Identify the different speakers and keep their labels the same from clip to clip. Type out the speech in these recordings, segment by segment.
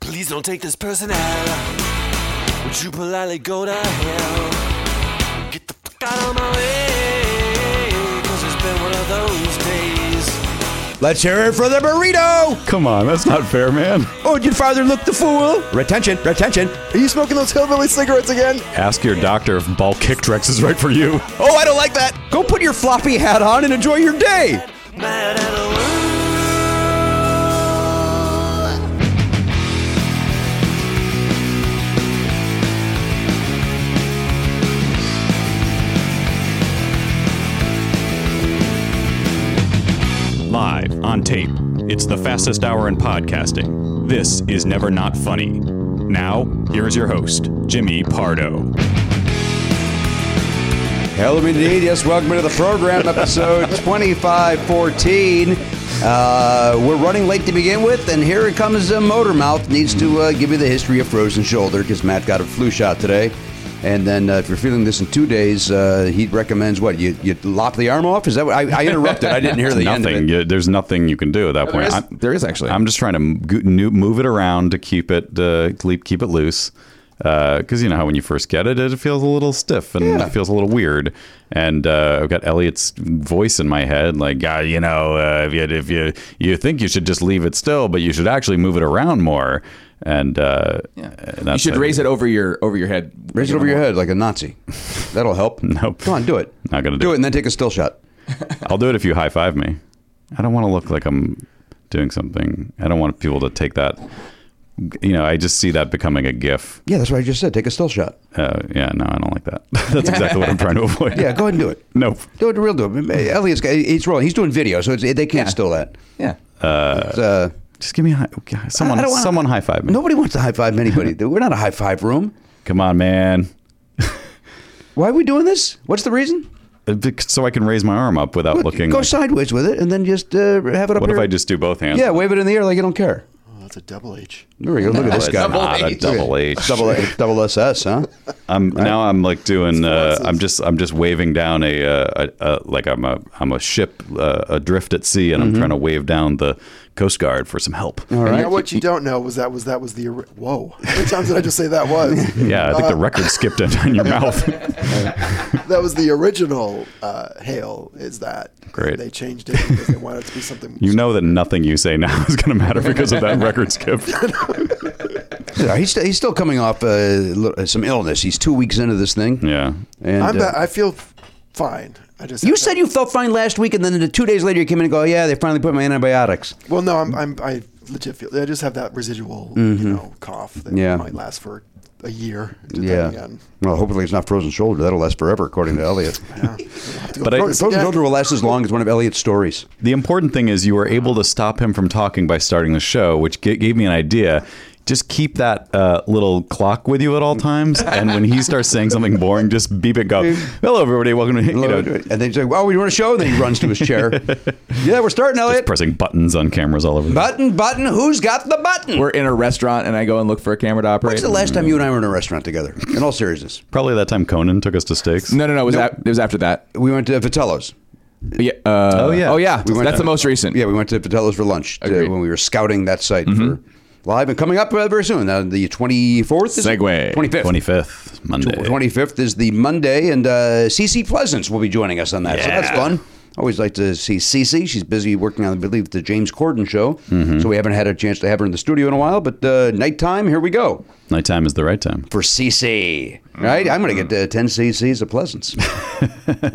Speaker 1: Please don't take this person out. Would you politely go to hell? Get the fuck out of my way. Cause it's been one of those days.
Speaker 2: Let's hear it for the burrito.
Speaker 3: Come on, that's not fair, man.
Speaker 2: Oh, your father looked the fool. Retention, retention.
Speaker 4: Are you smoking those hillbilly cigarettes again?
Speaker 3: Ask your doctor if ball kickdrex is right for you.
Speaker 2: Oh, I don't like that. Go put your floppy hat on and enjoy your day.
Speaker 1: Mad at the world.
Speaker 3: Live on tape. It's the fastest hour in podcasting. This is never not funny. Now, here is your host, Jimmy Pardo.
Speaker 2: Hello, indeed. Yes, welcome to the program, episode 2514. Uh, we're running late to begin with, and here it comes. Uh, Motormouth needs to uh, give you the history of frozen shoulder because Matt got a flu shot today. And then, uh, if you're feeling this in two days, uh, he recommends what you you lop the arm off. Is that what I, I interrupted? I didn't hear the end of
Speaker 3: nothing.
Speaker 2: it.
Speaker 3: You- there's nothing you can do at that
Speaker 4: There
Speaker 3: point.
Speaker 4: is,
Speaker 3: I'm,
Speaker 4: there is actually.
Speaker 3: I'm just trying to m- go- new- move it around to keep it uh, keep keep it loose. Because you know how when you first get it, it feels a little stiff and
Speaker 2: Yeah.
Speaker 3: it feels a little weird. And uh, I've got Elliot's voice in my head, like, ah, you know, uh, if you if you you think you should just leave it still, but you should actually move it around more. And uh, and
Speaker 4: you
Speaker 3: that's
Speaker 4: should
Speaker 3: like,
Speaker 4: raise it over your over your head.
Speaker 2: Raise it over your head like a Nazi. That'll help.
Speaker 3: Nope.
Speaker 2: Come on, do it.
Speaker 3: Not gonna do
Speaker 2: it.
Speaker 3: it.
Speaker 2: And then take a still shot.
Speaker 3: I'll do it if you high five me. I don't want to look like I'm doing something. I don't want people to take that. You know, I just see that becoming a gif.
Speaker 2: Yeah, that's what I just said. Take a still shot.
Speaker 3: Uh, yeah, no, I don't like that. That's exactly what I'm trying to avoid.
Speaker 2: Yeah, go ahead and do it.
Speaker 3: Nope.
Speaker 2: Do it, real do it. Elliot's he's rolling. He's doing video, so it's, they can't
Speaker 4: Yeah.
Speaker 2: steal that.
Speaker 4: Yeah.
Speaker 2: It's, uh,
Speaker 3: Just give me a high. okay, Someone,
Speaker 2: I don't wanna-
Speaker 3: someone high five me.
Speaker 2: nobody wants to high five anybody. We're not a high five room.
Speaker 3: Come on, man.
Speaker 2: Why are we doing this? What's the reason?
Speaker 3: So I can raise my arm up without looking.
Speaker 2: go
Speaker 3: like-
Speaker 2: sideways with it, and then just uh, have it up.
Speaker 3: what if
Speaker 2: here.
Speaker 3: I just do both hands?
Speaker 2: Yeah, wave it in the air like you don't care.
Speaker 5: Oh, that's a double H.
Speaker 2: There we go. Look at this guy.
Speaker 3: Double not a
Speaker 4: H.
Speaker 3: double H.
Speaker 2: Double A- double SS, huh?
Speaker 3: I'm now I'm like doing uh,
Speaker 5: glasses.
Speaker 3: I'm just I'm just waving down a, uh, a, a like I'm a I'm a ship uh, adrift at sea and I'm trying to wave down the Coast Guard for some help.
Speaker 2: Mm-hmm. All
Speaker 5: Now,
Speaker 2: right.
Speaker 5: what you don't know was that was that was the ori- whoa. How many times did I just say that was?
Speaker 3: Yeah, I think the
Speaker 5: Uh,
Speaker 3: record skipped it on your mouth.
Speaker 5: that was the original uh, hail. Is that
Speaker 3: Great.
Speaker 5: They changed it because they wanted it to be something.
Speaker 3: You know that nothing you say now is going to matter because of that record skip.
Speaker 2: Yeah, He's, st- he's still coming off uh, li- uh, some illness. He's two weeks into this thing.
Speaker 3: Yeah.
Speaker 2: And,
Speaker 5: I'm
Speaker 2: uh,
Speaker 5: ba- I feel f- fine. I just
Speaker 2: you said you felt fine last week, and then the two days later you came in and go, yeah, they finally put my antibiotics.
Speaker 5: Well, no, I'm, I'm I legit feel I just have that residual you
Speaker 3: Mm-hmm.
Speaker 5: know cough that
Speaker 2: Yeah.
Speaker 5: might last for a year. depending
Speaker 2: Yeah.
Speaker 5: on-
Speaker 2: Well, hopefully it's not frozen shoulder. That'll last forever, according to Elliot.
Speaker 5: yeah. We'll have to go
Speaker 3: But I-
Speaker 5: through
Speaker 2: Fro-
Speaker 5: this
Speaker 2: frozen
Speaker 5: again.
Speaker 2: shoulder will last as long as one of Elliot's stories.
Speaker 3: The important thing is you were able to stop him from talking by starting the show, which g- gave me an idea. Just keep that uh, little clock with you at all times, and when he starts saying something boring, just beep it. Go, hello everybody, welcome to you
Speaker 2: Hello,
Speaker 3: know,
Speaker 2: and then he's like, "Oh, we want a show?" Then he runs to his chair. yeah, we're starting,
Speaker 3: just
Speaker 2: Elliot.
Speaker 3: pressing buttons on cameras all over. The-
Speaker 2: Button, button. Who's got the button?
Speaker 4: We're in a restaurant, and I go and look for a camera to operate.
Speaker 2: When's the last time you and I were in a restaurant together? In all seriousness,
Speaker 3: Probably that time Conan took us to steaks.
Speaker 4: No, no, no. It was, a- it was after that.
Speaker 2: we went to Vitello's.
Speaker 4: Yeah, uh,
Speaker 3: Oh, yeah.
Speaker 4: Oh yeah.
Speaker 3: We
Speaker 2: went
Speaker 4: That's
Speaker 2: to-
Speaker 4: the most recent.
Speaker 2: Yeah, we went to Vitello's for lunch uh,
Speaker 4: Agreed. Mm-hmm.
Speaker 2: when we were scouting that site for live and coming up uh, very soon. Uh, the twenty fourth,
Speaker 4: Segue.
Speaker 2: twenty fifth,
Speaker 3: Twenty fifth Monday.
Speaker 2: twenty fifth is the Monday, and uh, CC Pleasance will be joining us on that. So that's fun. Always like to see Cece. She's busy working on, I believe, the James Corden show.
Speaker 3: Mm-hmm.
Speaker 2: So we haven't had a chance to have her in the studio in a while. But uh, nighttime, here we go.
Speaker 3: Nighttime is the right time.
Speaker 2: for CC. Right? I'm going to get uh, 10 CCs of Pleasance.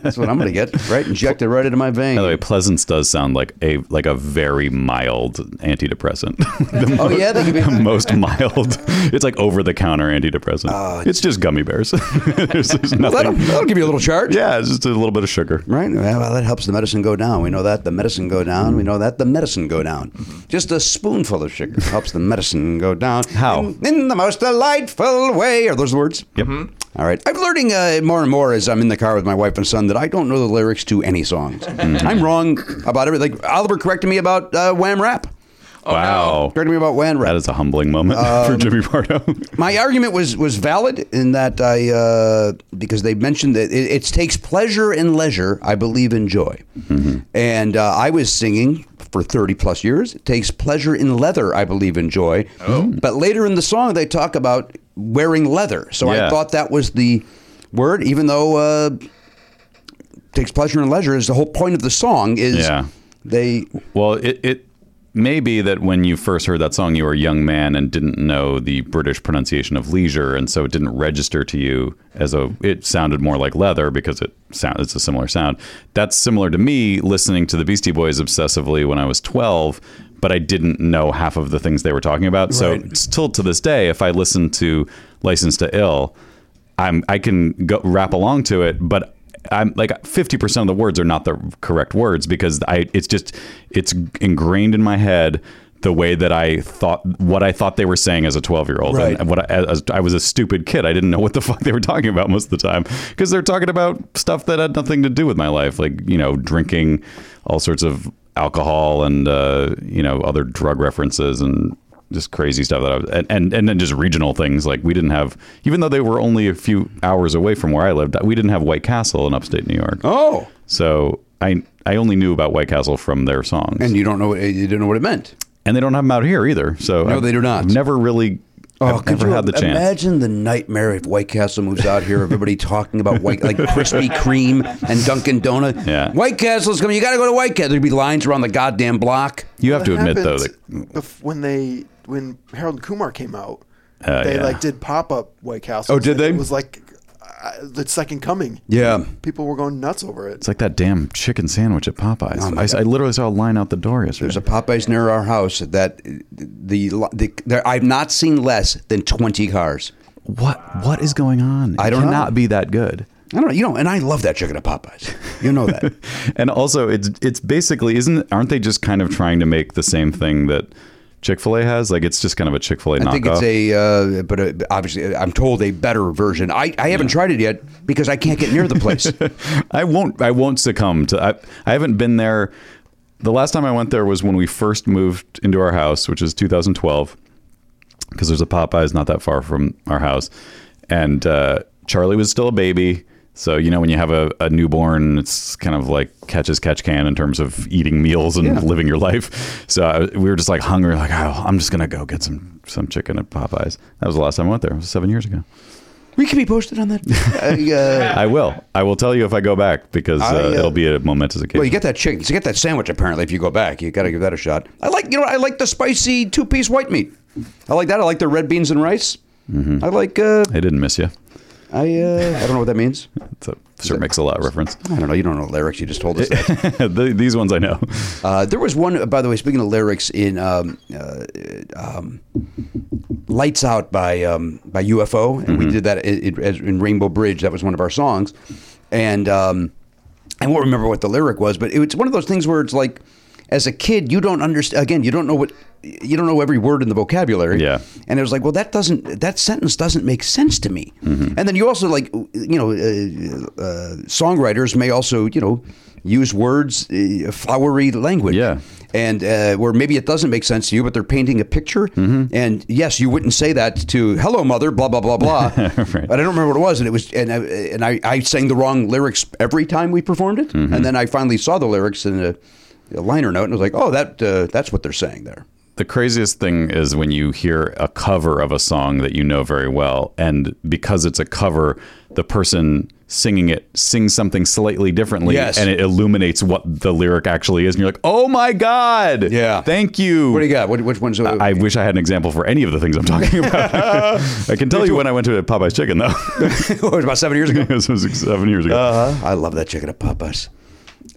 Speaker 2: That's what I'm going to get. Right? Injected right into my vein.
Speaker 3: By the way, Pleasance does sound like a like a very mild antidepressant. The
Speaker 2: Oh, yeah. They give
Speaker 3: mo-
Speaker 2: me-
Speaker 3: most mild. It's like over the counter antidepressant. it's just gummy bears. there's, there's
Speaker 2: Let 'em-
Speaker 3: nothing.
Speaker 2: that'll give you Oh, a little charge.
Speaker 3: Yeah, it's just a little bit of sugar.
Speaker 2: Right? Yeah, Well, that helps the medicine go down. We know that. The medicine go down. We know that. The medicine go down.
Speaker 3: Mm-hmm.
Speaker 2: Just a spoonful of sugar helps the medicine go down.
Speaker 3: How?
Speaker 2: In, in the most delightful way. Are those the words?
Speaker 3: Yep.
Speaker 2: All right. I'm learning uh, more and more as I'm in the car with my wife and son that I don't know the lyrics to any songs.
Speaker 3: Mm-hmm.
Speaker 2: I'm wrong about everything. Like, Oliver corrected me about uh, Wham Rap. Oh,
Speaker 3: wow.
Speaker 2: Corrected me about Wham Rap.
Speaker 3: That is a humbling moment
Speaker 2: Um,
Speaker 3: for Jimmy Pardo.
Speaker 2: my argument was was valid in that I uh, because they mentioned that it, it takes pleasure in leisure. I believe in joy, and uh, I was singing for 30 plus years. Takes pleasure in leather, I believe, in joy. Oh. But later in the song, they talk about wearing leather. So I
Speaker 3: Yeah.
Speaker 2: thought that was the word, even though uh, takes pleasure in leisure is the whole point of the song is
Speaker 3: Yeah.
Speaker 2: they
Speaker 3: Well, it, it may be that when you first heard that song, you were a young man and didn't know the British pronunciation of leisure, and so it didn't register to you as a. It sounded more like leather because it sound it's a similar sound. That's similar to me listening to the Beastie Boys obsessively when I was twelve. But I didn't know half of the things they were talking about. So, still to this day, if I listen to "License to Ill," I'm I can go rap along to it, but I'm like 50% of the words are not the correct words because I it's just it's ingrained in my head the way that I thought what I thought they were saying as a 12 year old
Speaker 2: Right.
Speaker 3: and what I, as, I was a stupid kid I didn't know what the fuck they were talking about most of the time because they're talking about stuff that had nothing to do with my life like you know drinking all sorts of alcohol and uh, you know other drug references and just crazy stuff that I was, and, and and then just regional things like we didn't have, even though they were only a few hours away from where I lived, we didn't have White Castle in upstate New York.
Speaker 2: oh
Speaker 3: So I I only knew about White Castle from their songs,
Speaker 2: and
Speaker 3: and,
Speaker 2: you don't know what you don't know what it meant
Speaker 3: they don't have them out here either. So
Speaker 2: No, they do not. Oh,
Speaker 3: I've never really, I've
Speaker 2: could
Speaker 3: never
Speaker 2: you
Speaker 3: had the chance.
Speaker 2: imagine the nightmare if White Castle moves out here everybody talking about white like Krispy Kreme and Dunkin Donut
Speaker 3: Yeah.
Speaker 2: White Castle's coming you gotta go to White Castle there'd be lines around the goddamn block
Speaker 3: You have to
Speaker 5: That
Speaker 3: admit though
Speaker 5: happened
Speaker 3: that
Speaker 5: bef- when they when Harold and Kumar came out,
Speaker 3: Uh,
Speaker 5: they
Speaker 3: yeah.
Speaker 5: like did pop up White Castle.
Speaker 2: Oh, did they?
Speaker 5: It was like uh, the second coming.
Speaker 2: Yeah.
Speaker 5: people were going nuts over it.
Speaker 3: it's like that damn chicken sandwich at Popeyes.
Speaker 2: Oh my
Speaker 3: I, I literally saw a line out the door yesterday.
Speaker 2: there's a Popeyes near our house that the, the there, I've not seen less than 20 cars
Speaker 3: what what is going on? It
Speaker 2: I don't know.
Speaker 3: cannot be that good.
Speaker 2: I don't know you know and I love that chicken at Popeyes you know that
Speaker 3: and also it's it's basically isn't aren't they just kind of trying to make the same thing that Chick-fil-A has? Like it's just kind of a Chick-fil-A knockoff.
Speaker 2: I think it's a, uh, but uh obviously, I'm told a better version. I, I haven't tried it yet because I can't get near the place.
Speaker 3: I won't. I won't succumb to. I, I haven't been there. The last time I went there was when we first moved into our house, which is 2012, because there's a Popeyes not that far from our house, and uh, Charlie was still a baby. So you know when you have a, a newborn, it's kind of like catch as catch can in terms of eating meals and living your life. So I, we were just like hungry, like oh, I'm just gonna go get some some chicken at Popeyes. That was the last time I went there. It was seven years ago.
Speaker 2: we can be posted on that. I, uh,
Speaker 3: I will. I will tell you if I go back because
Speaker 2: I,
Speaker 3: uh,
Speaker 2: uh,
Speaker 3: it'll be a momentous occasion.
Speaker 2: well, you get that chicken. You get that sandwich. Apparently, if you go back, you got to give that a shot. I like, you know, I like the spicy two piece white meat. I like that. I like the red beans and rice. I like. Uh,
Speaker 3: I didn't miss you.
Speaker 2: I uh, I don't know what that means.
Speaker 3: It's a Sir Mix-a-Lot reference.
Speaker 2: I don't know. You don't know lyrics. You just told us. That.
Speaker 3: Th- These ones I know.
Speaker 2: Uh, there was one, by the way. Speaking of lyrics, in um, uh, um, "Lights Out" by um, by UFO, and
Speaker 3: Mm-hmm.
Speaker 2: we did that in, in Rainbow Bridge. That was one of our songs, and um, I won't remember what the lyric was, but it's one of those things where it's like, as a kid, you don't understand. Again, you don't know what you don't know every word in the vocabulary.
Speaker 3: Yeah.
Speaker 2: and it was like, well, that doesn't that sentence doesn't make sense to me.
Speaker 3: Mm-hmm.
Speaker 2: And then you also like, you know, uh, uh, songwriters may also you know use words, uh, flowery language.
Speaker 3: Yeah.
Speaker 2: And uh, where maybe it doesn't make sense to you, but they're painting a picture.
Speaker 3: Mm-hmm.
Speaker 2: And yes, you wouldn't say that to "Hello, mother," blah blah blah blah. But I don't remember what it was, and it was, and I, and I, I sang the wrong lyrics every time we performed it,
Speaker 3: Mm-hmm.
Speaker 2: and then I finally saw the lyrics in a, a liner note, and I was like, "Oh, that uh, that's what they're saying there."
Speaker 3: The craziest thing is when you hear a cover of a song that you know very well, and because it's a cover, the person singing it sings something slightly differently,
Speaker 2: Yes.
Speaker 3: and it illuminates what the lyric actually is, and you're like, "Oh my god!
Speaker 2: Yeah.
Speaker 3: thank you."
Speaker 2: What do you got? What, which one's? uh,
Speaker 3: I wish I had an example for any of the things I'm talking about. I can tell you when I went to Popeye's Chicken though.
Speaker 2: it was about seven years ago.
Speaker 3: this was seven years ago.
Speaker 2: Uh, I love that chicken at Popeyes.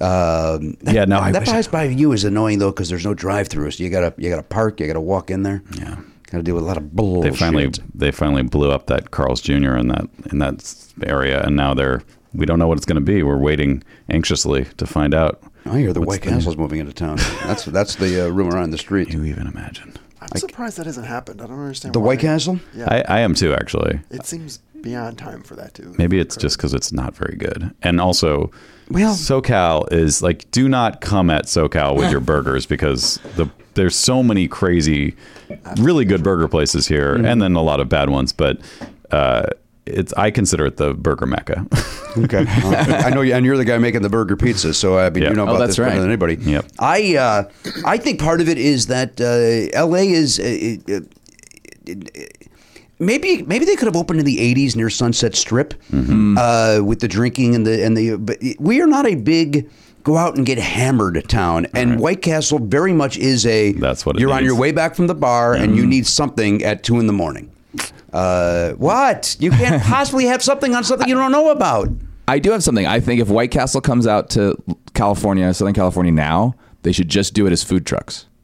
Speaker 2: Um, that,
Speaker 3: Yeah, no, I
Speaker 2: that
Speaker 3: wish I-
Speaker 2: Popeyes by you is annoying though because there's no drive-through, so you gotta you gotta park, you gotta walk in there. Yeah, gotta deal with a lot of bullshit.
Speaker 3: they finally they finally blew up that Carl's Jr. in that in that s- area, and now they're we don't know what it's going to be. We're waiting anxiously to find out.
Speaker 2: I hear the White
Speaker 3: the-
Speaker 2: Castle's moving into town. That's that's the uh, rumor on the street.
Speaker 3: Can you even imagine?
Speaker 5: I'm surprised that hasn't happened. I don't understand
Speaker 2: The
Speaker 5: why.
Speaker 2: White Castle?
Speaker 5: Yeah,
Speaker 3: I, I am too, actually.
Speaker 5: it seems beyond time for that too.
Speaker 3: Maybe it's just because it's not very good, and also,
Speaker 2: Well-
Speaker 3: SoCal is like do not come at SoCal with your burgers because the there's so many crazy, really good burger places
Speaker 2: Mm-hmm.
Speaker 3: here, and then a lot of bad ones, but. uh it's I consider it the burger mecca.
Speaker 2: Okay, Uh, I know, you, and you're the guy making the burger pizza, so I mean,
Speaker 3: Yeah.
Speaker 2: you know
Speaker 3: Oh,
Speaker 2: about
Speaker 4: that's
Speaker 2: this better
Speaker 4: right.
Speaker 2: than anybody.
Speaker 3: Yep.
Speaker 2: I uh, I think part of it is that uh, L.A. is. Uh, uh, Maybe maybe they could have opened in the '80s near Sunset Strip
Speaker 3: Mm-hmm.
Speaker 2: uh, with the drinking and the and the. But we are not a big go out and get hammered town, and White Castle very much is a.
Speaker 3: That's what it
Speaker 2: you're on
Speaker 3: needs. Mm-hmm.
Speaker 2: your way back from the bar, and you need something at two in the morning. Uh, what you can't possibly have something on something you don't know about.
Speaker 4: I do have something. I think if White Castle comes out to California, Southern California now, they should just do it as food trucks.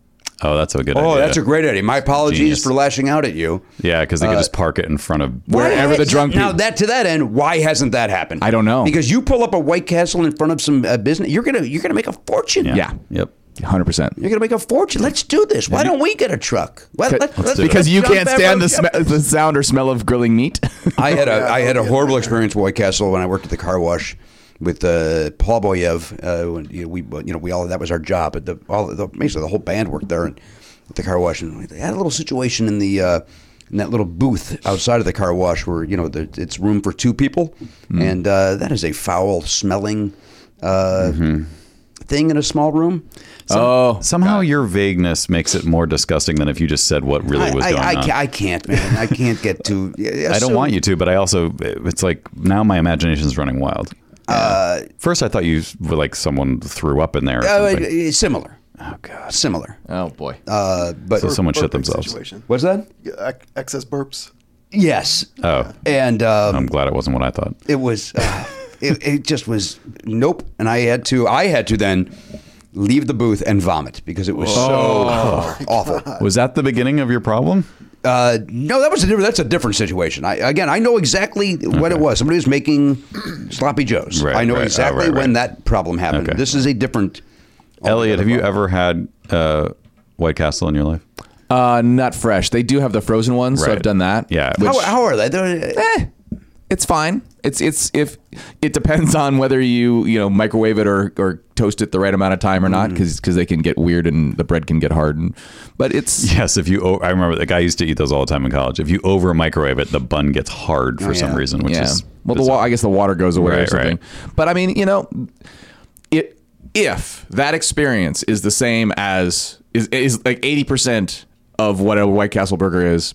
Speaker 3: Oh, that's a good idea.
Speaker 2: Oh, that's a great idea. My apologies
Speaker 3: Genius.
Speaker 2: for lashing out at you.
Speaker 3: Yeah, because they could just park it in front of
Speaker 4: Wherever
Speaker 2: Why
Speaker 4: the
Speaker 2: has-
Speaker 4: drunk
Speaker 2: now
Speaker 4: people-
Speaker 2: that to that end, why hasn't that happened?
Speaker 4: I don't know.
Speaker 2: because you pull up a White Castle in front of some uh, business, you're gonna you're gonna make a fortune.
Speaker 4: Yeah.
Speaker 3: Yep.
Speaker 4: Hundred percent.
Speaker 2: You're gonna make a fortune. Let's do this. Why don't we get a truck? Let- let- let-
Speaker 3: do it.
Speaker 4: Because you
Speaker 2: jump
Speaker 4: can't
Speaker 2: back
Speaker 4: stand
Speaker 2: on-
Speaker 4: the, sm- the sound or smell of grilling meat.
Speaker 2: I had a I had a horrible experience with White Castle when I worked at the car wash with uh, Paul Boyev. Uh, when, you know, we you know we all that was our job. But the all the, basically the whole band worked there and at the car wash, and they had a little situation in the. Uh, in that little booth outside of the car wash, where you know the, it's room for two people,
Speaker 3: Hmm.
Speaker 2: and uh, that is a foul-smelling uh,
Speaker 3: Mm-hmm.
Speaker 2: thing in a small room.
Speaker 4: oh,
Speaker 3: Somehow your vagueness makes it more disgusting than if you just said what really
Speaker 2: I,
Speaker 3: was
Speaker 2: I,
Speaker 3: going
Speaker 2: I,
Speaker 3: on.
Speaker 2: ca- I can't, man. I can't get to.
Speaker 3: I don't want you to, but I also it's like now my imagination's running wild. Uh, First, I thought you were like someone threw up in there. Or
Speaker 2: Uh,
Speaker 3: something.
Speaker 2: similar. Oh God, similar.
Speaker 4: oh boy.
Speaker 2: Uh, but
Speaker 3: So someone shit
Speaker 5: Burping
Speaker 3: themselves.
Speaker 5: Situation.
Speaker 2: what's that?
Speaker 5: Yeah, ec- excess burps.
Speaker 2: Yes.
Speaker 3: Oh,
Speaker 2: and um,
Speaker 3: I'm glad it wasn't what I thought.
Speaker 2: it was, uh, it, it just was nope. And I had to, I had to then leave the booth and vomit because it was so awful.
Speaker 3: Was that the beginning of your problem?
Speaker 2: Uh, no, that was a different, that's a different situation. I, again, I know exactly what it was. Somebody was making sloppy joes.
Speaker 3: Right,
Speaker 2: I know
Speaker 3: right. Oh,
Speaker 2: exactly
Speaker 3: right,
Speaker 2: when
Speaker 3: right.
Speaker 2: that problem happened.
Speaker 3: Okay.
Speaker 2: This is a different. Oh,
Speaker 3: Elliot, have you ever had uh, White Castle in your life?
Speaker 4: Uh, not fresh. They do have the frozen ones, so
Speaker 3: Right.
Speaker 4: I've done that.
Speaker 3: Yeah.
Speaker 4: Which-
Speaker 2: how, how are they? They're-
Speaker 4: eh, it's fine. It's it's if it depends on whether you you know microwave it or or toast it the right amount of time or
Speaker 3: Mm.
Speaker 4: not because they can get weird and the bread can get hard and but it's
Speaker 3: Yes, if you, o- I remember the guy used to eat those all the time in college. If you over microwave it, the bun gets hard for some
Speaker 2: yeah.
Speaker 3: reason, which
Speaker 4: yeah.
Speaker 3: is
Speaker 4: well the wa-
Speaker 3: bizarre.
Speaker 4: I guess the water goes away or
Speaker 3: Right,
Speaker 4: something. But I mean you know it if that experience is the same as is is like eighty percent of what a White Castle burger is,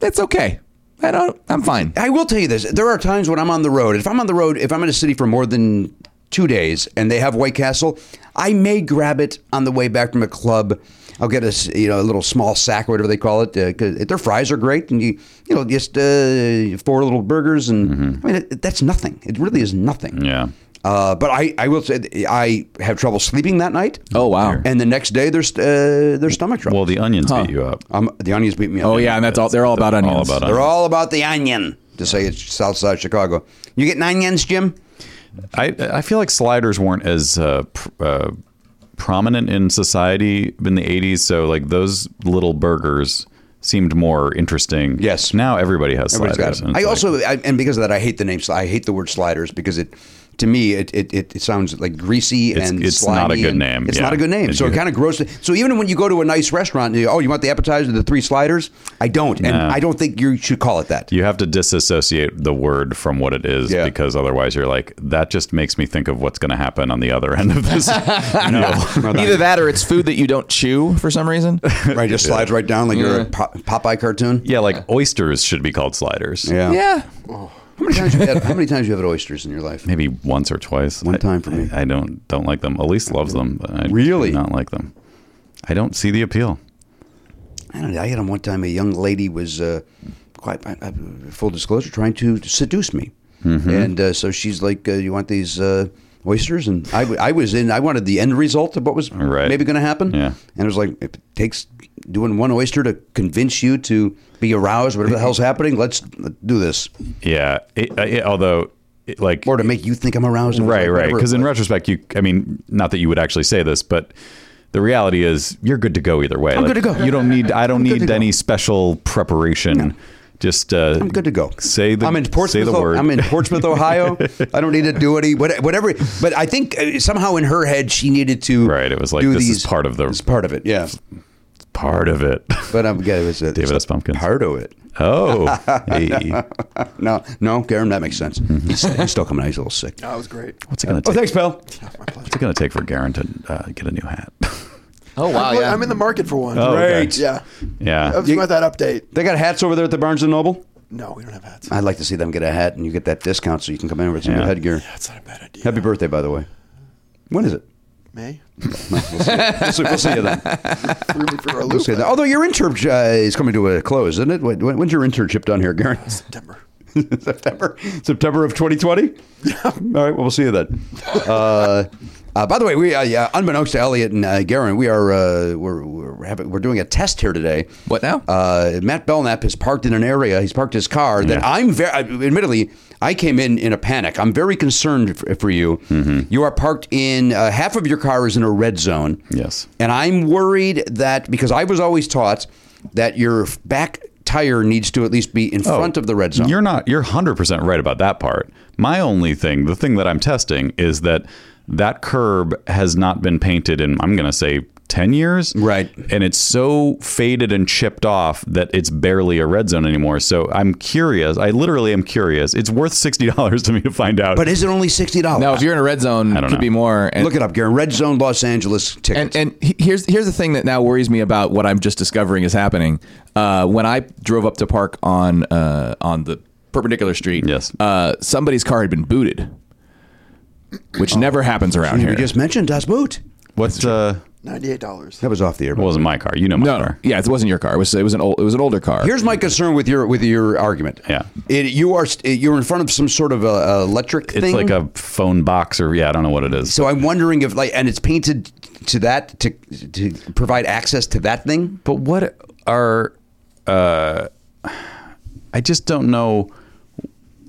Speaker 4: it's okay. I don't. I'm fine.
Speaker 2: I will tell you this: there are times when I'm on the road. If I'm on the road, if I'm in a city for more than two days and they have White Castle, I may grab it on the way back from a club. I'll get a s- you know a little small sack or whatever they call it. Uh, 'cause their fries are great, and you you know just uh, four little burgers, and I
Speaker 4: Mm-hmm.
Speaker 2: mean it, that's nothing. It really is nothing.
Speaker 3: Yeah.
Speaker 2: Uh, but I, I will say that I have trouble sleeping that night.
Speaker 4: Oh, wow. Sure.
Speaker 2: And the next day there's uh, there's stomach trouble.
Speaker 3: Well, the onions beat you up.
Speaker 2: um, the onions beat me up.
Speaker 4: Oh yeah, and that's all. They're all about
Speaker 3: All
Speaker 4: onions.
Speaker 3: about
Speaker 2: They're all about the onion, to say it's south side Chicago. You getting onions, Jim?
Speaker 3: I I feel like sliders weren't as uh, pr- uh, prominent in society in the '80s, so like those little burgers seemed more interesting.
Speaker 2: Yes.
Speaker 3: Now everybody has
Speaker 2: Everybody's got
Speaker 3: sliders.
Speaker 2: them.
Speaker 3: and
Speaker 2: I
Speaker 3: it's like-
Speaker 2: also, I, and because of that, I hate the name. sli- I hate the word sliders because it, to me, it it, it, it sounds like greasy
Speaker 3: It's-
Speaker 2: and
Speaker 3: it's not a
Speaker 2: slimy
Speaker 3: good
Speaker 2: and-
Speaker 3: name,
Speaker 2: It's
Speaker 3: yeah.
Speaker 2: not a good name,
Speaker 3: It-
Speaker 2: so it kind of gross. So even when you go to a nice restaurant, you, oh, you want the appetizer, the three sliders? I don't, and
Speaker 3: No.
Speaker 2: I don't think you should call it that.
Speaker 3: you have to disassociate the word from what it is
Speaker 2: Yeah.
Speaker 3: because otherwise you're like that just makes me think of what's going to happen on the other end of this. no.
Speaker 4: Either that or it's food that you don't chew for some reason.
Speaker 2: Right, just slides right down like you're a
Speaker 4: Yeah.
Speaker 2: Pop- Popeye cartoon.
Speaker 3: Yeah, like oysters should be called sliders.
Speaker 2: yeah.
Speaker 4: yeah.
Speaker 2: How many times you had, how many times you have had oysters in your life?
Speaker 3: Maybe once or twice.
Speaker 2: One
Speaker 3: I-
Speaker 2: time for me.
Speaker 3: I, I don't don't like them. Elise loves them. But I
Speaker 2: Really?
Speaker 3: do not like them. I don't see the appeal.
Speaker 2: I don't know. I had him one time. A young lady was uh, quite uh, uh, full disclosure trying to seduce me,
Speaker 3: Mm-hmm.
Speaker 2: and uh, so she's like, uh, "You want these uh, oysters?" And I, w- I was in. I wanted the end result of what was
Speaker 3: Right.
Speaker 2: maybe going to happen.
Speaker 3: Yeah.
Speaker 2: and it was like it takes doing one oyster to convince you to be aroused. Whatever the hell's happening, let's do this,
Speaker 3: Yeah. It, I- it- although, it, like,
Speaker 2: or to make you think I'm aroused. It was
Speaker 3: right,
Speaker 2: like
Speaker 3: right.
Speaker 2: whatever it
Speaker 3: Because in
Speaker 2: was.
Speaker 3: retrospect, you, I mean, not that you would actually say this, but the reality is you're good to go either way. I'm
Speaker 2: good to go.
Speaker 3: You don't need, I don't
Speaker 2: good to
Speaker 3: need
Speaker 2: go.
Speaker 3: any special preparation. Just, uh,
Speaker 2: I'm good to go.
Speaker 3: Say the,
Speaker 2: I'm in Portsmouth.
Speaker 3: say the word.
Speaker 2: I'm in Portsmouth, Ohio. I don't need to do any what- whatever. But I think uh, somehow in her head she needed to.
Speaker 3: Right, it was like,
Speaker 2: do
Speaker 3: this is
Speaker 2: these-
Speaker 3: part of the-
Speaker 2: It's part of it. Yeah.
Speaker 3: part of it.
Speaker 2: But um, I'm getting it's a,
Speaker 3: David S. Pumpkins.
Speaker 2: Part of it.
Speaker 3: Oh, hey.
Speaker 2: No, no, Garen, that makes sense.
Speaker 3: Mm-hmm.
Speaker 2: He's, he's still coming out. He's a little sick.
Speaker 5: That was great.
Speaker 3: what's it gonna
Speaker 2: Oh,
Speaker 3: take?
Speaker 2: thanks, pal.
Speaker 5: My
Speaker 3: What's
Speaker 5: pleasure.
Speaker 3: it gonna take for Garen to uh, get a new hat?
Speaker 6: Oh wow,
Speaker 5: Look,
Speaker 6: yeah.
Speaker 5: I'm in the market for one.
Speaker 3: Oh, okay.
Speaker 2: Great.
Speaker 5: Yeah.
Speaker 3: yeah.
Speaker 5: I was about that update.
Speaker 2: They got hats over there at the Barnes and Noble.
Speaker 5: No, we don't have hats.
Speaker 2: I'd like to see them get a hat, and you get that discount, so you can come in with some
Speaker 3: Yeah.
Speaker 2: good headgear.
Speaker 5: That's not a bad idea.
Speaker 2: Happy birthday, by the way. When is it?
Speaker 5: May?
Speaker 2: We'll see, we'll see you then.
Speaker 5: Threw me for a
Speaker 2: We'll
Speaker 5: loop.
Speaker 2: see you then. Although your internship uh, is coming to a close, isn't it? When, when- when's your internship done here, Garen?
Speaker 5: September.
Speaker 2: September, September of 2020. Yeah. All right. Well, we'll see you then. uh, uh, by the way, we uh, yeah, unbeknownst to Elliot and uh, Garen, we are uh, we're we're, having, we're doing a test here today.
Speaker 4: What now?
Speaker 2: Uh, Matt Belknap is parked in an area. He's parked his car that I'm very. Admittedly, I came in in a panic. I'm very concerned for, for you. You are parked in uh, half of your car is in a red zone.
Speaker 3: Yes.
Speaker 2: And I'm worried that because I was always taught that your back tire needs to at least be in front of the red zone.
Speaker 3: Oh. You're not. You're hundred percent right about that part. My only thing, the thing that I'm testing, is that that curb has not been painted in. I'm going to say ten years.
Speaker 2: Right.
Speaker 3: And it's so faded and chipped off that it's barely a red zone anymore. So I'm curious. I literally am curious. It's worth sixty dollars to me to find out.
Speaker 2: But is it only sixty dollars?
Speaker 4: Now, if you're in a red zone,
Speaker 3: I don't
Speaker 4: could
Speaker 3: know.
Speaker 4: be more. And,
Speaker 2: look it up, Garen. Red Zone Los Angeles tickets.
Speaker 4: and and he- here's here's the thing that now worries me about what I'm just discovering is happening. Uh, when I drove up to park on uh, on the perpendicular street,
Speaker 3: Yes.
Speaker 4: uh, somebody's car had been booted, which never happens around here.
Speaker 2: we just mentioned Das Boot.
Speaker 3: what's uh?
Speaker 5: $98.
Speaker 2: That was off the air.
Speaker 3: It wasn't my car. You know my
Speaker 4: no, no.
Speaker 3: car.
Speaker 4: yeah, it wasn't your car. It was it was an old it was an older car.
Speaker 2: Here's my concern with your with your argument.
Speaker 3: Yeah.
Speaker 2: it, you are st- you're in front of some sort of uh uh, electric
Speaker 3: It's
Speaker 2: thing.
Speaker 3: like a phone box or yeah, I don't know what it is.
Speaker 2: So I'm wondering if like, and it's painted to that to to provide access to that thing.
Speaker 3: But what are uh, I just don't know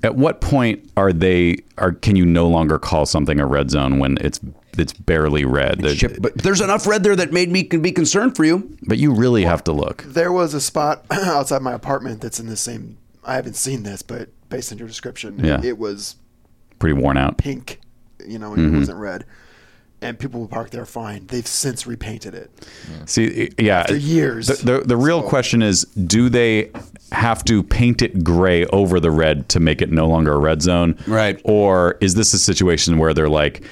Speaker 3: at what point are they are can you no longer call something a red zone when it's it's barely red.
Speaker 2: Chip, but there's enough red there that made me can be concerned for you.
Speaker 3: but you really have to look.
Speaker 5: There was a spot outside my apartment that's in the same. I haven't seen this, but based on your description,
Speaker 3: Yeah.
Speaker 5: it was
Speaker 3: Pretty worn out.
Speaker 5: pink, you know, and
Speaker 3: Mm-hmm.
Speaker 5: it wasn't red. And people would park there fine. They've since repainted it.
Speaker 3: See, yeah.
Speaker 5: After years.
Speaker 3: The, the, the real question is do they have to paint it gray over the red to make it no longer a red zone?
Speaker 2: Right.
Speaker 3: Or is this a situation where they're like,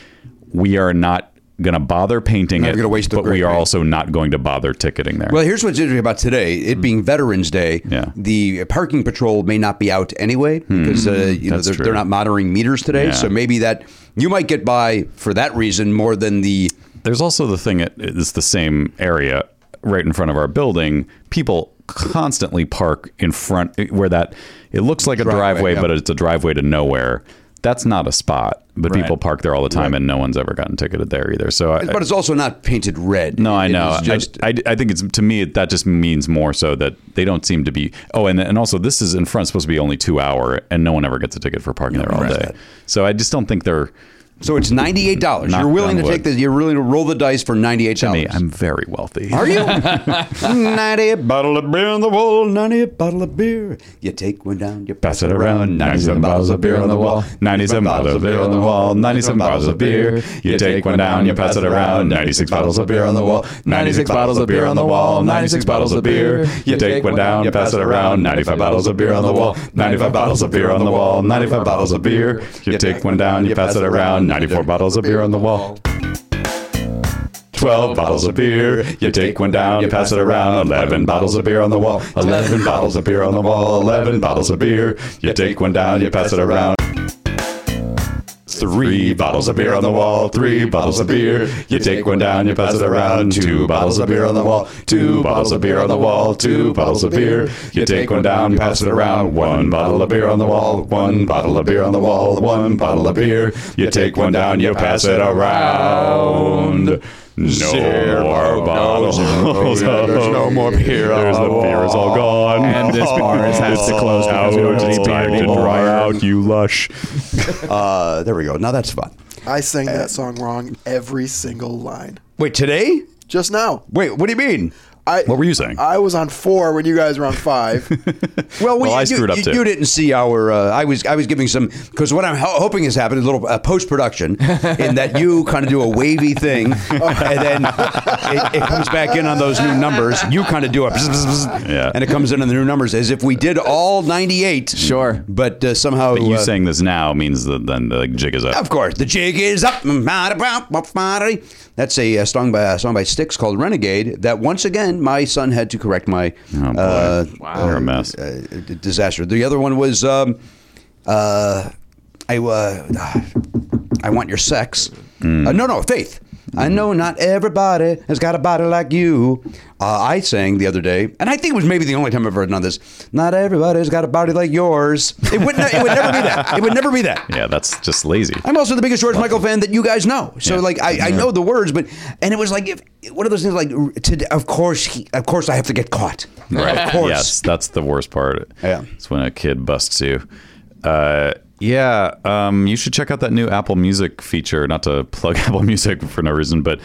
Speaker 3: we are not going to bother painting
Speaker 2: Not
Speaker 3: it,
Speaker 2: gonna waste the
Speaker 3: but
Speaker 2: gray
Speaker 3: we are
Speaker 2: paint.
Speaker 3: also not going to bother ticketing there?
Speaker 2: Well, here's what's interesting about today, it being Veterans Day.
Speaker 3: Hmm. Yeah. Hmm.
Speaker 2: The parking patrol may not be out anyway because uh, you know
Speaker 3: That's
Speaker 2: they're,
Speaker 3: true.
Speaker 2: they're not monitoring meters today.
Speaker 3: Yeah.
Speaker 2: So maybe that you might get by for that reason more than the
Speaker 3: There's also the thing, it- it's the same area right in front of our building. People constantly park in front where that, it looks like a
Speaker 2: Driveway,
Speaker 3: driveway,
Speaker 2: yeah.
Speaker 3: but it's a driveway to nowhere. That's not a spot, but people park there all the time and no one's ever gotten ticketed there either. So I,
Speaker 2: but it's also not painted red.
Speaker 3: no, I
Speaker 2: It
Speaker 3: know.
Speaker 2: is just-
Speaker 3: I, I, I think it's to me that just means more so that they don't seem to be. Oh, and and also this is in front supposed to be only two hour, and no one ever gets a ticket for parking there all
Speaker 2: right.
Speaker 3: day. So I just don't think they're.
Speaker 2: so it's ninety eight dollars.
Speaker 3: Knock
Speaker 2: You're willing to
Speaker 3: on wood.
Speaker 2: take the you're willing to roll the dice for ninety eight
Speaker 3: To me,
Speaker 2: dollars.
Speaker 3: I'm very wealthy.
Speaker 2: Are you? ninety eight bottle of beer on the wall. Ninety eight bottle of beer. You take one down. You
Speaker 3: Pass it around. 97 bottles of beer on the wall. 97 bottles of beer on the wall. 97 bottles of beer. You take one down, you pass it around. 96 bottles of beer on the wall. 96 bottles of beer on the wall. 96 bottles of beer. You take one down, you pass it around. 95 bottles of beer on the wall. 95 bottles of beer on the wall. 95 bottles of beer. You take one down, you pass it around. 94 bottles of beer on the wall. 12 bottles of beer. You take one down, you pass it around. 11 bottles of beer on the wall. 11 bottles of beer on the wall. 11 bottles of beer. You take one down, you pass it around. Three bottles of beer on the wall, three bottles of beer. You take one down, you pass it around. Two bottles of beer on the wall, two bottles of beer on the wall, two bottles of beer. You take one down, you pass it around. One bottle of beer on the wall, one bottle of beer on the wall, one bottle of beer. You take one down, you pass it around. No more bottles. Oh, There's no more beer. There's the beer is all gone. And this bar has to close out. It's time to dry out, you lush.
Speaker 2: Uh, there we go. Now that's fun.
Speaker 5: I sang
Speaker 3: Uh,
Speaker 5: that song wrong every single line.
Speaker 2: Wait, today?
Speaker 5: Just now.
Speaker 2: Wait, what do you mean?
Speaker 5: I,
Speaker 3: What were you saying?
Speaker 5: I was on four when you guys were on five.
Speaker 2: Well, we,
Speaker 3: Well, I
Speaker 2: you-
Speaker 3: screwed up
Speaker 2: you,
Speaker 3: too.
Speaker 2: You didn't see our. Uh, I was I was giving some because what I'm ho- hoping has happened is a little uh, post production in that you kind of do a wavy thing and then it, it comes back in on those new numbers. You kind of do a bzz, bzz, bzz,
Speaker 3: Yeah.
Speaker 2: and it comes in on the new numbers as if we did all 98. Sure, but uh, somehow
Speaker 3: But you
Speaker 2: uh,
Speaker 3: saying this now means that then the jig is
Speaker 4: Oh.
Speaker 3: up.
Speaker 2: Of course, the jig is up. That's a, uh song by a song by Styx called "Renegade." That once again, my son had to correct my
Speaker 3: Oh, boy.
Speaker 2: uh,
Speaker 3: Wow. You're a mess.
Speaker 2: uh, d- disaster. The other one was um, uh, I uh, I want your sex.
Speaker 3: Mm.
Speaker 2: Uh, no, no, faith. I know not everybody has got a body like you. Uh, I sang the other day, and I think it was maybe the only time I've ever done this. Not everybody's got a body like yours. It would, ne- it would never be that. It would never be that.
Speaker 3: Yeah, that's just lazy.
Speaker 2: I'm also the biggest George Michael fan that you guys know. So
Speaker 3: Yeah.
Speaker 2: like I, I know the words, but and it was like if one of those things like today, of course he, of course I have to get caught.
Speaker 3: Right.
Speaker 2: Of course.
Speaker 3: Yes, that's the worst part.
Speaker 2: Yeah.
Speaker 3: It's when a kid busts you. Uh, yeah, um, you should check out that new Apple Music feature. Not to plug Apple Music for no reason, but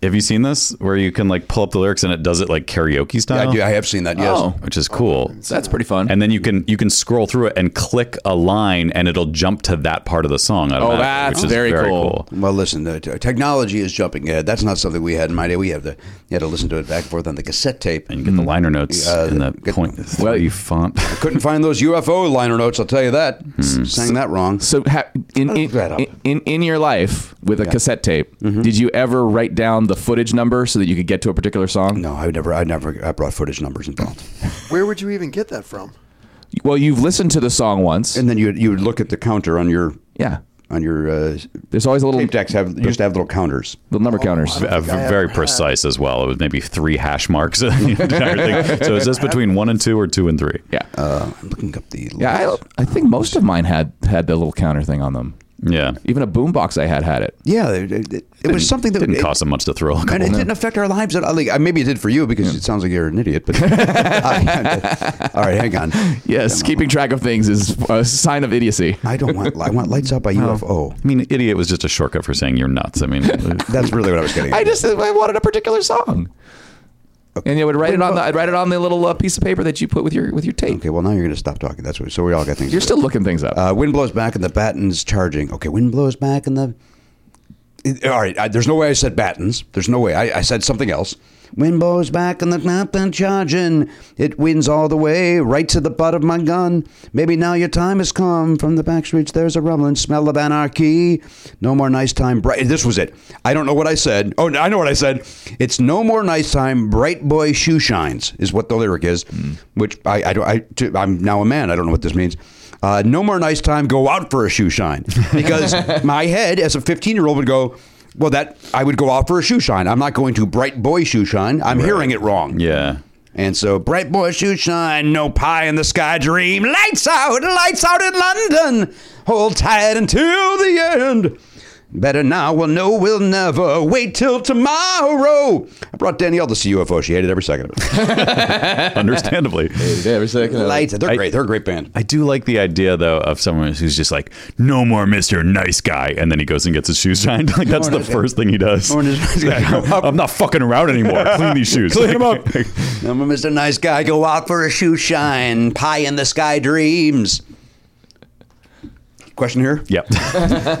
Speaker 3: have you seen this where you can like pull up the lyrics and it does it like karaoke
Speaker 2: I
Speaker 3: style?
Speaker 2: do. I have seen that. Yes.
Speaker 4: Oh.
Speaker 3: which is cool.
Speaker 4: That's pretty fun.
Speaker 3: And then you can you can scroll through it and click a line and it'll jump to that part of the song. automatically,
Speaker 4: Oh, that's
Speaker 3: which is
Speaker 4: very cool.
Speaker 2: Well, listen. The t- technology is jumping ahead. That's not something we had in my day. We have to you had to listen to it back and forth on the cassette tape.
Speaker 3: And you get the liner notes
Speaker 2: Uh,
Speaker 3: in the
Speaker 2: get-
Speaker 3: point
Speaker 4: Mm. Well,
Speaker 3: three font.
Speaker 2: Couldn't find those UFO liner notes. I'll tell you that.
Speaker 3: Hmm.
Speaker 2: Sang that wrong.
Speaker 4: So, ha- in,
Speaker 2: look that up.
Speaker 4: in, in in your life with a cassette tape, did you ever write down the footage number so that you could get to a particular song?
Speaker 2: No, I would never. I never. I brought footage numbers involved.
Speaker 5: Where would you even get that from?
Speaker 4: Well, you've listened to the song once.
Speaker 2: And then you you would look at the counter on your
Speaker 4: yeah,
Speaker 2: on your uh,
Speaker 4: there's always a little
Speaker 2: tape decks. Have used to have little counters.
Speaker 4: little number
Speaker 2: Oh,
Speaker 4: counters.
Speaker 5: I
Speaker 3: uh,
Speaker 5: think I have
Speaker 3: very
Speaker 5: that.
Speaker 3: precise as well. It was maybe three hash marks. in the entire thing. So is this between one and two or two and three?
Speaker 4: Yeah,
Speaker 2: Uh, I'm looking up the.
Speaker 4: yeah. I, I think most of mine had had the little counter thing on them.
Speaker 3: Yeah.
Speaker 4: Even a boombox I had had it.
Speaker 2: Yeah, it, it, it was something that
Speaker 3: didn't
Speaker 2: it-
Speaker 3: cost them much to throw. A
Speaker 2: and
Speaker 3: couple.
Speaker 2: it didn't affect our lives at all. Like, uh, maybe it did for you because it sounds like you're an idiot. But all right, hang on.
Speaker 4: Yes, keeping track of things is a sign of idiocy.
Speaker 2: I don't want. I want lights
Speaker 4: Oh.
Speaker 2: out by UFO.
Speaker 3: I mean, idiot was just a shortcut for saying you're nuts. I mean,
Speaker 2: That's really what I was getting. At.
Speaker 4: I just I wanted a particular song, and I would write it on. The, I'd write it on the little uh, piece of paper that you put with your with your tape.
Speaker 2: okay, well now you're going to stop talking. That's what. So we all got things.
Speaker 4: You're still looking things up.
Speaker 2: Uh, wind blows back and the battens charging. Okay, wind blows back and the. It- all right, I, there's no way I said battens. There's no way. I, I said something else. Wind blows back and the batten charging. It wins all the way right to the butt of my gun. Maybe now your time has come. From the back streets, there's a rumbling smell of anarchy. No more nice time. Bright. This was it. I don't know what I said. Oh, I know what I said. It's no more nice time. Bright boy shoe shines is what the lyric is, which I, I don't. I, to, I'm now a man. I don't know what this means. Uh, no more nice time. Go out for a shoe shine because my head as a 15 year old would go. Well, that I would go out for a shoe shine. I'm not going to bright boy shoe shine. I'm hearing it wrong.
Speaker 3: yeah.
Speaker 2: And so, bright boy shoe shine, no pie in the sky dream. Lights out, lights out in London. Hold tight until the end. Better now, we'll know we'll never wait till tomorrow. I brought Danielle to see UFO. She hated every second E of it.
Speaker 3: Understandably.
Speaker 2: Lights. They're great. They're a great band.
Speaker 3: I do like the idea though of someone who's just like, no more Mister Nice Guy, and then he goes and gets his shoes shined. Like that's the
Speaker 2: nice guy.
Speaker 3: first thing he does.
Speaker 2: No more nice guy. Go up.
Speaker 3: I'm not fucking around anymore. Clean these shoes. Clean them up.
Speaker 2: I'm a Mr. Nice Guy. Go out for a shoe shine. Pie in the sky dreams. Question here?
Speaker 3: yep.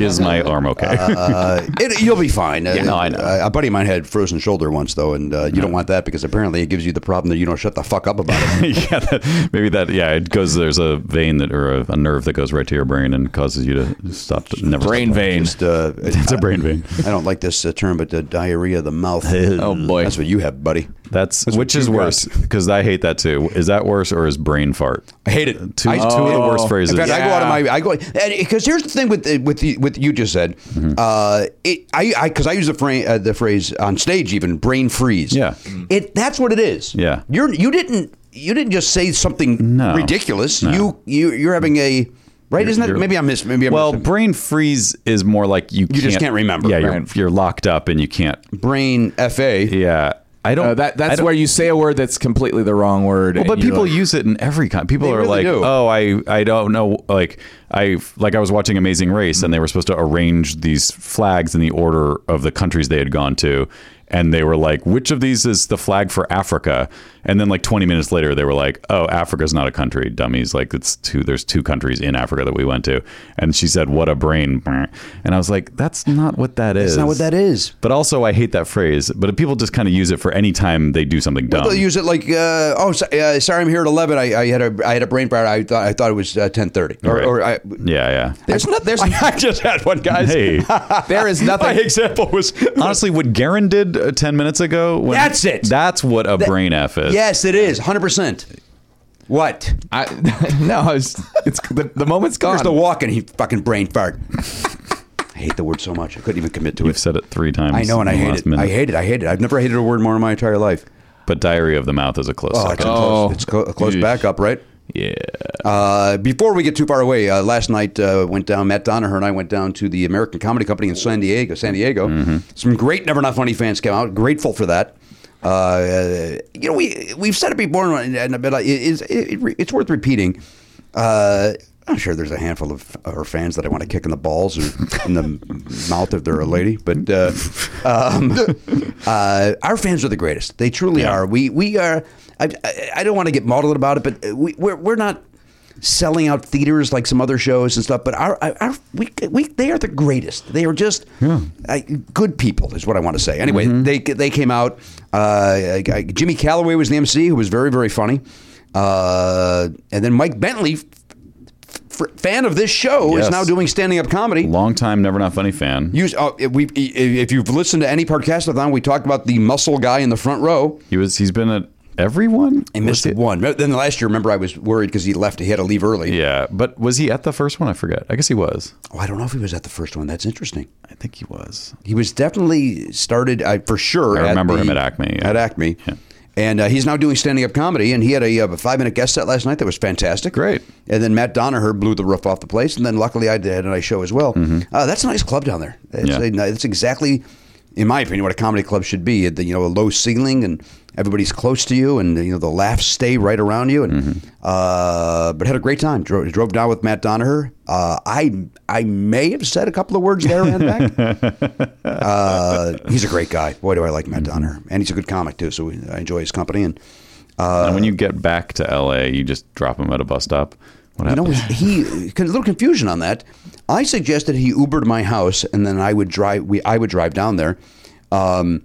Speaker 3: Is my arm okay?
Speaker 2: Uh, it, you'll be fine. Uh,
Speaker 3: no, I know.
Speaker 2: A buddy of mine had frozen shoulder once, though, and uh, you don't want that because apparently it gives you the problem that you don't shut the fuck up about it.
Speaker 3: yeah, that, maybe that. Yeah, it goes. There's a vein that or a, a nerve that goes right to your brain and causes you to stop. Never
Speaker 4: Brain
Speaker 3: stop.
Speaker 4: vein.
Speaker 2: Just, uh,
Speaker 3: It's a brain vein.
Speaker 2: I don't like this uh, term, but uh, diarrhea of the mouth.
Speaker 4: Oh, boy.
Speaker 2: that's what you have, buddy.
Speaker 3: That's, which
Speaker 2: what
Speaker 3: is
Speaker 2: you got.
Speaker 3: worse because I hate that too. Is that worse or is brain fart?
Speaker 2: I hate it.
Speaker 3: Two,
Speaker 2: I- Oh.
Speaker 3: two of the worst
Speaker 2: In
Speaker 3: phrases.
Speaker 2: fact, I go out of my I go because here's the thing with the- with the, with you just said.
Speaker 3: Mm-hmm.
Speaker 2: Uh, it I I because I use the phrase uh, the phrase on stage even brain freeze. Mm-hmm.
Speaker 3: Yeah.
Speaker 2: it that's what it is.
Speaker 3: Yeah.
Speaker 2: you're you didn't you didn't just say something
Speaker 3: No.
Speaker 2: ridiculous.
Speaker 3: No.
Speaker 2: You you you're having a right. Isn't that
Speaker 3: you're-
Speaker 2: maybe I'm mis maybe I'm
Speaker 3: well,
Speaker 2: mis-
Speaker 3: brain freeze is more like you. You can't,
Speaker 2: just can't remember,
Speaker 3: Yeah, you're,
Speaker 4: right.
Speaker 3: you're locked up and you can't.
Speaker 2: brain fa.
Speaker 3: Yeah, I don't.
Speaker 4: Uh, that
Speaker 3: I
Speaker 4: that's
Speaker 3: don't-
Speaker 4: where you say a word that's completely the wrong word.
Speaker 3: Well,
Speaker 4: and uh,
Speaker 3: but
Speaker 4: you're
Speaker 3: people
Speaker 4: like-
Speaker 3: use it in every kind. People
Speaker 2: They
Speaker 3: are
Speaker 2: really
Speaker 3: like,
Speaker 2: do.
Speaker 3: "Oh, I, I don't know." Like, I like I was watching Amazing Race, and they were supposed to arrange these flags in the order of the countries they had gone to, and they were like, which of these is the flag for Africa? And then like 20 minutes later, they were like, oh, Africa's not a country, dummies. Like it's two, there's two countries in Africa that we went to. And she said, what a brain. And I was like, that's not what that is.
Speaker 2: That's not what that is.
Speaker 3: But also, I hate that phrase. But people just kind of use it for any time they do something dumb.
Speaker 2: They'll use it like, uh, oh, so, uh, sorry, I'm here at eleven. I, I had a I had a brain fart. I thought I thought it was uh, ten thirty. Or,
Speaker 3: Right.
Speaker 2: or I,
Speaker 3: yeah, yeah.
Speaker 4: There's not. There's
Speaker 2: I just had one, guys.
Speaker 3: Hey,
Speaker 4: there is
Speaker 3: my
Speaker 4: nothing.
Speaker 3: example was honestly what Garen did uh, ten minutes ago. When,
Speaker 2: That's it.
Speaker 3: That's what a brain f is.
Speaker 2: Yes, it is hundred percent. What?
Speaker 4: I, no, I was, it's the, the moment's gone.
Speaker 2: There's the walk, and he fucking brain fart. I hate the word so much. I couldn't even commit to
Speaker 3: You've
Speaker 2: it.
Speaker 3: said it three times.
Speaker 2: I know, and I
Speaker 3: in the
Speaker 2: hate
Speaker 3: last
Speaker 2: it.
Speaker 3: minute.
Speaker 2: I hate it. I hate it. I've never hated a word more in my entire life.
Speaker 3: But Diary of the Mouth is a close
Speaker 2: Oh, it's a
Speaker 3: second.
Speaker 2: close,
Speaker 4: Oh.
Speaker 2: it's clo- a close backup, right?
Speaker 3: Yeah.
Speaker 2: Uh, before we get too far away, uh, last night uh, went down. Matt Donaher and I went down to the American Comedy Company in San Diego. San Diego. Some great Never Not Funny fans came out. Grateful for that. Uh, Uh, you know, we we've said it before, and and- but uh, it, it's- it, it, it's worth repeating. Uh, I'm sure there's a handful of our fans that I want to kick in the balls or in the mouth if they're a lady, but uh, um, uh, our fans are the greatest. They truly are. We we are. I, I, I don't want to get maudlin about it, but uh, we, we're we're not selling out theaters like some other shows and stuff. But our, our, our we, we they are the greatest. They are just uh, good people, is what I want to say. Anyway,
Speaker 3: Mm-hmm.
Speaker 2: they they came out. Uh, I- I- Jimmy Calloway was the MC, who was very very funny, uh, and then Mike Bentley. f- f- Fan of this show is
Speaker 3: Yes.
Speaker 2: now doing standing up comedy.
Speaker 3: Long time Never Not Funny fan.
Speaker 2: Use uh, if we if you've listened to any podcastathon, we talked about the muscle guy in the front row.
Speaker 3: He was. He's been at everyone.
Speaker 2: I missed
Speaker 3: Was he-
Speaker 2: one. But Then last year, remember, I was worried because he left. He had to leave early.
Speaker 3: Yeah, but was he at the first one? I forget. I guess he was.
Speaker 2: Oh, I don't know if he was at the first one. That's interesting.
Speaker 3: I think he was.
Speaker 2: He was definitely started I for sure.
Speaker 3: I remember
Speaker 2: the-
Speaker 3: him at Acme, yeah.
Speaker 2: At Acme.
Speaker 3: Yeah.
Speaker 2: And uh, he's now doing standing up comedy, and he had a, uh, five minute guest set last night that was fantastic.
Speaker 3: Great.
Speaker 2: And then Matt Donaher blew the roof off the place, and then luckily I did a nice show as well. Uh, that's a nice club down there. It's,
Speaker 3: Yeah.
Speaker 2: a ni- it's exactly, in my opinion, what a comedy club should be. The, you know, a low ceiling, and everybody's close to you, and you know the laughs stay right around you. And uh, but had a great time. Drove, drove down with Matt Donaher. Uh, I I may have said a couple of words there and back. Uh, he's a great guy. Boy, do I like Matt Donner, and he's a good comic too. So I enjoy his company. And
Speaker 3: and
Speaker 2: Uh,
Speaker 3: when you get back to LA, you just drop him at a bus stop. What
Speaker 2: you know,
Speaker 3: happened?
Speaker 2: he a little confusion on that. I suggested he Ubered my house, and then I would drive. We I would drive down there, um,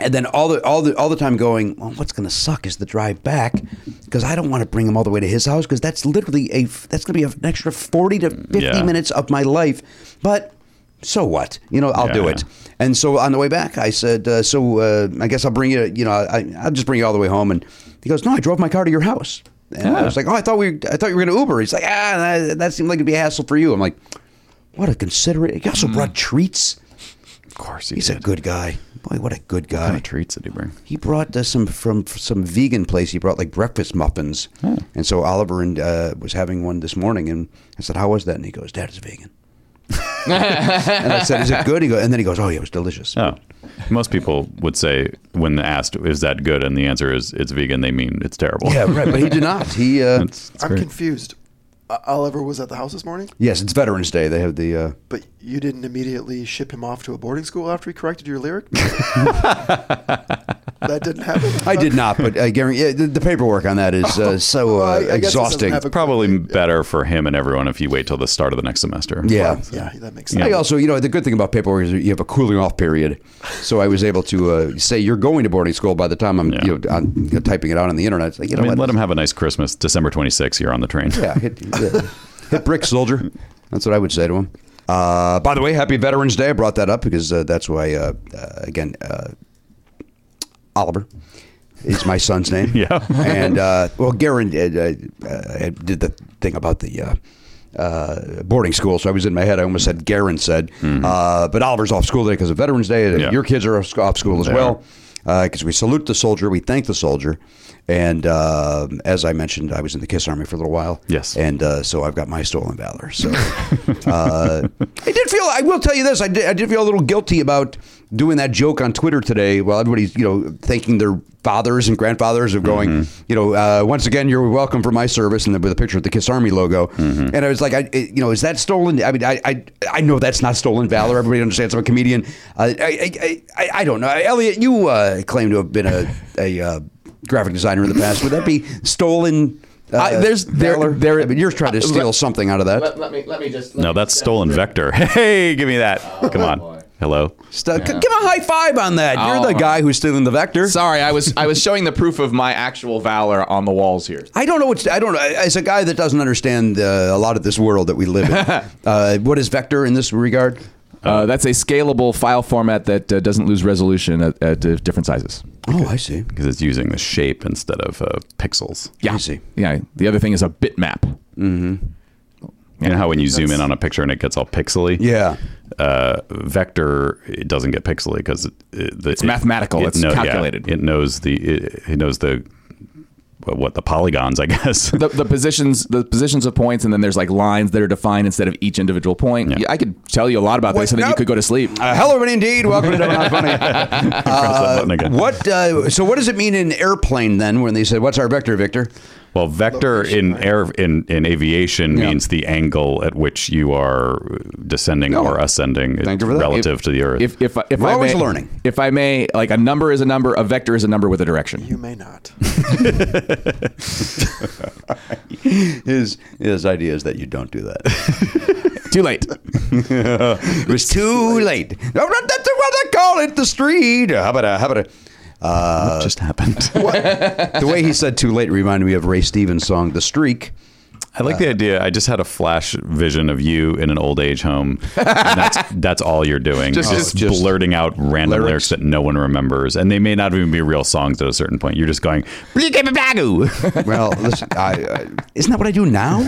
Speaker 2: and then all the all the all the time going. Well, what's going to suck is the drive back because I don't want to bring him all the way to his house because that's literally a that's going to be an extra forty to fifty
Speaker 3: Yeah.
Speaker 2: minutes of my life. But so what? You know, I'll do
Speaker 3: Yeah.
Speaker 2: it. And so on the way back, I said, uh, "So uh, I guess I'll bring you. You know, I, I'll just bring you all the way home." And he goes, "No, I drove my car to your house." And I
Speaker 3: Yeah.
Speaker 2: was like, "Oh, I thought we, I thought you were going to Uber." He's like, "Ah, that, that seemed like it'd be a hassle for you." I'm like, "What a considerate." He
Speaker 3: Mm-hmm.
Speaker 2: also brought treats.
Speaker 3: Of course he
Speaker 2: He's
Speaker 3: did.
Speaker 2: a good guy. Boy, what a good
Speaker 3: What kind
Speaker 2: guy.
Speaker 3: of treats did he bring?
Speaker 2: He brought uh, some from some vegan place. He brought like breakfast muffins, and so Oliver and uh, was having one this morning. And I said, "How was that?" And he goes, "Dad, it's vegan." and I said, "Is it good?" He goes, and then he goes, "Oh, yeah, it was delicious."
Speaker 3: Oh, most people would say when asked, "Is that good?" and the answer is, "It's vegan." They mean it's terrible.
Speaker 2: Yeah, right. But he did not. He uh,
Speaker 3: It's- it's
Speaker 5: I'm
Speaker 3: great.
Speaker 5: confused. O- Oliver was at the house this morning,
Speaker 2: yes, it's Veterans Day. They have the uh,
Speaker 5: but you didn't immediately ship him off to a boarding school after he corrected your lyric. that didn't happen.
Speaker 2: I did not, but I guarantee yeah, the, the paperwork on that is uh, so uh,
Speaker 5: Well, I- I guess it doesn't
Speaker 2: exhausting.
Speaker 5: have a-
Speaker 3: Probably better for him and everyone if you wait till the start of the next semester.
Speaker 2: yeah.
Speaker 5: Yeah, that makes
Speaker 2: I
Speaker 5: sense.
Speaker 2: also, you know, the good thing about paperwork is you have a cooling off period. So I was able to uh, say you're going to boarding school by the time I'm
Speaker 3: Yeah.
Speaker 2: you know, on, you know, typing it out on the internet. It's like, you
Speaker 3: I
Speaker 2: know
Speaker 3: mean,
Speaker 2: what?
Speaker 3: let him have a nice Christmas. December 26th, you're on the train.
Speaker 2: Yeah, hit, yeah. hit brick, soldier. That's what I would say to him. Uh, by the way, happy Veterans Day. I brought that up because uh, that's why, uh, uh, again, uh, Oliver is my son's name.
Speaker 3: Yeah.
Speaker 2: And, uh, well, Garen uh, uh, did the thing about the. Uh, uh, boarding school, so I was in my head. I almost said Garen said, uh, but Oliver's off school today because of Veterans Day.
Speaker 3: Mm-hmm. Yeah.
Speaker 2: Your kids are off sc- off school as
Speaker 3: They
Speaker 2: well
Speaker 3: are.
Speaker 2: because we salute the soldier, we thank the soldier, and uh, as I mentioned, I was in the Kiss Army for a little while.
Speaker 3: Yes.
Speaker 2: and uh, so I've got my stolen valor. So uh, I did feel. I will tell you this. I did, I did feel a little guilty about doing that joke on Twitter today while everybody's, you know, thanking their fathers and grandfathers of going,
Speaker 4: Mm-hmm.
Speaker 2: you know, uh, once again, you're welcome for my service, and then with a picture of the Kiss Army logo.
Speaker 4: Mm-hmm.
Speaker 2: And I was like, I, it- you know, is that stolen? I mean, I, I, I know that's not stolen valor. Everybody understands I'm a comedian. Uh, I, I, I, I don't know. Elliot, you uh, claim to have been a, a uh, graphic designer in the past. Would that be stolen? Uh,
Speaker 4: I- there's- there-
Speaker 2: valor?
Speaker 4: there-
Speaker 2: I mean, you're trying to
Speaker 4: uh,
Speaker 2: steal
Speaker 4: let-
Speaker 2: something out of that.
Speaker 6: Let, let me let me just. Let
Speaker 3: No,
Speaker 6: me
Speaker 3: that's
Speaker 6: just-
Speaker 3: stolen vector. Hey, give me that. Come on.
Speaker 6: boy.
Speaker 3: Hello.
Speaker 2: Stu- g- Give a high five on that. You're the
Speaker 4: Oh.
Speaker 2: guy who's stealing the vector.
Speaker 4: Sorry, I was I was showing the proof of my actual valor on the walls here.
Speaker 2: I don't know what I don't know. As a guy that doesn't understand uh, a lot of this world that we live in, uh, what is vector in this regard? Oh.
Speaker 4: Uh, that's a scalable file format that uh, doesn't lose resolution at, at uh, different sizes.
Speaker 2: Oh, I see.
Speaker 3: Because it's using the shape instead of uh, pixels.
Speaker 4: Yeah.
Speaker 2: I see.
Speaker 4: Yeah. The other thing is a bitmap.
Speaker 3: You know how when you zoom in on a picture and it gets all pixely?
Speaker 2: Yeah.
Speaker 3: Uh, vector, it doesn't get pixely because it, it, the-
Speaker 4: It's mathematical. It's
Speaker 3: yeah.
Speaker 4: calculated.
Speaker 3: it knows the it, it knows the what, what the polygons, I guess.
Speaker 4: The, the positions the positions of points and then there's like lines that are defined instead of each individual point.
Speaker 3: Yeah.
Speaker 4: Yeah, I could tell you a lot about this and then you
Speaker 2: nope.
Speaker 4: could go to sleep.
Speaker 2: Uh, hello, everybody. Indeed, welcome to Dumb and Not Funny. Uh,
Speaker 3: button again.
Speaker 2: what? Uh, so, what does it mean in airplane then when they said, "What's our vector, Victor?"
Speaker 3: Well, vector in air in, in aviation
Speaker 2: Yeah.
Speaker 3: means the angle at which you are descending or ascending
Speaker 2: Thank you for that.
Speaker 3: relative to the earth.
Speaker 4: If if if
Speaker 2: We're
Speaker 4: I
Speaker 2: always
Speaker 4: may,
Speaker 2: learning.
Speaker 4: If I may, like a number is a number, a vector is a number with a direction.
Speaker 5: You may not.
Speaker 2: His his idea is that you don't do that.
Speaker 4: Too late.
Speaker 2: it was too late. No, no, that's what they call it. The street. How about a? How about a? Uh,
Speaker 3: just happened.
Speaker 2: the way he said "too late" reminded me of Ray Stevens' song "The Streak."
Speaker 3: I like the
Speaker 2: uh,
Speaker 3: idea. I just had a flash vision of you in an old age home. And that's that's all you're doing.
Speaker 4: Just-
Speaker 3: Just,
Speaker 4: just-
Speaker 2: just
Speaker 3: blurting out random lyrics.
Speaker 2: lyrics.
Speaker 3: that no one remembers, and they may not even be real songs at a certain point. You're just going. "Blee-gibby-blagoo."
Speaker 2: Well, listen, I, I, isn't that what I do now?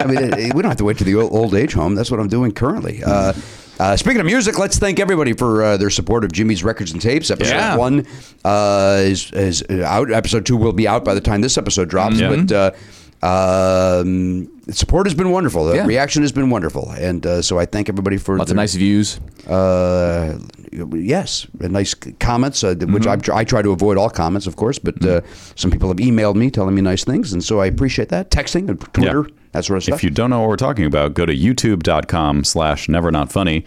Speaker 2: I mean, eh, we don't have to wait to the old, old age home. That's what I'm doing currently. Uh, uh, speaking of music, let's thank everybody for uh, their support of Jimmy's Records and Tapes. Episode
Speaker 4: Yeah.
Speaker 2: one uh, is, is out. Episode two will be out by the time this episode drops.
Speaker 3: Mhm.
Speaker 2: But uh, um, support has been wonderful. The
Speaker 4: Yeah.
Speaker 2: reaction has been wonderful, and uh, so I thank everybody for
Speaker 4: Lots
Speaker 2: their-
Speaker 4: of nice views.
Speaker 2: uh, yes, a nice comments, uh, which
Speaker 3: Mm-hmm.
Speaker 2: I've tr- I try to avoid all comments, of course, but uh, some people have emailed me telling me nice things, and so I appreciate that. Texting, and Twitter,
Speaker 3: Yeah.
Speaker 2: that sort of stuff.
Speaker 3: if you don't know what we're talking about, go to youtube.com slash never not funny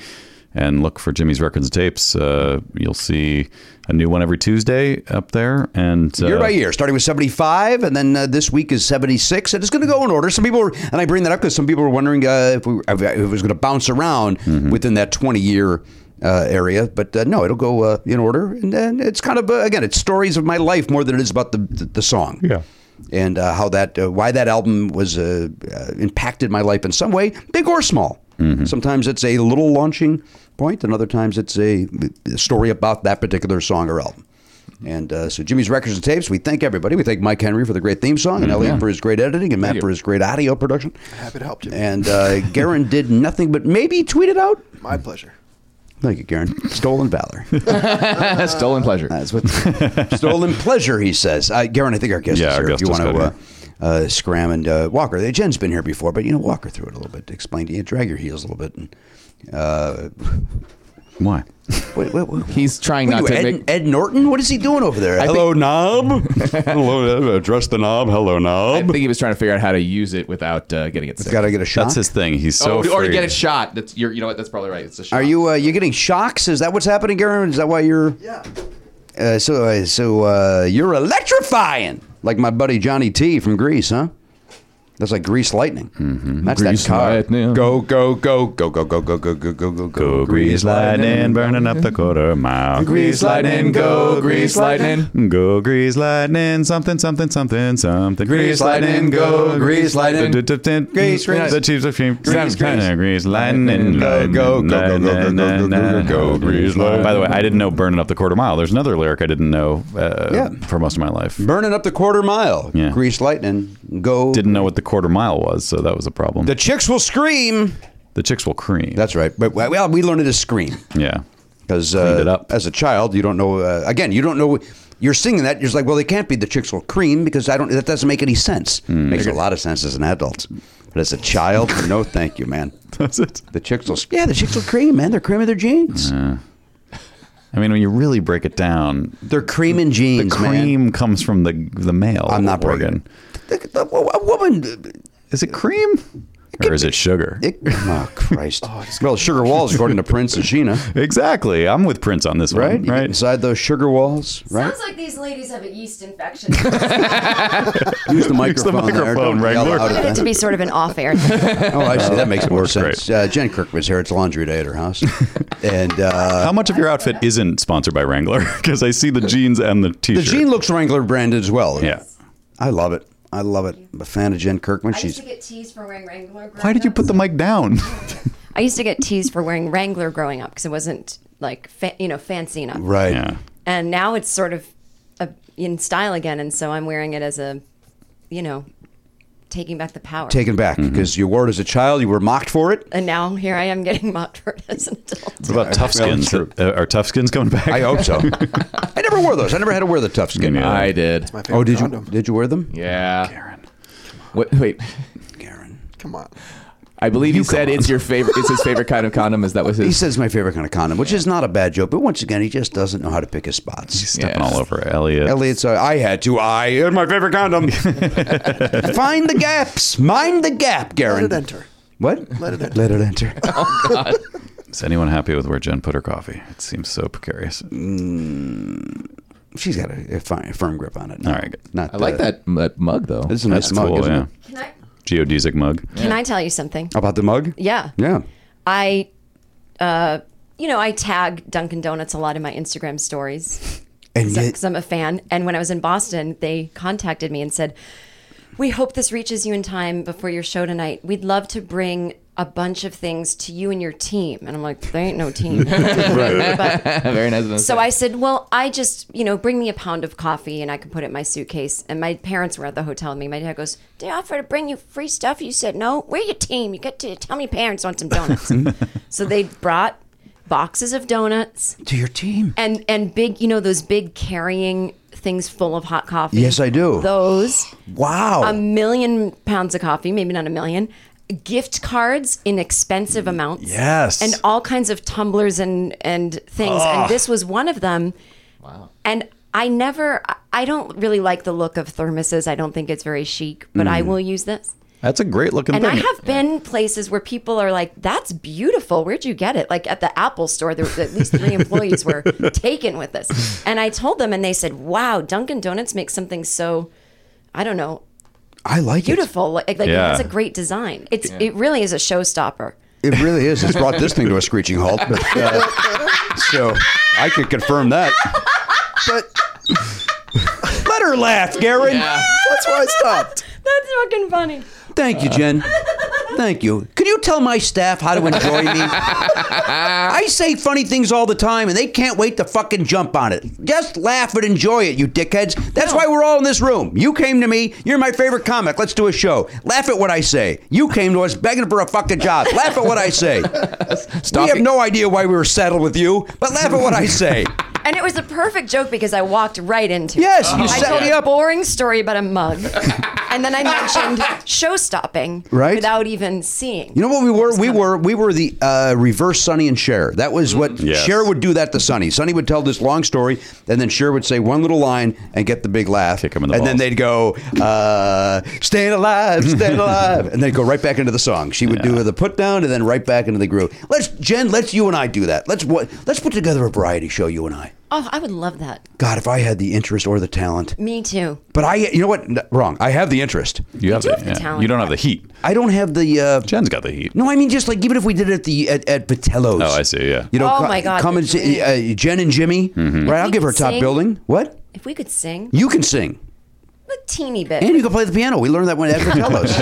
Speaker 3: and look for Jimmy's records and tapes. Uh, you'll see a new one every Tuesday up there. And uh,
Speaker 2: year by year, starting with 75, and then uh, this week is 76, and it's going to go in order. Some people, were, and I bring that up because some people were wondering uh, if, we, were- if it was going to bounce around
Speaker 3: Mm-hmm.
Speaker 2: within that 20 year. Uh, area, but uh, no, it'll go uh, in order, and, then it's kind of uh, again, it's stories of my life more than it is about the the, the song.
Speaker 3: Yeah.
Speaker 2: and uh, how that uh, why that album was uh, uh, impacted my life in some way, big or small. Sometimes it's a little launching point, and other times it's a, a story about that particular song or album. And uh, so, Jimmy's Records and Tapes. We thank everybody. We thank Mike Henry for the great theme song, and Elliot for his great editing, and Matt for his great audio production.
Speaker 5: Happy to help you.
Speaker 2: And uh, Garen did nothing but maybe tweet it out.
Speaker 5: My pleasure.
Speaker 2: Thank you, Garen. Stolen valor.
Speaker 4: Stolen pleasure.
Speaker 2: That's what stolen pleasure. He says, uh, Garen. I think our guest
Speaker 3: Yeah,
Speaker 2: is
Speaker 3: our
Speaker 2: here. If
Speaker 3: guest
Speaker 2: you
Speaker 3: is
Speaker 2: want to uh,
Speaker 3: good,
Speaker 2: uh, scram and uh, Walker, Uh, Jen's been here before, but you know, walk her through it a little bit. Explain to you, drag your heels a little bit. And uh,
Speaker 3: why?
Speaker 2: wait, wait, wait.
Speaker 4: He's trying
Speaker 2: What
Speaker 4: not
Speaker 2: are
Speaker 4: to
Speaker 2: you, Ed,
Speaker 4: make
Speaker 2: Ed Norton? What is he doing over there?
Speaker 4: Hello,
Speaker 2: knob.
Speaker 3: Hello, address the knob. Hello,
Speaker 4: I
Speaker 3: knob.
Speaker 4: think he was trying to figure out how to use it without uh, getting it sick.
Speaker 2: Got to get a shot.
Speaker 3: That's his thing. He's so
Speaker 4: oh, or to
Speaker 3: free.
Speaker 4: get it shot. That's you're, you know what? That's probably right. It's a shot.
Speaker 2: Are you uh, you getting shocks? Is that what's happening, Garen? Is that why you're?
Speaker 5: Yeah.
Speaker 2: Uh, so uh, so uh, you're electrifying, like my buddy Johnny T from Greece, huh? That's like Grease Lightning. Mm-hmm. That's
Speaker 4: Grease
Speaker 2: that car.
Speaker 4: lightning.
Speaker 2: Go go go go go go go go go go go
Speaker 3: Go grease lightning, burning up the quarter mile.
Speaker 4: Grease lightning, go grease lightning.
Speaker 3: Go grease lightning, something, something, something, something. Grease
Speaker 4: lightning, go grease lightning.
Speaker 3: Grease,
Speaker 4: grease.
Speaker 3: The chiefs of cream.
Speaker 4: Grease, grease.
Speaker 3: Grease lightning.
Speaker 2: Go, go, go, go, go, go, go, go, go, go, grease lightning.
Speaker 3: By the way, I didn't know burning up the quarter mile. There's another lyric I didn't know uh,
Speaker 2: Yeah.
Speaker 3: for most of my life.
Speaker 2: Burning up the quarter mile.
Speaker 3: Yeah.
Speaker 2: Grease Lightning. Go.
Speaker 3: Didn't know what the quarter mile was, so that was a problem.
Speaker 2: the chicks will scream.
Speaker 3: The chicks will cream.
Speaker 2: That's right. But well, we learned it as scream
Speaker 3: yeah.
Speaker 2: because
Speaker 3: Cleaned it
Speaker 2: uh,
Speaker 3: up.
Speaker 2: as a child, you don't know. Uh, again, you don't know. You're singing that. You're just like, well, they can't be the chicks will cream because I don't. That doesn't make any sense.
Speaker 3: Hmm.
Speaker 2: Makes a lot of sense as an adult, but as a child, no, thank you, man.
Speaker 3: That's it.
Speaker 2: The chicks will. Yeah, the chicks will cream, man. They're creaming their jeans.
Speaker 3: I mean, when you really break it down,
Speaker 2: They're cream and jeans,
Speaker 3: the
Speaker 2: man.
Speaker 3: cream comes from the the male.
Speaker 2: I'm not breaking
Speaker 3: organ.
Speaker 2: The- the- A woman.
Speaker 3: Is it cream or is it sugar?
Speaker 2: It, oh Christ! well, sugar walls, according to Prince and Sheena,
Speaker 3: exactly. I'm with Prince on this
Speaker 2: right?
Speaker 3: one.
Speaker 2: You get
Speaker 3: Right.
Speaker 2: Inside those sugar walls, right?
Speaker 6: Sounds like these ladies have a yeast infection.
Speaker 2: Use the
Speaker 3: Use the
Speaker 2: microphone. there.
Speaker 3: microphone,
Speaker 2: Don't yell
Speaker 3: Wrangler.
Speaker 2: out at
Speaker 6: Wanted it to
Speaker 2: them.
Speaker 6: be sort of an off-air. thing.
Speaker 2: Oh, I see. That makes more
Speaker 3: Works great.
Speaker 2: sense. Uh, Jen Kirk was here. It's laundry day at her house, and uh,
Speaker 3: How much of your outfit isn't sponsored by Wrangler? Because I see the jeans and the
Speaker 2: the
Speaker 3: t-shirt.
Speaker 2: Jean looks Wrangler branded as well.
Speaker 3: Yeah.
Speaker 2: I love it. I love it. I'm a fan of Jen Kirkman.
Speaker 6: I
Speaker 2: She's
Speaker 6: used to get teased for wearing Wrangler.
Speaker 3: Why did you put the mic down?
Speaker 6: I used to get teased for wearing Wrangler growing up because it wasn't like fa- you know fancy enough.
Speaker 2: right.
Speaker 3: yeah.
Speaker 6: And now it's sort of a, in style again, and so I'm wearing it as a, you know, taking back the power.
Speaker 2: Taken back
Speaker 3: Mm-hmm.
Speaker 2: because you wore it as a child. You were mocked for it.
Speaker 6: and now here I am getting mocked for it as an adult.
Speaker 3: What about tough skins?
Speaker 2: true.
Speaker 3: Uh, are tough skins coming back?
Speaker 2: I hope so. I never wore those. I never had to wear the tough skin.
Speaker 3: Me neither.
Speaker 4: I did.
Speaker 5: My favorite
Speaker 2: Oh, did you?
Speaker 5: condom.
Speaker 2: Did you wear them?
Speaker 4: Yeah. What, wait.
Speaker 2: Karen.
Speaker 5: Come on.
Speaker 4: I believe he said it's your favorite. It's his favorite kind of condom. Is that was
Speaker 2: He
Speaker 4: his?
Speaker 2: says my favorite kind of condom, which is not a bad joke, but once again, he just doesn't know how to pick his spots.
Speaker 3: Stepping
Speaker 4: Yeah.
Speaker 3: all over Elliot.
Speaker 2: Elliot's, uh, I had to. I had my favorite condom. Find the gaps. Mind the gap,
Speaker 5: Let
Speaker 2: Garen.
Speaker 5: it enter.
Speaker 2: What?
Speaker 5: Let it enter.
Speaker 2: Let it enter.
Speaker 3: Is anyone happy with where Jen put her coffee? It seems so precarious.
Speaker 2: She's got a, a, fi- a firm grip on it.
Speaker 3: All right, good.
Speaker 2: Not
Speaker 4: I like
Speaker 2: uh,
Speaker 4: that, that mug though.
Speaker 2: This is a nice
Speaker 3: That's
Speaker 2: mug.
Speaker 3: cool.
Speaker 2: isn't
Speaker 3: Yeah.
Speaker 2: it?
Speaker 6: Can I?
Speaker 3: Geodesic mug.
Speaker 6: Can I tell you something?
Speaker 2: About the mug?
Speaker 6: Yeah.
Speaker 2: Yeah.
Speaker 6: I, uh, you know, I tag Dunkin' Donuts a lot in my Instagram stories
Speaker 2: And yet,
Speaker 6: because I'm a fan. And when I was in Boston, they contacted me and said, "We hope this reaches you in time before your show tonight. We'd love to bring." A bunch of things to you and your team, and I'm like, there ain't no team.
Speaker 4: Very nice. of him to
Speaker 6: So
Speaker 4: say.
Speaker 6: I said, "Well, I just, you know, bring me a pound of coffee and I can put it in my suitcase." And my parents were at the hotel with me. My dad goes, "They offer to bring you free stuff." You said, "No, we're your team. You get to tell me parents want some donuts." so they brought boxes of donuts
Speaker 2: to your team.
Speaker 6: and and big, you know, those big carrying things full of hot coffee.
Speaker 2: Yes, I do. Oh.
Speaker 6: Those
Speaker 2: Wow.
Speaker 5: um,
Speaker 6: a million pounds of coffee, maybe not a million. Gift cards in expensive amounts.
Speaker 2: Yes. Ah.
Speaker 6: And all kinds of tumblers and and things. And this was one of them. Wow. And I never I- I don't really like the look of thermoses. I don't think it's very chic, but
Speaker 2: Mm.
Speaker 6: I will use this.
Speaker 3: That's a great looking
Speaker 6: And I
Speaker 3: thing.
Speaker 6: have been places where people are like, "That's beautiful. Where'd you get it?" Like at the Apple store, there were at least three employees were taken with this. And I told them, and they said, "Wow, Dunkin' Donuts makes something so, I don't know,
Speaker 2: I like
Speaker 6: beautiful. Like, like
Speaker 3: Yeah.
Speaker 6: that's a great design. It's it really is a showstopper.
Speaker 2: it. It really is. It's brought this thing to a screeching halt. But, uh, so I could confirm that.
Speaker 5: But
Speaker 2: Let her laugh, Garen.
Speaker 5: that's why I stopped.
Speaker 6: That's fucking funny.
Speaker 2: Thank you, Jen. Thank you. Can you tell my staff how to enjoy me? I say funny things all the time, and they can't wait to fucking jump on it. Just laugh and enjoy it, you dickheads. That's why we're all in this room. You came to me. You're my favorite comic. Let's do a show. Laugh at what I say. You came to us begging for a fucking job. laugh at what I say.
Speaker 4: Stop
Speaker 2: we have
Speaker 4: it.
Speaker 2: no idea why we were saddled with you, but laugh at what I say.
Speaker 6: And it was a perfect joke because I walked right into
Speaker 2: Yes,
Speaker 6: it.
Speaker 2: you
Speaker 6: I
Speaker 2: set
Speaker 6: told
Speaker 2: me
Speaker 6: a
Speaker 2: up.
Speaker 6: boring story about a mug, and then I mentioned show stopping
Speaker 2: Right.
Speaker 6: without even seeing.
Speaker 2: You know what we were? We were we were the uh, reverse Sonny and Cher. That was what
Speaker 3: Mm-hmm. Yes.
Speaker 2: Cher would do that to Sonny. Sonny would tell this long story, and then Cher would say one little line and get the big laugh.
Speaker 3: Kick him in the
Speaker 2: and then
Speaker 3: balls.
Speaker 2: they'd go, uh, "Staying alive, staying alive," and they'd go right back into the song. She would do the put down and then right back into the groove. Let's Jen, let's you and I do that. Let's what? Let's put together a variety show. You and I.
Speaker 6: Oh, I would love that.
Speaker 2: God, if I had the interest or the talent,
Speaker 6: Me too.
Speaker 2: but I, you know what? N- wrong. I have the interest.
Speaker 3: you have
Speaker 6: do
Speaker 3: the,
Speaker 6: have the talent.
Speaker 3: You don't have the heat.
Speaker 2: I don't have the. Uh,
Speaker 3: Jen's got the heat.
Speaker 2: No, I mean just like even if we did it at the at, at Patello's.
Speaker 3: Oh, I see, yeah.
Speaker 2: You know,
Speaker 6: Oh
Speaker 2: co-
Speaker 6: my God,
Speaker 2: come and
Speaker 6: the
Speaker 2: see, uh, Jen and Jimmy. Right, I'll
Speaker 6: We
Speaker 2: give her
Speaker 6: can
Speaker 2: top
Speaker 6: sing.
Speaker 2: building. What?
Speaker 6: If we could sing
Speaker 2: You can sing.
Speaker 6: a teeny bit,
Speaker 2: And you can play the piano. We learned that when at Patello's.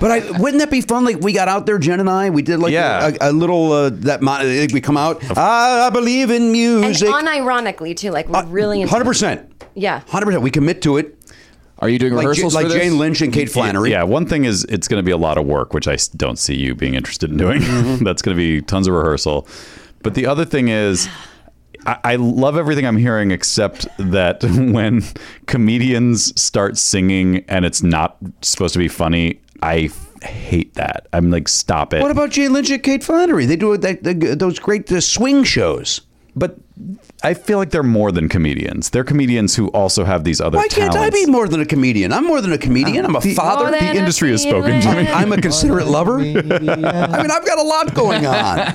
Speaker 2: but I, wouldn't that be fun? Like we got out there, Jen and I. We did like
Speaker 3: Yeah.
Speaker 2: a, a little uh, that. Mon- like, we come out. "Ah, I, I believe in
Speaker 6: and
Speaker 2: music. Uh,
Speaker 6: unironically too. Like we're really into
Speaker 2: hundred percent.
Speaker 6: Yeah.
Speaker 2: hundred percent. We commit to it.
Speaker 4: Are you doing
Speaker 2: Like, J-
Speaker 4: rehearsals
Speaker 2: like
Speaker 4: for this?
Speaker 2: Jane Lynch and Kate Flannery.
Speaker 3: Yeah, one thing is it's going to be a lot of work, which I s- don't see you being interested in doing.
Speaker 2: Mm-hmm.
Speaker 3: That's going to be tons of rehearsal. But the other thing is, I, I love everything I'm hearing except that when comedians start singing and it's not supposed to be funny, I f- hate that. I'm like, stop it.
Speaker 2: What about Jane Lynch and Kate Flannery? They do that, those great uh, swing shows.
Speaker 3: but I feel like they're more than comedians. They're comedians who also have these other
Speaker 2: Why can't
Speaker 3: talents.
Speaker 2: I be more than a comedian? I'm more than a comedian. I'm a father.
Speaker 6: More than
Speaker 3: the industry has spoken to me.
Speaker 6: feeling.
Speaker 2: I'm a considerate lover. I mean, I've got a lot going on.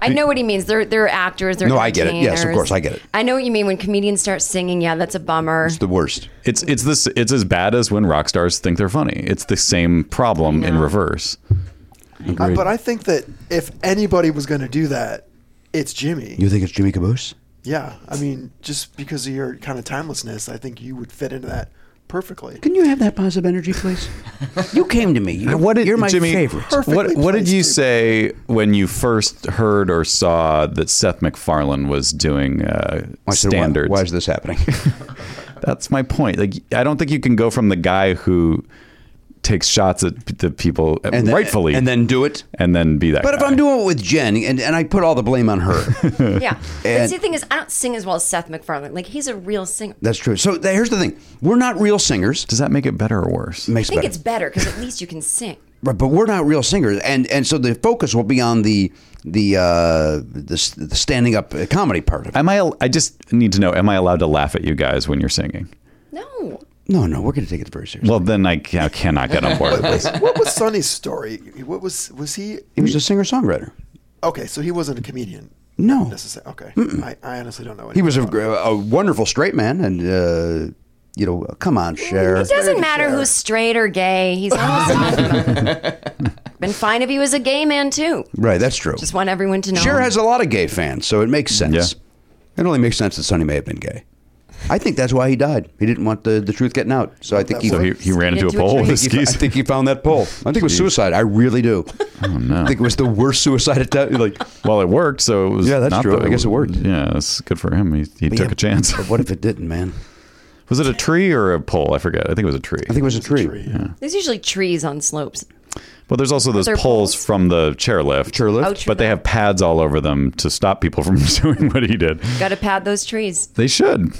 Speaker 6: I know what he means. They're they're actors. They're
Speaker 2: No, I get it. Yes, of
Speaker 6: entertainers.
Speaker 2: course, I get it.
Speaker 6: I know what you mean when comedians start singing. Yeah, that's a bummer.
Speaker 2: It's the worst.
Speaker 3: It's it's this it's as bad as when rock stars think they're funny. It's the same problem in reverse.
Speaker 5: Uh, but I think that if anybody was going to do that, it's Jimmy.
Speaker 2: You think it's Jimmy Caboose?
Speaker 5: Yeah, I mean, just because of your kind of timelessness, I think you would fit into that perfectly.
Speaker 2: Can you have that positive energy, please? you came to me. You're,
Speaker 3: What did
Speaker 2: you're my
Speaker 3: Jimmy,
Speaker 2: favorite.
Speaker 5: Perfectly
Speaker 3: What what did
Speaker 5: placed,
Speaker 3: you
Speaker 5: dude.
Speaker 3: say when you first heard or saw that Seth MacFarlane was doing uh,
Speaker 2: I said, why-
Speaker 3: standards?
Speaker 2: Why, is this happening?
Speaker 3: That's my point. Like I don't think you can go from the guy who takes shots at p- the people uh,
Speaker 2: then-
Speaker 3: rightfully
Speaker 2: and then do it.
Speaker 3: and then be that.
Speaker 2: But if
Speaker 3: guy.
Speaker 2: I'm doing it with Jen, and, and I put all the blame on her,
Speaker 6: Yeah. But
Speaker 2: And-
Speaker 6: see, the thing is, I don't sing as well as Seth MacFarlane. Like he's a real singer.
Speaker 2: that's true. So th- here's the thing: we're not real singers.
Speaker 3: does that make it better or worse?
Speaker 6: I
Speaker 2: Makes
Speaker 6: think
Speaker 2: better.
Speaker 6: it's better because at least you can sing.
Speaker 2: Right, but we're not real singers, and and so the focus will be on the the uh, the, s- the standing up uh, comedy part of it.
Speaker 3: Am I? al- I just need to know. Am I allowed to laugh at you guys when you're singing?
Speaker 6: No.
Speaker 2: No, no, we're going to take it very seriously.
Speaker 3: Well, then I, ca- cannot get on board with this.
Speaker 5: What was Sonny's story? What was was he?
Speaker 2: he was a singer songwriter.
Speaker 5: Okay, so he wasn't a comedian.
Speaker 2: No.
Speaker 5: necessarily. Okay, I, I honestly don't know.
Speaker 2: He was a,
Speaker 5: anything about him.
Speaker 2: a wonderful straight man, and uh, you know, come on, Cher.
Speaker 6: It doesn't
Speaker 5: to
Speaker 6: matter
Speaker 5: share.
Speaker 6: who's straight or gay. He's almost been fine if he was a gay man too.
Speaker 2: Right, that's true.
Speaker 6: Just want everyone to know.
Speaker 2: Cher has a lot of gay fans, so it makes sense. It only makes sense that Sonny may have been gay. I think that's why he died. He didn't want the, the truth getting out. So I think he,
Speaker 3: So he, he ran into
Speaker 6: Get
Speaker 3: a
Speaker 6: into a
Speaker 3: pole with
Speaker 6: tree.
Speaker 3: his
Speaker 2: he- I
Speaker 3: skis.
Speaker 2: think he found that pole. I think it was suicide. I really do. Oh, no. I think it was the worst suicide attempt. Like,
Speaker 3: Well, it worked, so it was.
Speaker 2: Yeah, that's
Speaker 3: not
Speaker 2: true.
Speaker 3: the-
Speaker 2: I guess it worked.
Speaker 3: Yeah, that's good for him. He, he took
Speaker 2: yeah,
Speaker 3: a chance.
Speaker 2: but what if it didn't, man?
Speaker 3: Was it a tree or a pole? I forget. I think it was a tree.
Speaker 2: I think it was a tree.
Speaker 6: There's usually trees on slopes.
Speaker 3: Well, there's also those
Speaker 6: there
Speaker 3: poles,
Speaker 6: poles?
Speaker 3: from the chairlift.
Speaker 2: Chairlift?
Speaker 6: Oh, true.
Speaker 3: But they have pads all over them to stop people from doing what he did.
Speaker 6: Got to pad those trees.
Speaker 3: They should,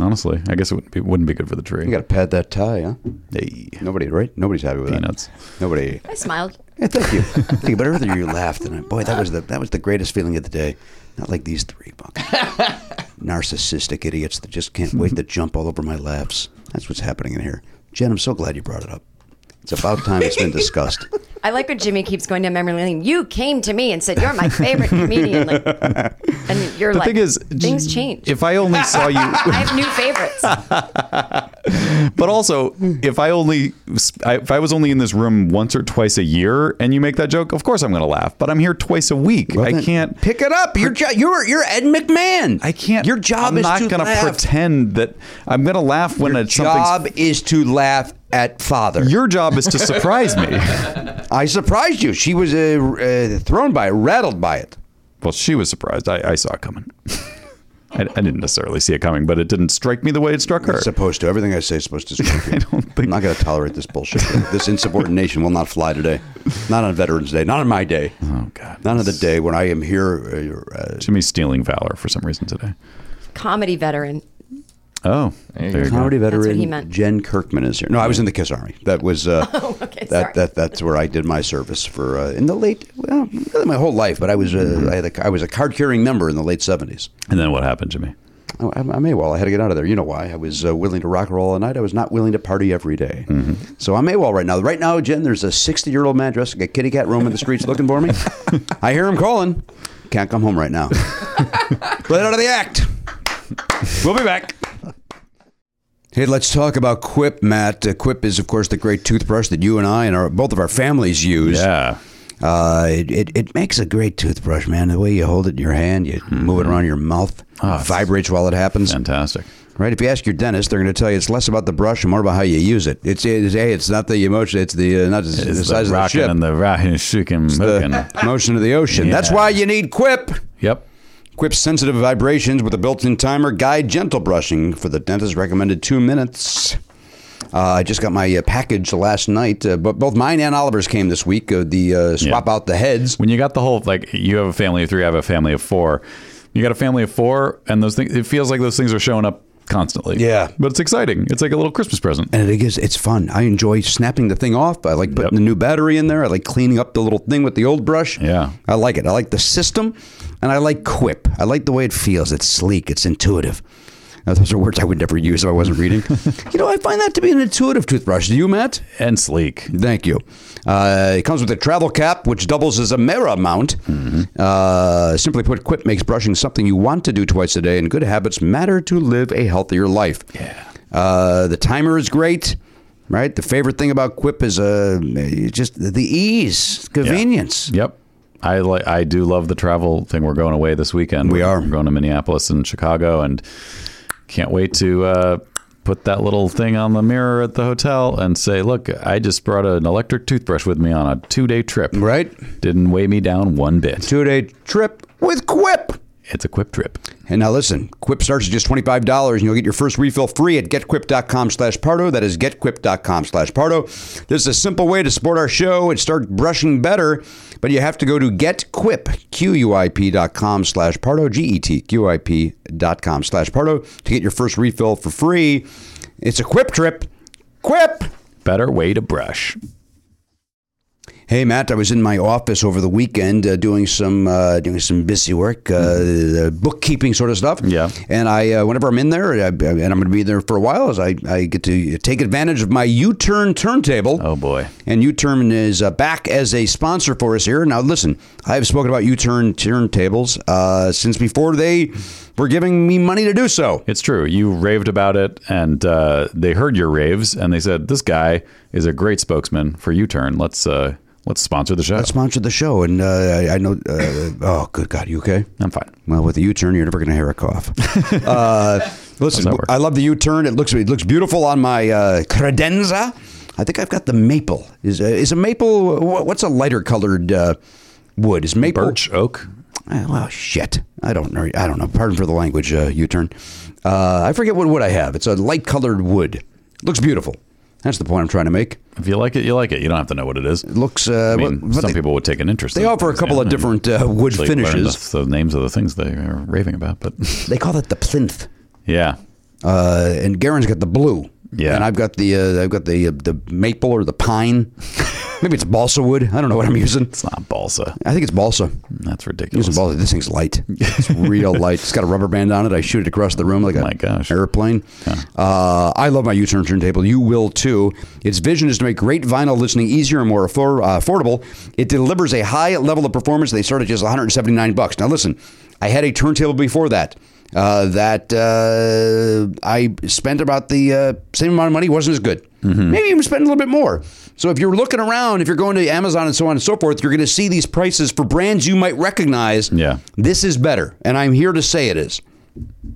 Speaker 3: honestly. I guess it wouldn't be, wouldn't be good for the tree.
Speaker 2: You got to pad that tie, huh?
Speaker 3: Hey.
Speaker 2: Nobody, right? Nobody's happy with
Speaker 3: Peanuts.
Speaker 2: that. Nobody.
Speaker 6: I smiled.
Speaker 2: Yeah, thank you. thank you. But earlier you laughed, and I, boy, that was the that was the greatest feeling of the day. Not like these three fucking narcissistic idiots that just can't wait to jump all over my laughs. That's what's happening in here. Jen, I'm so glad you brought it up. It's about time it's been discussed.
Speaker 6: I like when Jimmy keeps going to memory lane. You came to me and said you're my favorite comedian, like, and you're
Speaker 3: The
Speaker 6: like,
Speaker 3: thing is,
Speaker 6: things change.
Speaker 3: If I only saw you.
Speaker 6: I have new favorites.
Speaker 3: But also, if I only I- if I was only in this room once or twice a year, and you make that joke, of course I'm going to laugh. But I'm here twice a week. I
Speaker 2: then
Speaker 3: can't.
Speaker 2: pick it up. Your jo- you're you're Ed McMahon.
Speaker 3: I can't.
Speaker 2: Your job
Speaker 3: I'm
Speaker 2: is
Speaker 3: not
Speaker 2: to
Speaker 3: gonna
Speaker 2: laugh.
Speaker 3: pretend that I'm going to laugh when
Speaker 2: Your
Speaker 3: it's something.
Speaker 2: job is to laugh at father.
Speaker 3: Your job is to surprise me.
Speaker 2: I surprised you. She was uh, uh, thrown by it, rattled by it.
Speaker 3: well, she was surprised. I, I saw it coming. I, I didn't necessarily see it coming, but it didn't strike me the way it struck her.
Speaker 2: It's supposed to. Everything I say is supposed to. Strike you.
Speaker 3: I don't think-
Speaker 2: I'm not going to tolerate this bullshit. this insubordination will not fly today. Not on Veterans Day. Not on my day.
Speaker 3: Oh God!
Speaker 2: Not on the day when I am here. Uh, uh,
Speaker 3: Jimmy's stealing valor for some reason today.
Speaker 6: Comedy veteran.
Speaker 3: Oh,
Speaker 4: you
Speaker 3: there you go.
Speaker 2: comedy
Speaker 6: what
Speaker 2: veteran
Speaker 6: he meant.
Speaker 2: Jen Kirkman is here. No, I was in the Kiss Army. That was uh,
Speaker 6: okay, sorry.
Speaker 2: that, that that's where I did my service for uh, in the late well really my whole life. But I was uh, I, had a, I was a card carrying member in the late seventies.
Speaker 3: And then what happened, Jimmy?
Speaker 2: Oh, I, I I may well. I had to get out of there. You know why? I was uh, willing to rock and roll all night. I was not willing to party every day.
Speaker 3: Mm-hmm.
Speaker 2: So I may well right now. Right now, Jen, there's a 60 year old man dressed like a kitty cat roaming the streets looking for me. I hear him calling. Can't come home right now. Let out of the act.
Speaker 3: We'll be back.
Speaker 2: Hey, let's talk about Quip, Matt. Uh, Quip is, of course, the great toothbrush that you and I and our both of our families use.
Speaker 3: Yeah.
Speaker 2: Uh, it, it, it makes a great toothbrush, man. The way you hold it in your hand, you move it around your mouth,
Speaker 3: Mm-hmm. Oh, it's-
Speaker 2: vibrates while it happens.
Speaker 3: Fantastic.
Speaker 2: Right? If you ask your dentist, they're going to tell you it's less about the brush and more about how you use it. It's, it's hey, it's not the emotion, it's the uh, not the,
Speaker 3: It's
Speaker 2: the size of the
Speaker 3: rockin'
Speaker 2: ship,
Speaker 3: and the rockin' shakin'
Speaker 2: the
Speaker 3: hookin'.
Speaker 2: motion of the ocean. That's
Speaker 3: Yeah.
Speaker 2: why you need Quip.
Speaker 3: Yep.
Speaker 2: Quip's sensitive vibrations with a built-in timer guide gentle brushing for the dentist's recommended two minutes. Uh, I just got my uh, package last night, uh, but both mine and Oliver's came this week. Uh, the uh, swap
Speaker 3: Yeah.
Speaker 2: out the heads.
Speaker 3: When you got the whole like you have a family of three, I have a family of four. You got a family of four, and those things. It feels like those things are showing up constantly.
Speaker 2: Yeah.
Speaker 3: But it's exciting. It's like a little Christmas present.
Speaker 2: and it is it's fun. I enjoy snapping the thing off. I like putting the new battery in there. I like cleaning up the little thing with the old brush.
Speaker 3: Yeah.
Speaker 2: I like it. I like the system. And I like quip. I like the way it feels. It's sleek. It's intuitive. Now, those are words I would never use if I wasn't reading. you know, I find that to be an intuitive toothbrush. Do you, Matt?
Speaker 3: and sleek.
Speaker 2: Thank you. Uh, it comes with a travel cap, which doubles as a mirror mount. Uh, simply put, Quip makes brushing something you want to do twice a day, and good habits matter to live a healthier life. Yeah. Uh, the timer is great, right? The favorite thing about Quip is uh, just the ease, convenience.
Speaker 3: Yep. I like. I do love the travel thing. We're going away this weekend.
Speaker 2: We are.
Speaker 3: We're going to Minneapolis and Chicago, and can't wait to uh, put that little thing on the mirror at the hotel and say, "Look, I just brought an electric toothbrush with me on a two-day trip.
Speaker 2: Right?
Speaker 3: Didn't weigh me down one bit.
Speaker 2: Two day trip with Quip.
Speaker 3: It's a quip trip.
Speaker 2: And now listen, Quip starts at just $25 and you'll get your first refill free at getquip.com slash Pardo. That is getquip.com slash Pardo. This is a simple way to support our show and start brushing better, but you have to go to getquip, Q-U-I-P dot com slash Pardo, E G-E-T-Q-I-P dot com slash Pardo to get your first refill for free. It's a Quip trip. Quip!
Speaker 3: Better way to brush.
Speaker 2: Hey Matt, I was in my office over the weekend uh, doing some uh, doing some busy work, uh, uh, bookkeeping sort of stuff.
Speaker 3: Yeah.
Speaker 2: And I, uh, whenever I'm in there, I, I- and I'm going to be there for a while, is I, I get to take advantage of my U-turn turntable.
Speaker 3: Oh boy.
Speaker 2: And U-turn is uh, back as a sponsor for us here. Now listen, I have spoken about U-turn turntables uh, since before they were giving me money to do so.
Speaker 3: It's true. You raved about it, and uh, they heard your raves, and they said, "This guy is a great spokesman for U-turn. Let's uh, let's sponsor the show."
Speaker 2: Sponsored the show, and uh, I, I know. Uh, oh, good God, you okay?
Speaker 3: I'm fine.
Speaker 2: Well, with a U-turn, you're never going to hear a cough. uh, listen,
Speaker 3: that work?
Speaker 2: I love the U-turn. It looks it looks beautiful on my uh, credenza. I think I've got the maple. Is uh, is a maple? wh- What's a lighter colored uh, wood? Is maple
Speaker 3: Birch oak.
Speaker 2: Oh, well, shit. I don't know. I don't know. Pardon for the language. Uh, U-turn. Uh, I forget what wood I have. It's a light colored wood. Looks beautiful. That's the point I'm trying to make.
Speaker 3: If you like it, you like it. You don't have to know what it is.
Speaker 2: It looks. Uh,
Speaker 3: I mean,
Speaker 2: but- but
Speaker 3: some
Speaker 2: they-
Speaker 3: people would take an interest.
Speaker 2: They
Speaker 3: in
Speaker 2: offer a
Speaker 3: things,
Speaker 2: couple
Speaker 3: yeah,
Speaker 2: of
Speaker 3: and
Speaker 2: different uh, wood
Speaker 3: actually learn
Speaker 2: finishes.
Speaker 3: The, the names of the things they are raving about, but
Speaker 2: They call it the plinth.
Speaker 3: yeah,
Speaker 2: uh, and Garen's got the blue.
Speaker 3: Yeah.
Speaker 2: and I've got the uh, I've got the uh, the maple or the pine. Maybe it's balsa wood. I don't know what I'm using.
Speaker 3: it's not balsa.
Speaker 2: I think it's balsa. I'm
Speaker 3: That's ridiculous.
Speaker 2: using balsa. This thing's light. It's real light. It's got a rubber band on it. I shoot it across the room like a
Speaker 3: Oh My gosh.
Speaker 2: airplane. Uh, I love my U-turn turntable. You will too. Its vision is to make great vinyl listening easier and more affor- uh, affordable. It delivers a high level of performance. They start at just 179 bucks. Now listen, I had a turntable before that uh, that uh, I spent about the uh, same amount of money wasn't as good.
Speaker 3: Mm-hmm.
Speaker 2: Maybe even spend a little bit more. So if you're looking around, if you're going to Amazon and so on and so forth, you're going to see these prices for brands you might recognize.
Speaker 3: Yeah.
Speaker 2: this is better, and I'm here to say it is.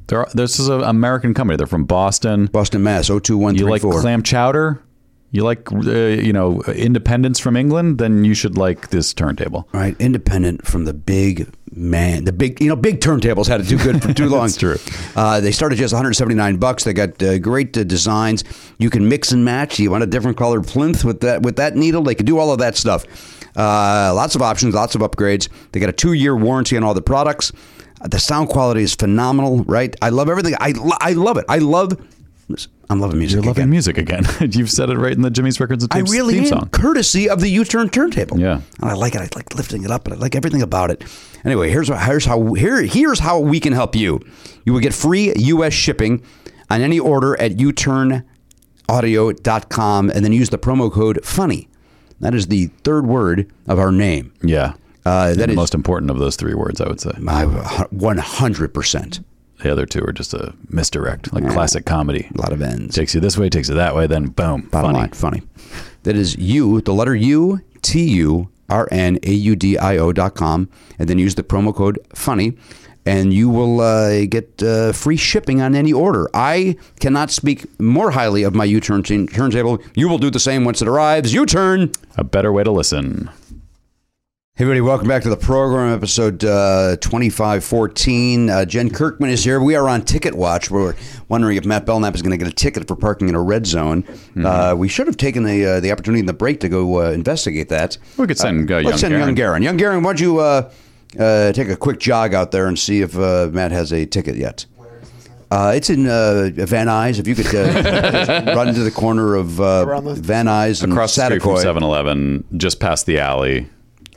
Speaker 3: There are, this is an American company. They're from Boston.
Speaker 2: Boston, Mass.
Speaker 3: You
Speaker 2: 02134.
Speaker 3: like clam chowder? You like uh, you know independence from England? Then you should like this turntable.
Speaker 2: All right, independent from the big man, the big you know big turntables had it too good for too long.
Speaker 3: That's true.
Speaker 2: Uh, they started just 179 bucks. They got uh, great uh, designs. You can mix and match. You want a different colored plinth with that with that needle. They can do all of that stuff. Uh, lots of options, lots of upgrades. They got a two year warranty on all the products. Uh, the sound quality is phenomenal. Right, I love everything. I lo- I love it. I love. listen, I'm loving music.
Speaker 3: You're loving
Speaker 2: again.
Speaker 3: music again. You've said it right in the Jimmy's Records and
Speaker 2: I
Speaker 3: Tapes
Speaker 2: really
Speaker 3: theme
Speaker 2: am,
Speaker 3: song.
Speaker 2: courtesy of the U-turn turntable.
Speaker 3: Yeah.
Speaker 2: and I like it. I like lifting it up, and I like everything about it. Anyway, here's what- here's how here here's how we can help you. You will get free U.S. shipping on any order at uturnaudio.com, and then use the promo code funny. That is the third word of our name.
Speaker 3: Yeah,
Speaker 2: Uh, that
Speaker 3: the
Speaker 2: is uh,
Speaker 3: most important of those three words, I would say.
Speaker 2: one hundred percent.
Speaker 3: The other two are just a misdirect, like classic comedy.
Speaker 2: A lot of ends.
Speaker 3: Takes you this way, takes you that way, then boom,
Speaker 2: Bottom
Speaker 3: funny.
Speaker 2: line, funny. That is you, the letter U, T U R N A U D I O dot com, and then use the promo code funny, and you will uh, get uh, free shipping on any order. I cannot speak more highly of my U turn turntable. You will do the same once it arrives. U turn.
Speaker 3: A better way to listen.
Speaker 2: Hey, everybody, welcome back to the program, episode uh, 2514. Uh, Jen Kirkman is here. We are on Ticket Watch. We're wondering if Matt Belknap is going to get a ticket for parking in a red zone.
Speaker 3: Mm-hmm.
Speaker 2: Uh, we should have taken the uh, the opportunity in the break to go uh, investigate that.
Speaker 3: We could send, uh,
Speaker 2: Let's
Speaker 3: young
Speaker 2: send
Speaker 3: Garen.
Speaker 2: young Garen. Young Garen, why don't you uh, uh, take a quick jog out there and see if uh, Matt has a ticket yet? Uh, it's in uh, Van Nuys. If you could uh, just run to the corner of uh,
Speaker 5: Around the-
Speaker 2: Van Nuys and
Speaker 3: Across the street from
Speaker 2: Saticoy.
Speaker 3: 7 Eleven, just past the alley.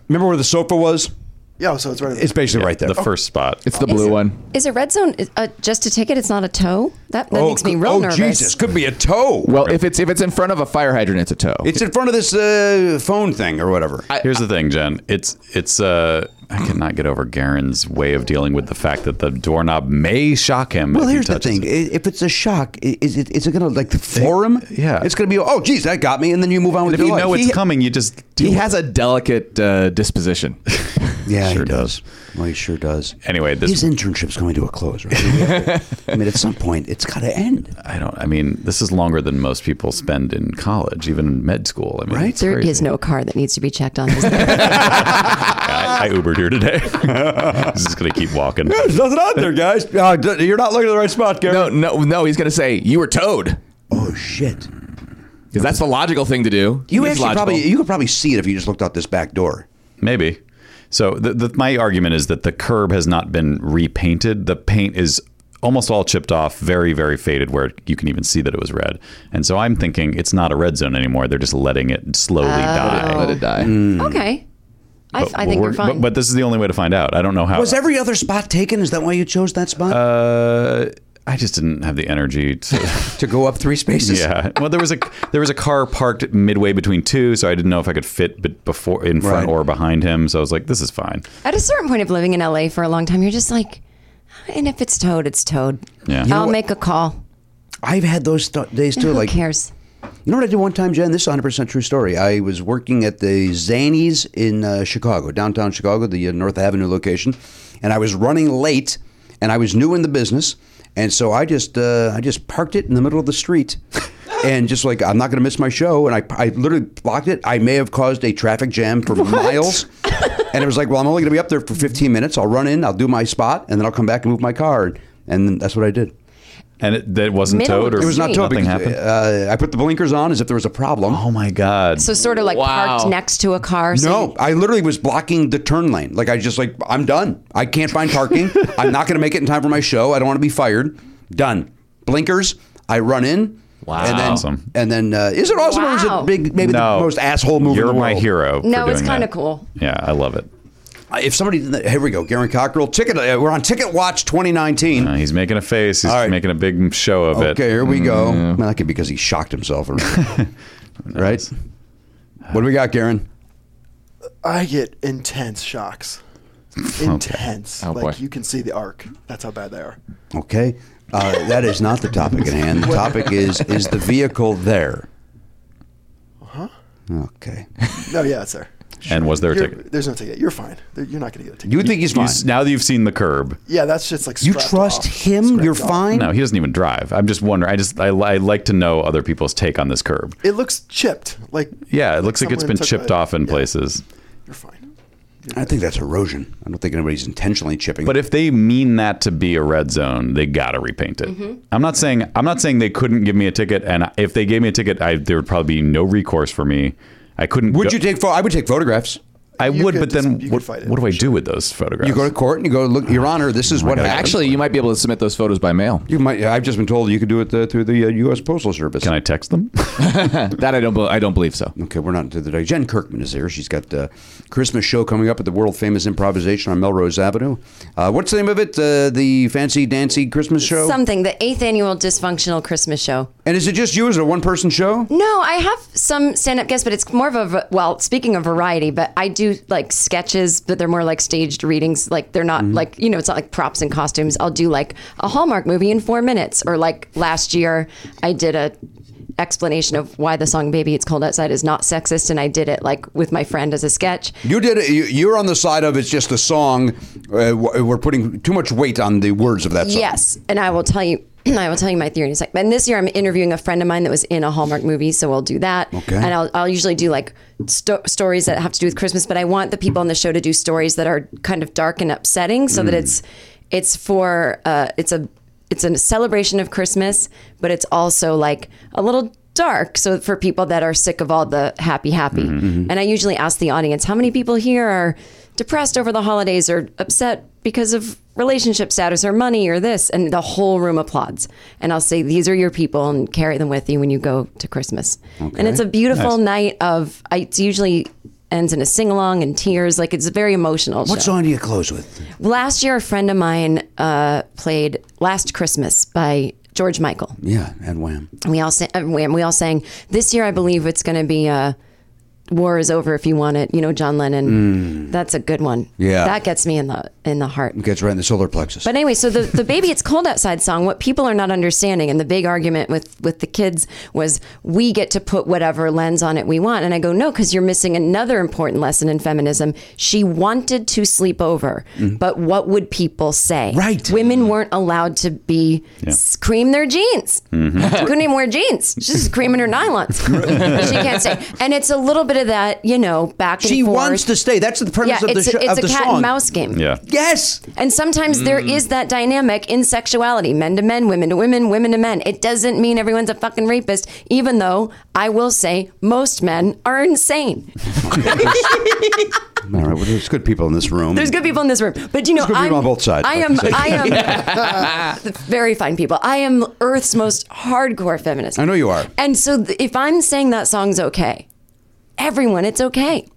Speaker 2: Remember where the sofa was?
Speaker 5: Yeah, so it's right.
Speaker 2: It's basically right there.
Speaker 3: The first spot.
Speaker 4: It's the
Speaker 6: Is
Speaker 4: blue
Speaker 6: it-
Speaker 4: one.
Speaker 6: Is a red zone uh, just a ticket? It's not a toe. That, that makes me
Speaker 2: cou-
Speaker 6: real
Speaker 2: oh,
Speaker 6: nervous.
Speaker 2: Jesus, could be a toe.
Speaker 4: Well, if it's if it's in front of a fire hydrant, it's a toe.
Speaker 2: it's in front of this uh, phone thing or whatever.
Speaker 3: Here's the thing, Jen. It's it's uh I cannot get over Garen's way of dealing with the fact that the doorknob may shock him.
Speaker 2: well,
Speaker 3: if he
Speaker 2: here's the
Speaker 3: touches
Speaker 2: thing:
Speaker 3: it.
Speaker 2: I- if it's a shock, i- is it is it gonna like floor him?
Speaker 3: yeah.
Speaker 2: it's gonna be oh, geez, that got me, and then you move on with
Speaker 3: If
Speaker 2: your
Speaker 3: you
Speaker 2: life.
Speaker 3: know it's
Speaker 4: He-
Speaker 3: coming, you just do
Speaker 4: he
Speaker 3: it.
Speaker 4: has a delicate uh, disposition.
Speaker 2: yeah,
Speaker 3: sure
Speaker 2: he does. Well, he sure does.
Speaker 3: Anyway, this-
Speaker 2: his internship's going to a close. Right? I mean, at some point, it's got to end.
Speaker 3: I don't. I mean, this is longer than most people spend in college, even in med school. I mean,
Speaker 2: Right?
Speaker 3: it's
Speaker 6: There
Speaker 3: crazy.
Speaker 6: is no car that needs to be checked on. is there?
Speaker 3: I, I Ubered here today. I'm just gonna keep walking.
Speaker 2: There's nothing out there, guys. Uh, d- you're not looking at the right spot, Gary.
Speaker 4: no, no, no. He's gonna say you were towed
Speaker 2: Oh shit!
Speaker 4: because that's the logical thing to do.
Speaker 2: You
Speaker 4: It's
Speaker 2: actually
Speaker 4: logical.
Speaker 2: probably you could probably see it if you just looked out this back door.
Speaker 3: Maybe. So the, the, my argument is that the curb has not been repainted. The paint is almost all chipped off, very very faded, where you can even see that it was red. And so I'm thinking it's not a red zone anymore. They're just letting it slowly
Speaker 6: Oh.
Speaker 3: die.
Speaker 4: let it die.
Speaker 2: Mm,
Speaker 6: okay. I, I think
Speaker 3: We're-
Speaker 6: you're fine.
Speaker 3: Hmm. But, but this is the only way to find out. I don't know how.
Speaker 2: Was every other spot taken? Is that why you chose that spot
Speaker 3: uh, I just didn't have the energy to.
Speaker 2: to go up three spaces?
Speaker 3: Yeah. Well, there was a there was a car parked midway between two, so I didn't know if I could fit but before in front
Speaker 2: Right.
Speaker 3: or behind him. So I was like, this is fine.
Speaker 6: At a certain point of living in LA for a long time, you're just like, and if it's towed, it's towed.
Speaker 3: Yeah. You know
Speaker 6: I'll
Speaker 2: what-
Speaker 6: make a call.
Speaker 2: I've had those st- days too.
Speaker 6: Who
Speaker 2: Like, you
Speaker 6: cares?
Speaker 2: know what I did one time, Jen? This is 100 percent true story. I was working at the Zanies in uh, Chicago, downtown Chicago, the uh, North Avenue location, and I was running late, and I was new in the business, and so I just uh, I just parked it in the middle of the street. And just like I'm not going to miss my show, and I, I literally blocked it. I may have caused a traffic jam for miles, and it was like, well, I'm only going to be up there for 15 minutes. I'll run in, I'll do my spot, and then I'll come back and move my car, and that's what I did.
Speaker 3: And it, that wasn't
Speaker 6: Middle of
Speaker 3: towed, or
Speaker 6: the
Speaker 2: It was not
Speaker 6: Sweet.
Speaker 2: towed.
Speaker 3: Nothing
Speaker 2: because,
Speaker 3: happened.
Speaker 2: Uh, I put the blinkers on as if there was a problem.
Speaker 3: oh my god.
Speaker 6: So sort of like
Speaker 4: Wow.
Speaker 6: parked next to a car. so
Speaker 2: no, I literally was blocking the turn lane. Like I just like I'm done. I can't find parking. I'm not going to make it in time for my show. I don't want to be fired. Done. Blinkers. I run in.
Speaker 4: Wow.
Speaker 2: And then,
Speaker 3: Awesome.
Speaker 2: And then uh, is it awesome or is
Speaker 6: Wow.
Speaker 2: it big? Maybe
Speaker 3: no,
Speaker 2: the most asshole move.
Speaker 3: You're
Speaker 2: in the
Speaker 3: my
Speaker 2: world? Uh,
Speaker 3: hero. for
Speaker 6: No, it's
Speaker 3: doing
Speaker 6: kinda
Speaker 3: that.
Speaker 6: cool.
Speaker 3: Yeah, I love it.
Speaker 2: If somebody did that- here we go. Garen Cockrell. Ticket. Uh, we're on Ticket Watch 2019.
Speaker 3: Uh, he's making a face. He's
Speaker 2: All right.
Speaker 3: making a big show of it.
Speaker 2: Okay, here we go.
Speaker 3: Mm.
Speaker 2: Well, that could be because he shocked himself, or right? What do we got, Garen?
Speaker 5: I get intense shocks. Intense.
Speaker 4: Oh,
Speaker 5: like
Speaker 4: boy.
Speaker 5: you can see the arc. That's how bad they are.
Speaker 2: Okay. Uh, that is not the topic at hand. The topic is is the vehicle there? Huh? Okay.
Speaker 5: No, yeah, it's there.
Speaker 3: And was there a
Speaker 5: You're-
Speaker 3: ticket?
Speaker 5: There's no ticket. You're fine. There- You're not going to get a ticket.
Speaker 2: You think he's
Speaker 3: You
Speaker 2: fine?
Speaker 3: s- now that you've seen the curb.
Speaker 5: yeah, that's just like
Speaker 2: You
Speaker 5: scrapped
Speaker 2: trust
Speaker 5: off.
Speaker 2: him?
Speaker 5: Scrapped
Speaker 2: You're
Speaker 5: off.
Speaker 2: fine?
Speaker 3: No, he doesn't even drive. I'm just wondering. I just I, li- I like to know other people's take on this curb.
Speaker 5: It looks chipped. Like
Speaker 3: Yeah, it looks like it's
Speaker 5: someone
Speaker 3: been
Speaker 5: took
Speaker 3: chipped
Speaker 5: a-
Speaker 3: off in
Speaker 5: yeah,
Speaker 3: places.
Speaker 5: You're fine.
Speaker 2: I think that's erosion. I don't think anybody's intentionally chipping.
Speaker 3: But if they mean that to be a red zone, they gotta repaint it. I'm not saying I'm not saying they couldn't give me a ticket, and if they gave me a ticket, I, there would probably be no recourse for me. I couldn't.
Speaker 2: would
Speaker 3: go-
Speaker 2: you take? Pho- I would take photographs.
Speaker 3: I
Speaker 5: You
Speaker 3: would,
Speaker 5: could
Speaker 3: but then
Speaker 5: just- you
Speaker 3: what,
Speaker 5: could fight it,
Speaker 3: what do I do with those photographs?
Speaker 2: You go to court and you go, look, Your Honor, this
Speaker 3: Oh
Speaker 2: is what happened.
Speaker 4: Actually, you might be able to submit those photos by mail.
Speaker 2: you might. I've just been told you could do it uh, through the uh, U.S. Postal Service.
Speaker 3: Can I text them?
Speaker 4: That I don't. bel- I don't believe so.
Speaker 2: Okay, we're not into the day. Jen Kirkman is here. She's got the Christmas show coming up at the world famous improvisation on Melrose Avenue. Uh, what's the name of it? Uh, the fancy dancy Christmas show?
Speaker 6: Something. The eighth annual dysfunctional Christmas show.
Speaker 2: and is it just you? Is it a one person show?
Speaker 6: No, I have some stand-up guests, but it's more of a va- well. Speaking of variety, but I do like sketches, but they're more like staged readings. Like they're
Speaker 2: Mm-hmm.
Speaker 6: not like you know, it's not like props and costumes. I'll do like a Hallmark movie in four minutes, or like last year I did a explanation of why the song "Baby It's Cold Outside" is not sexist, and I did it like with my friend as a sketch.
Speaker 2: You did it. You, you're on the side of it's just a song. Uh, w- we're putting too much weight on the words of that song.
Speaker 6: Yes, and I will tell you. I will tell you my theory in a second. And this year, I'm interviewing a friend of mine that was in a Hallmark movie, so we'll do that.
Speaker 2: Okay.
Speaker 6: And I'll, I'll usually do like sto- stories that have to do with Christmas, but I want the people on the show to do stories that are kind of dark and upsetting, so that it's it's for uh, it's a it's a celebration of Christmas, but it's also like a little dark. So for people that are sick of all the happy happy, and I usually ask the audience how many people here are depressed over the holidays or upset because of relationship status or money or this and the whole room applauds and i'll say these are your people and carry them with you when you go to christmas and it's a beautiful night of I, it's usually ends in a sing along and tears. Like it's a very emotional.
Speaker 2: What
Speaker 6: show.
Speaker 2: song do you close with?
Speaker 6: Last year, a friend of mine uh, played "Last Christmas" by George Michael.
Speaker 2: Yeah, and Wham.
Speaker 6: We all sang. uh, Wham, we all sang. This year, I believe it's going to be uh, "War Is Over If You Want It." You know, John Lennon. That's a good one.
Speaker 2: Yeah.
Speaker 6: that gets me in the in the heart.
Speaker 2: Gets right in the solar plexus.
Speaker 6: But anyway, so the, the baby it's cold outside song, what people are not understanding, and the big argument with with the kids was we get to put whatever lens on it we want, and I go no, because you're missing another important lesson in feminism. She wanted to sleep over, but what would people say?
Speaker 2: Mm-hmm. Right.
Speaker 6: women weren't allowed to be cream their jeans.
Speaker 2: Mm-hmm.
Speaker 6: Couldn't even wear jeans. She's just creaming her nylons. she can't say, and it's a little bit of that, you know, back and
Speaker 2: she
Speaker 6: forth.
Speaker 2: wants to stay. That's the
Speaker 6: yeah,
Speaker 2: premise of the
Speaker 6: it's
Speaker 2: show.
Speaker 6: a, it's
Speaker 2: of
Speaker 6: a
Speaker 2: the
Speaker 6: cat
Speaker 2: song.
Speaker 6: and mouse game.
Speaker 3: Yeah.
Speaker 2: Yes.
Speaker 6: And sometimes there is that dynamic in sexuality men to men, women to women, women to men. It doesn't mean everyone's a fucking rapist, even though I will say most men are insane.
Speaker 2: All right. Well, there's good people in this room.
Speaker 6: There's good people in this room, but you know,
Speaker 2: good people
Speaker 6: I'm
Speaker 2: on both sides,
Speaker 6: I
Speaker 2: like
Speaker 6: am,
Speaker 2: you say.
Speaker 6: I am very fine people. I am Earth's most hardcore feminist.
Speaker 2: I know you are.
Speaker 6: And so, th- if I'm saying that song's okay, everyone, it's okay.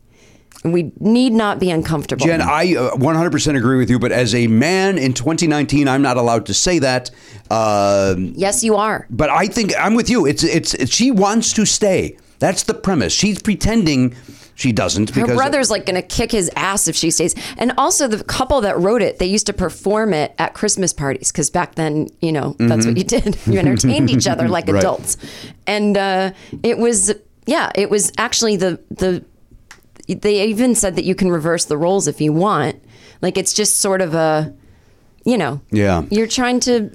Speaker 6: And we need not be uncomfortable.
Speaker 2: Jen, I uh, 100% agree with you, but as a man in 2019, I'm not allowed to say that. Um
Speaker 6: yes, you are.
Speaker 2: but I think I'm with you. It's, it's she wants to stay. That's the premise. She's pretending she doesn't because
Speaker 6: her brother's like going to kick his ass if she stays. And also, the couple that wrote it, they used to perform it at Christmas parties because back then, you know, that's
Speaker 2: Mm-hmm.
Speaker 6: what you did. you entertained each other like adults, and uh, it was yeah, it was actually the the they even said that you can reverse the roles if you want. Like it's just sort of a you know
Speaker 2: Yeah.
Speaker 6: you're trying to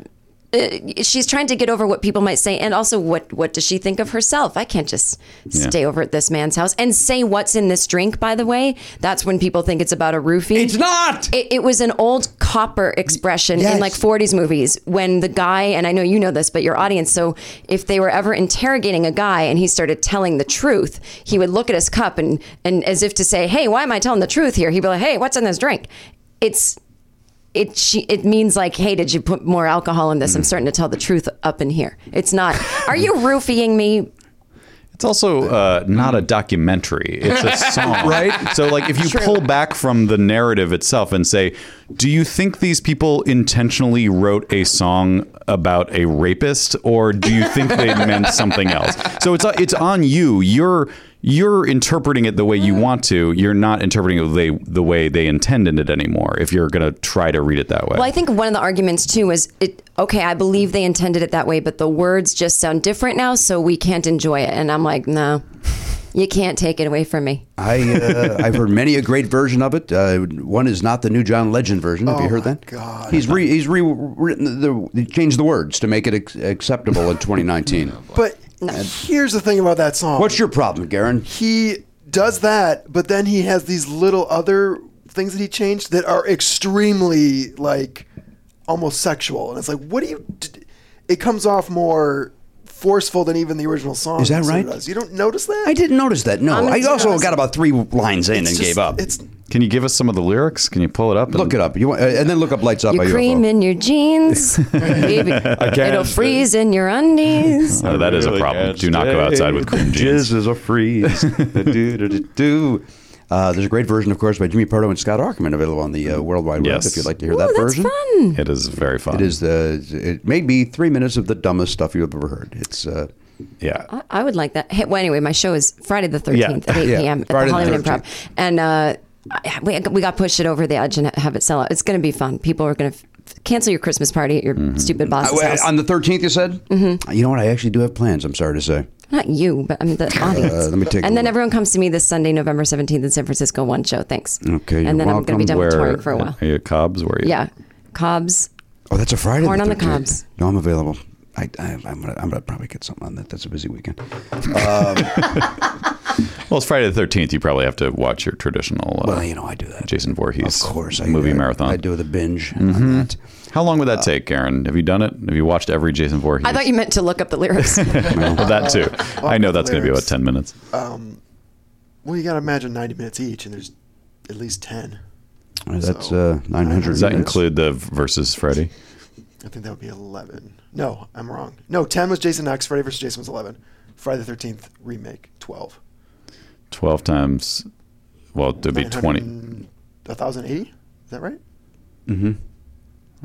Speaker 6: uh, she's trying to get over what people might say and also what what does she think of herself i can't just stay over at this man's house and say what's in this drink by the way that's when people think it's about a roofie
Speaker 2: It's not!
Speaker 6: it, it was an old copper expression
Speaker 2: Yes.
Speaker 6: in like 40s movies when the guy and i know you know this but your audience so if they were ever interrogating a guy and he started telling the truth he would look at his cup and and as if to say hey why am i telling the truth here he'd be like hey what's in this drink it's it she it means like hey did you put more alcohol in this i'm starting to tell the truth up in here it's not are you roofying me
Speaker 3: It's also uh, not a documentary. It's a song, right? So, like, if you pull back from the narrative itself and say, "Do you think these people intentionally wrote a song about a rapist, or do you think they meant something else?" So it's it's on you. You're you're interpreting it the way you want to. You're not interpreting it the way, the way they intended it anymore. If you're gonna try to read it that way,
Speaker 6: Well, I think one of the arguments too was it. Okay, I believe they intended it that way, but the words just sound different now, so we can't enjoy it. And I'm like, no, you can't take it away from me.
Speaker 2: I, uh, I've heard many a great version of it. Uh, one is not the new John Legend version. Have you heard that? Oh God. He's, re, he's rewritten, the, he changed the words to make it ac- acceptable in 2019.
Speaker 5: But here's the thing about that song.
Speaker 2: What's your problem, Garen?
Speaker 5: he does that, but then he has these little other things that he changed that are extremely like almost sexual, and it's like, what do you? d- It comes off more forceful than even the original song.
Speaker 2: Is that
Speaker 5: sort of
Speaker 2: right?
Speaker 5: does. You don't notice that?
Speaker 2: I didn't notice that. No,
Speaker 6: I'm
Speaker 2: I also
Speaker 6: embarrassed.
Speaker 2: got about three lines in and
Speaker 5: It's just-
Speaker 2: gave up.
Speaker 5: It's
Speaker 3: can you give us some of the lyrics? Can you pull it up? and-
Speaker 2: Look it up. You want, uh, and then look up "Lights Out"
Speaker 6: You
Speaker 2: by
Speaker 6: cream
Speaker 2: UFO.
Speaker 6: in your jeans, baby. It'll freeze in your undies.
Speaker 3: Oh, that is a problem. Do not go outside with cream jeans.
Speaker 2: is a freeze. Do-do-do-do. Uh, there's a great version, of course, by Jimmy Pardo and Scott Ackerman available on the uh, World Wide Web.
Speaker 3: Yes.
Speaker 2: If you'd like to hear
Speaker 6: Ooh,
Speaker 2: that
Speaker 6: that's
Speaker 2: version,
Speaker 6: fun.
Speaker 3: It is very fun.
Speaker 2: it is the. It may be three minutes of the dumbest stuff you've ever heard. It's uh,
Speaker 3: Yeah.
Speaker 6: I- I would like that. Hey, well, anyway, my show is Friday the 13th at 8
Speaker 2: Yeah.
Speaker 6: p.m. at the
Speaker 2: Friday the
Speaker 6: Hollywood
Speaker 2: 13th.
Speaker 6: Improv. And uh, I- we, we got pushed it over the edge and have it sell out. It's going to be fun. People are going to f- cancel your Christmas party at your stupid boss's
Speaker 2: Uh,
Speaker 6: house.
Speaker 2: on the 13th. You said. Mm-hmm. You know what? I actually do have plans. I'm sorry to say.
Speaker 6: Not you, but I'm the audience.
Speaker 2: let me take a
Speaker 6: and then
Speaker 2: look.
Speaker 6: everyone comes to me this Sunday, November 17th in San Francisco, one show. Thanks.
Speaker 2: Okay, you're
Speaker 6: And then I'm going to
Speaker 2: welcome.
Speaker 6: be done
Speaker 3: Where
Speaker 6: with touring for a while.
Speaker 3: Are you at Cobb's? Where are you?
Speaker 6: Yeah. Cobb's.
Speaker 2: Oh, that's a Friday.
Speaker 6: Corn on the
Speaker 2: 13th.
Speaker 6: cobs.
Speaker 2: No, I'm available. I, I, I'm gonna, I'm gonna probably get something on that. That's a busy weekend.
Speaker 3: Oh. Well, it's Friday the Thirteenth. You probably have to watch your traditional. Uh,
Speaker 2: Well, you know, I do that.
Speaker 3: Jason Voorhees.
Speaker 2: Of course, I,
Speaker 3: movie
Speaker 2: I-
Speaker 3: marathon. Mm-hmm.
Speaker 2: I do Uh, the binge on that.
Speaker 3: How long would that take, Karen? Have you done it? Have you watched every Jason Voorhees?
Speaker 6: I thought you meant to look up the lyrics.
Speaker 3: Well, that too. I know that's going to be about
Speaker 5: lyrics.
Speaker 3: ten minutes.
Speaker 5: well, you got to imagine ninety minutes each, and there's at least ten.
Speaker 2: That's uh, nine hundred.
Speaker 3: Does that include the versus Freddy?
Speaker 5: I think that would be eleven. No, I'm wrong. No, ten was Jason X. Friday versus Jason was eleven. Friday the Thirteenth remake twelve.
Speaker 3: Twelve times well, it'd be 20.
Speaker 5: 1,080? Is that right?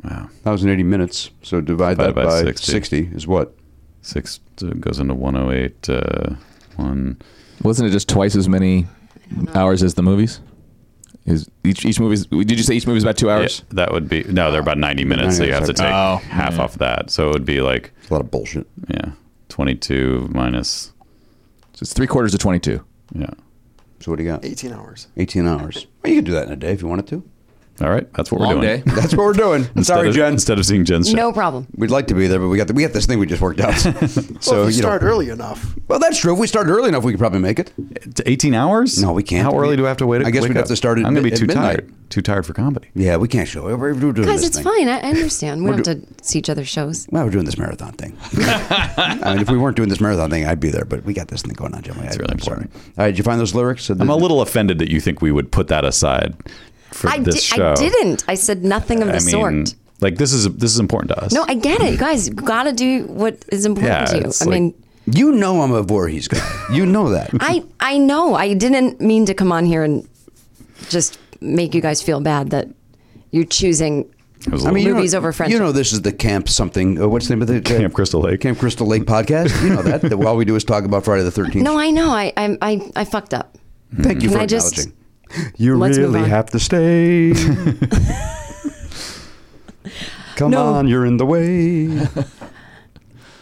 Speaker 3: Wow.
Speaker 2: 1,080 minutes. So divide that
Speaker 3: Divided by
Speaker 2: by, 60.
Speaker 3: 60.
Speaker 2: is what?
Speaker 3: Six uh, goes into 108. Uh, one.
Speaker 4: Wasn't it just twice as many hours as the movies? Is each each movie's? Did you say each movie's about two hours?
Speaker 3: Yeah, that would be no. They're about 90 minutes, so you have to take
Speaker 4: Oh,
Speaker 3: half
Speaker 4: yeah.
Speaker 3: off that. So it would be like
Speaker 2: A lot of bullshit.
Speaker 3: yeah, 22 minus
Speaker 4: So it's three quarters of twenty-two.
Speaker 3: yeah.
Speaker 2: So what do you got?
Speaker 5: 18 hours.
Speaker 2: 18 hours. Well, you could do that in a day if you wanted to.
Speaker 3: All right, that's what
Speaker 4: Long
Speaker 3: we're doing.
Speaker 4: day.
Speaker 2: That's what we're doing.
Speaker 3: Instead
Speaker 2: Sorry,
Speaker 3: of,
Speaker 2: Jen.
Speaker 3: Instead of seeing Jen's
Speaker 6: No
Speaker 3: show.
Speaker 6: problem.
Speaker 2: We'd like to be there, but we got the, we got this thing we just worked out. so
Speaker 5: So if
Speaker 2: you
Speaker 5: you
Speaker 2: know-
Speaker 5: start early enough.
Speaker 2: Well, that's true. If we start early enough, we could probably make it.
Speaker 3: It's 18 hours?
Speaker 2: No, we can't.
Speaker 3: How early do I have to wait?
Speaker 2: I guess
Speaker 3: wake
Speaker 2: we'd have
Speaker 3: up?
Speaker 2: to start at
Speaker 3: I'm
Speaker 2: mi-
Speaker 3: gonna be
Speaker 2: at
Speaker 3: too
Speaker 2: midnight.
Speaker 3: tired. Too tired for comedy.
Speaker 2: Yeah, we can't show it. We're we're doing
Speaker 6: Guys,
Speaker 2: this
Speaker 6: it's
Speaker 2: thing.
Speaker 6: fine. I, I understand. We don't have to see each other's shows.
Speaker 2: Well, we're doing this marathon thing. I mean, if we weren't doing this marathon thing, I'd be there. But we got this thing going on, Jim. It's
Speaker 3: really
Speaker 2: I'm sorry.
Speaker 3: important.
Speaker 2: All right, did you find those lyrics? So
Speaker 3: I'm
Speaker 2: the-
Speaker 3: a little offended that you think we would put that aside for
Speaker 6: I,
Speaker 3: this
Speaker 6: di-
Speaker 3: show.
Speaker 6: I didn't. I said nothing of the
Speaker 3: I mean,
Speaker 6: sort.
Speaker 3: like this is this is important to us.
Speaker 6: No, I get it. You guys gotta do what is important
Speaker 3: Yeah,
Speaker 6: to you.
Speaker 3: it's
Speaker 6: I
Speaker 3: like-
Speaker 6: mean,
Speaker 2: You know I'm a Voorhees guy. You know that.
Speaker 6: I I know. I didn't mean to come on here and just make you guys feel bad that you're choosing
Speaker 3: was a
Speaker 2: I mean,
Speaker 6: movies
Speaker 2: you know,
Speaker 6: over friendship.
Speaker 2: You know this is the Camp something. Uh, what's the name of the
Speaker 3: Camp Crystal Lake.
Speaker 2: Camp Crystal Lake podcast. You know that. that all we do is talk about Friday the 13th.
Speaker 6: no, I know. I I I, I fucked up.
Speaker 2: Thank you
Speaker 6: Can
Speaker 2: for
Speaker 6: I just-
Speaker 2: acknowledging. You
Speaker 6: Let's move on.
Speaker 2: to stay. Come
Speaker 6: No.
Speaker 2: you're in the way.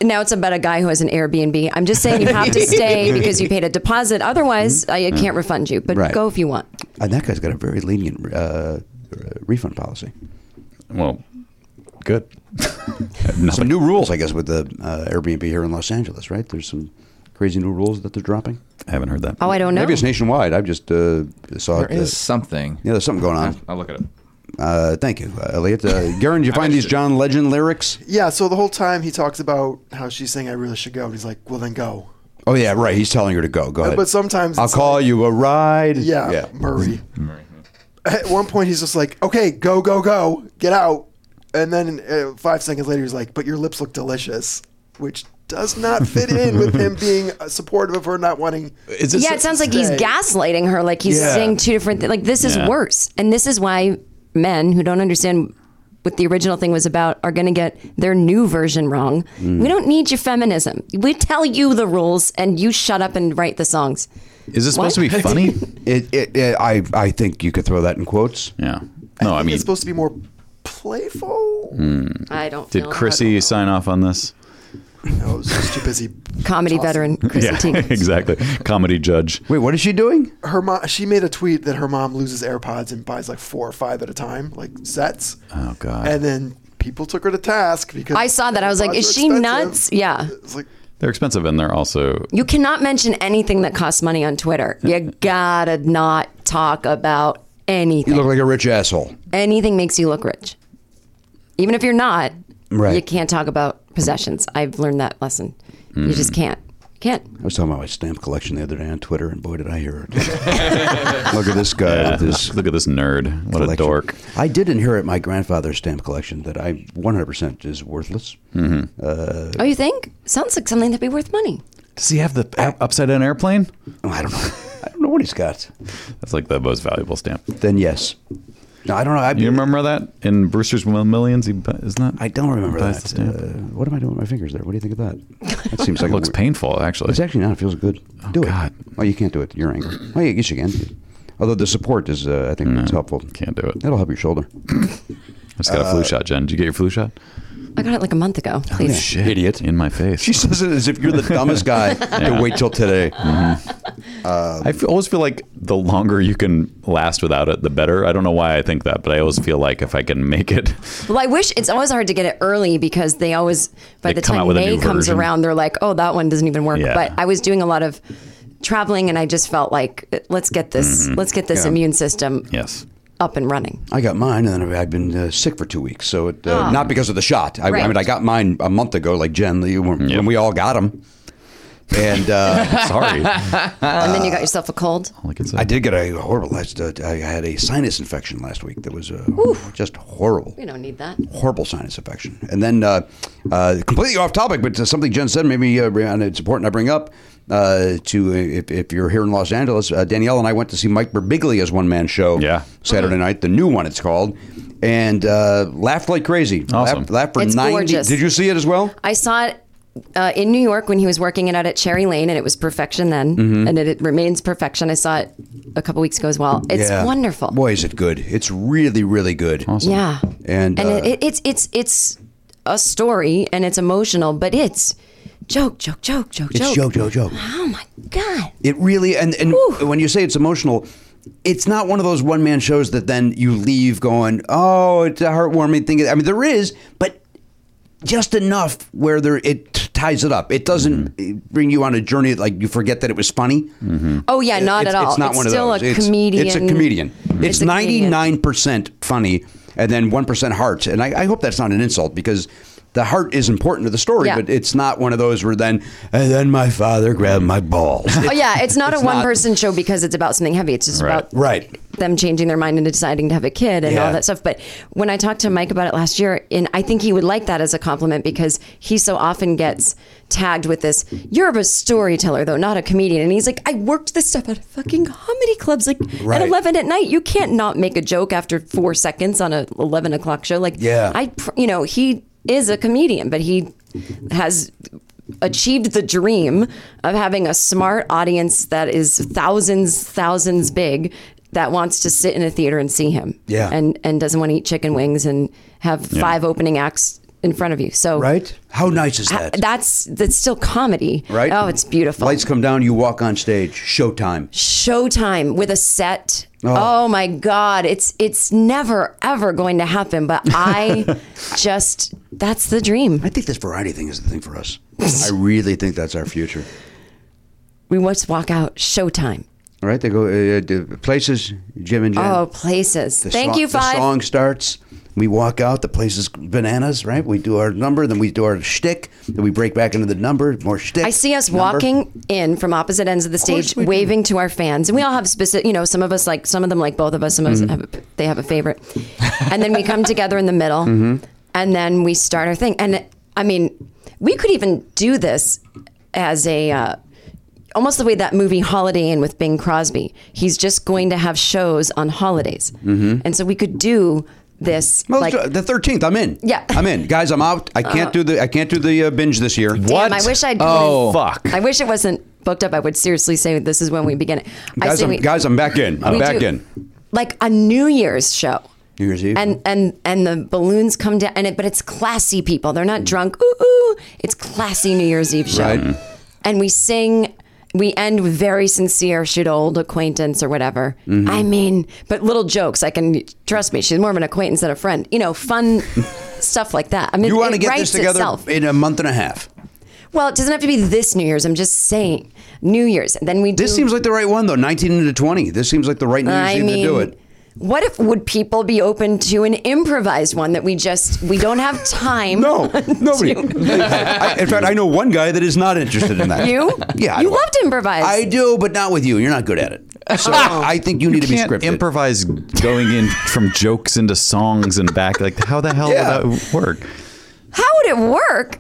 Speaker 6: Now it's about a guy who has an Airbnb. I'm just saying you have to stay because you paid a deposit. Otherwise, I, I can't refund you. But
Speaker 2: Hmm? Right.
Speaker 6: go if you want.
Speaker 2: And that guy's got a very lenient uh, uh, refund policy.
Speaker 3: well, good.
Speaker 2: Some new rules, I guess, with the uh, Airbnb here in Los Angeles, right? There's some crazy new rules that they're dropping.
Speaker 3: I haven't heard that.
Speaker 6: Oh, I don't know.
Speaker 2: Maybe it's nationwide. I just uh, saw
Speaker 4: There
Speaker 2: it. uh,
Speaker 4: is something.
Speaker 2: yeah, there's something going on.
Speaker 4: I'll look at it.
Speaker 2: Uh, thank you, uh, Elliot. Uh, Garen, did you find these John Legend lyrics?
Speaker 5: Yeah, so the whole time he talks about how she's saying, I really should go. And he's like, well, then go.
Speaker 2: Oh yeah, right. He's telling her to go. Go ahead.
Speaker 5: But sometimes
Speaker 2: I'll
Speaker 5: it's
Speaker 2: call
Speaker 5: like-
Speaker 2: you a ride.
Speaker 5: Yeah, Murray.
Speaker 3: Mm-hmm.
Speaker 5: At one point, he's just like, okay, go, go, go. Get out. And then uh, five seconds later, he's like, but your lips look delicious, which does not fit in with him being uh, supportive of her not wanting.
Speaker 3: Is
Speaker 6: yeah, it sounds like he's
Speaker 5: Stay.
Speaker 6: gaslighting her. Like he's
Speaker 2: Yeah.
Speaker 6: saying two different things. Like this is
Speaker 3: Yeah.
Speaker 6: worse. And this is why men who don't understand what the original thing was about are going to get their new version wrong.
Speaker 2: Hmm.
Speaker 6: We don't need your feminism. We tell you the rules and you shut up and write the songs.
Speaker 2: Hmm.
Speaker 3: Is this supposed
Speaker 6: What?
Speaker 3: to be funny?
Speaker 2: It, it, it, I, I think you could throw that in quotes.
Speaker 3: yeah. No, I,
Speaker 5: I think
Speaker 3: mean, Mm.
Speaker 5: it's supposed to be more playful.
Speaker 6: I don't.
Speaker 3: did
Speaker 6: know.
Speaker 3: Chrissy sign off on this?
Speaker 5: No, it's just too busy.
Speaker 6: comedy veteran Chrissy Teigen.
Speaker 3: exactly. Comedy judge.
Speaker 2: Wait, what is she doing?
Speaker 5: Her mom, she made a tweet that her mom loses AirPods and buys like four or five at a time, like sets.
Speaker 3: Oh God.
Speaker 5: And then people took her to task because
Speaker 6: I saw that. I was like,
Speaker 5: AirPods
Speaker 6: is
Speaker 5: are
Speaker 6: she
Speaker 5: expensive.
Speaker 6: nuts? Yeah.
Speaker 5: It's like,
Speaker 3: They're expensive, and they're also
Speaker 6: You cannot mention anything that costs money on Twitter. You gotta not talk about anything.
Speaker 2: You look like a rich asshole.
Speaker 6: anything makes you look rich. Even if you're not,
Speaker 2: Right.
Speaker 6: you can't talk about possessions. I've learned that lesson. You
Speaker 3: Hmm.
Speaker 6: just can't. Can't.
Speaker 2: I was talking about my stamp collection the other day on Twitter, and boy, did I hear it. look at this guy with his
Speaker 3: look at this nerd. What a
Speaker 2: collection.
Speaker 3: dork.
Speaker 2: I did inherit my grandfather's stamp collection that I 100% is worthless.
Speaker 6: Oh, you think? Sounds like something that'd be worth money.
Speaker 3: Does he have the a- upside down airplane?
Speaker 2: Oh, I don't know. I don't know what he's got.
Speaker 3: That's like the most valuable stamp.
Speaker 2: Then yes. No, I don't know. I,
Speaker 3: You remember that in Brewster's Mil- Millions? He bu- is not.
Speaker 2: I don't remember
Speaker 3: buys the
Speaker 2: that. Uh,
Speaker 3: stamp.
Speaker 2: what am I doing with my fingers there? What do you think of that? That seems like a
Speaker 3: looks
Speaker 2: weird-
Speaker 3: painful, actually.
Speaker 2: It's actually not. It feels good. do
Speaker 3: God.
Speaker 2: it. Oh, you can't do it. You're angry. Oh, yeah, I guess you can. Although the support is, uh, I think, it's helpful.
Speaker 3: Can't do it.
Speaker 2: That'll help your shoulder.
Speaker 3: I just got a flu shot, Jen. Did you get your flu shot?
Speaker 6: I got it like a month ago.
Speaker 3: Oh,
Speaker 6: Please.
Speaker 3: Shit. Idiot. In my face.
Speaker 2: She says it as if you're the dumbest guy to wait till today.
Speaker 3: Mm-hmm. I f- always feel like the longer you can last without it, the better. I don't know why I think that, but I always feel like if I can make it,
Speaker 6: Well, I wish it's always hard to get it early because they always,
Speaker 3: They
Speaker 6: by the
Speaker 3: come out
Speaker 6: time
Speaker 3: with a
Speaker 6: May
Speaker 3: new
Speaker 6: comes
Speaker 3: version.
Speaker 6: around, they're like, oh, that one doesn't even work.
Speaker 3: Yeah.
Speaker 6: But I was doing a lot of traveling and I just felt like, let's get this,
Speaker 3: Mm-hmm.
Speaker 6: let's get this
Speaker 2: Yeah.
Speaker 6: immune system
Speaker 3: yes.
Speaker 6: up and running.
Speaker 2: I got mine, and then I've been uh, sick for two weeks. So it, uh, not because of the shot. I, I
Speaker 6: Right.
Speaker 2: mean, I got mine a month ago, like Jen, you- when,
Speaker 3: Yep.
Speaker 2: when we all got them. And uh,
Speaker 3: Sorry. All
Speaker 6: and then you got yourself a cold.
Speaker 3: I can say.
Speaker 2: I did get a horrible last. Uh, I had a sinus infection last week that was uh, just horrible.
Speaker 6: We don't need that.
Speaker 2: horrible sinus infection. And then, uh, uh, completely off topic, but to something Jen said, maybe uh, and it's important I bring up. uh, to if, if you're here in Los Angeles, uh, Danielle and I went to see Mike Birbiglia's one man show
Speaker 3: Yeah.
Speaker 2: Saturday night, the new one it's called, and uh, laughed like crazy.
Speaker 3: Awesome.
Speaker 2: Laughed, laughed for
Speaker 6: It's
Speaker 2: 90.
Speaker 6: gorgeous.
Speaker 2: Did you see it as well?
Speaker 6: I saw it uh, in New York when he was working it out at Cherry Lane, and it was perfection then,
Speaker 2: Mm-hmm.
Speaker 6: and it, it remains perfection. I saw it a couple weeks ago as well. It's
Speaker 2: Yeah.
Speaker 6: wonderful.
Speaker 2: Boy, is it good. It's really, really good.
Speaker 6: Yeah,
Speaker 2: And,
Speaker 6: and
Speaker 2: uh,
Speaker 6: it, it's it's it's a story and it's emotional, but it's joke, joke, joke, joke,
Speaker 2: It's
Speaker 6: joke.
Speaker 2: joke, joke, joke.
Speaker 6: Oh my god!
Speaker 2: It really and and
Speaker 6: Whew.
Speaker 2: when you say it's emotional, it's not one of those one man shows that then you leave going, oh, it's a heartwarming thing. I mean, there is, but just enough where there it t- ties it up. It doesn't eh, bring you on a journey like you forget that it was funny.
Speaker 6: Oh yeah, not
Speaker 2: it's,
Speaker 6: at all.
Speaker 2: It's not one
Speaker 6: still
Speaker 2: of those.
Speaker 6: a
Speaker 2: It's-
Speaker 6: comedian.
Speaker 2: It's a comedian. It's
Speaker 6: a
Speaker 2: ninety
Speaker 6: comedian.
Speaker 2: nine percent funny and then one percent heart. And I, I hope that's not an insult because. The heart is important to the story,
Speaker 6: Yeah.
Speaker 2: but it's not one of those where then and then my father grabbed my balls.
Speaker 6: Oh yeah, it's not
Speaker 2: It's
Speaker 6: a
Speaker 2: not-
Speaker 6: one person show because it's about something heavy. It's just
Speaker 3: Right.
Speaker 6: about
Speaker 2: Right.
Speaker 6: them changing their mind and deciding to have a kid and
Speaker 2: Yeah.
Speaker 6: all that stuff. But when I talked to Mike about it last year, and I think he would like that as a compliment because he so often gets tagged with this, you're a storyteller though, not a comedian. And he's like, I worked this stuff at fucking comedy clubs like
Speaker 2: Right.
Speaker 6: at eleven at night. You can't not make a joke after four seconds on a eleven o'clock show. Like
Speaker 2: Yeah.
Speaker 6: I pr- you know, he is a comedian, but he has achieved the dream of having a smart audience that is thousands, thousands big that wants to sit in a theater and see him.
Speaker 2: Yeah.
Speaker 6: And and doesn't want to eat chicken wings and have
Speaker 3: Yeah.
Speaker 6: five opening acts in front of you. So
Speaker 2: Right? How nice is
Speaker 6: I-
Speaker 2: that?
Speaker 6: that's that's still comedy.
Speaker 2: right?
Speaker 6: Oh, it's beautiful.
Speaker 2: Lights come down, you walk on stage, showtime.
Speaker 6: Showtime with a set. Oh. my God. It's it's never ever going to happen. But I just that's the dream.
Speaker 2: I think this variety thing is the thing for us. I really think that's our future.
Speaker 6: We must walk out showtime.
Speaker 2: All right, they go uh, the places, Jim and Jen.
Speaker 6: Oh, places.
Speaker 2: The
Speaker 6: Thank
Speaker 2: song-
Speaker 6: you, Five.
Speaker 2: The song starts. We walk out. The place is bananas, right? We do our number, then we do our shtick, then we break back into the number, more shtick.
Speaker 6: I see us
Speaker 2: number.
Speaker 6: walking in from opposite ends of the stage, waving to our fans, and we all have specific. You know, some of us like some of them like both of us. Some
Speaker 2: Mm-hmm.
Speaker 6: of us have a, they have a favorite, and then we come together in the middle,
Speaker 2: Mm-hmm.
Speaker 6: and then we start our thing. And I mean, we could even do this as a. Uh, Almost the way that movie Holiday Inn with Bing Crosby. He's just going to have shows on holidays. And so we could do this.
Speaker 2: Mm-hmm. Well,
Speaker 6: like,
Speaker 2: uh, the thirteenth, I'm in.
Speaker 6: Yeah.
Speaker 2: I'm in, guys. I'm out. I can't do the I can't do the uh, binge this year.
Speaker 6: Damn, I wish I'd.
Speaker 3: Oh, fuck.
Speaker 6: I wish it wasn't booked up. I would seriously say this is when we begin it. I
Speaker 2: guys,
Speaker 6: say
Speaker 2: I'm,
Speaker 6: we,
Speaker 2: guys, I'm back in. I'm
Speaker 6: we
Speaker 2: back
Speaker 6: do,
Speaker 2: in.
Speaker 6: Like a New Year's show.
Speaker 2: New Year's Eve.
Speaker 6: And and and the balloons come down and it but it's classy people. They're not drunk. Ooh ooh. It's classy New Year's Eve show.
Speaker 2: Right.
Speaker 6: And we sing we end with very sincere, should old acquaintance or whatever.
Speaker 2: Mm-hmm.
Speaker 6: I mean, but little jokes. I can trust me. She's more of an acquaintance than a friend. You know, fun stuff like that. I mean,
Speaker 2: You want
Speaker 6: it
Speaker 2: to get
Speaker 6: writes
Speaker 2: this together
Speaker 6: itself.
Speaker 2: in a month and a half.
Speaker 6: Well, it doesn't have to be this New Year's. I'm just saying New Year's. And then we do.
Speaker 2: This seems like the right one though. Nineteen into twenty. This seems like the right New Year's
Speaker 6: I
Speaker 2: Eve
Speaker 6: mean,
Speaker 2: to do it.
Speaker 6: what if would people be open to an improvised one that we just we don't have time?
Speaker 2: No, nobody. I, in fact, I know one guy that is not interested in that.
Speaker 6: You?
Speaker 2: Yeah. I
Speaker 6: You
Speaker 2: know.
Speaker 6: love to improvise.
Speaker 2: I do, but not with you. You're not good at it. So I think you need to be
Speaker 3: can't
Speaker 2: scripted.
Speaker 3: improvise going in from jokes into songs and back. Like, how the hell
Speaker 2: Yeah.
Speaker 3: would that work?
Speaker 6: How would it work?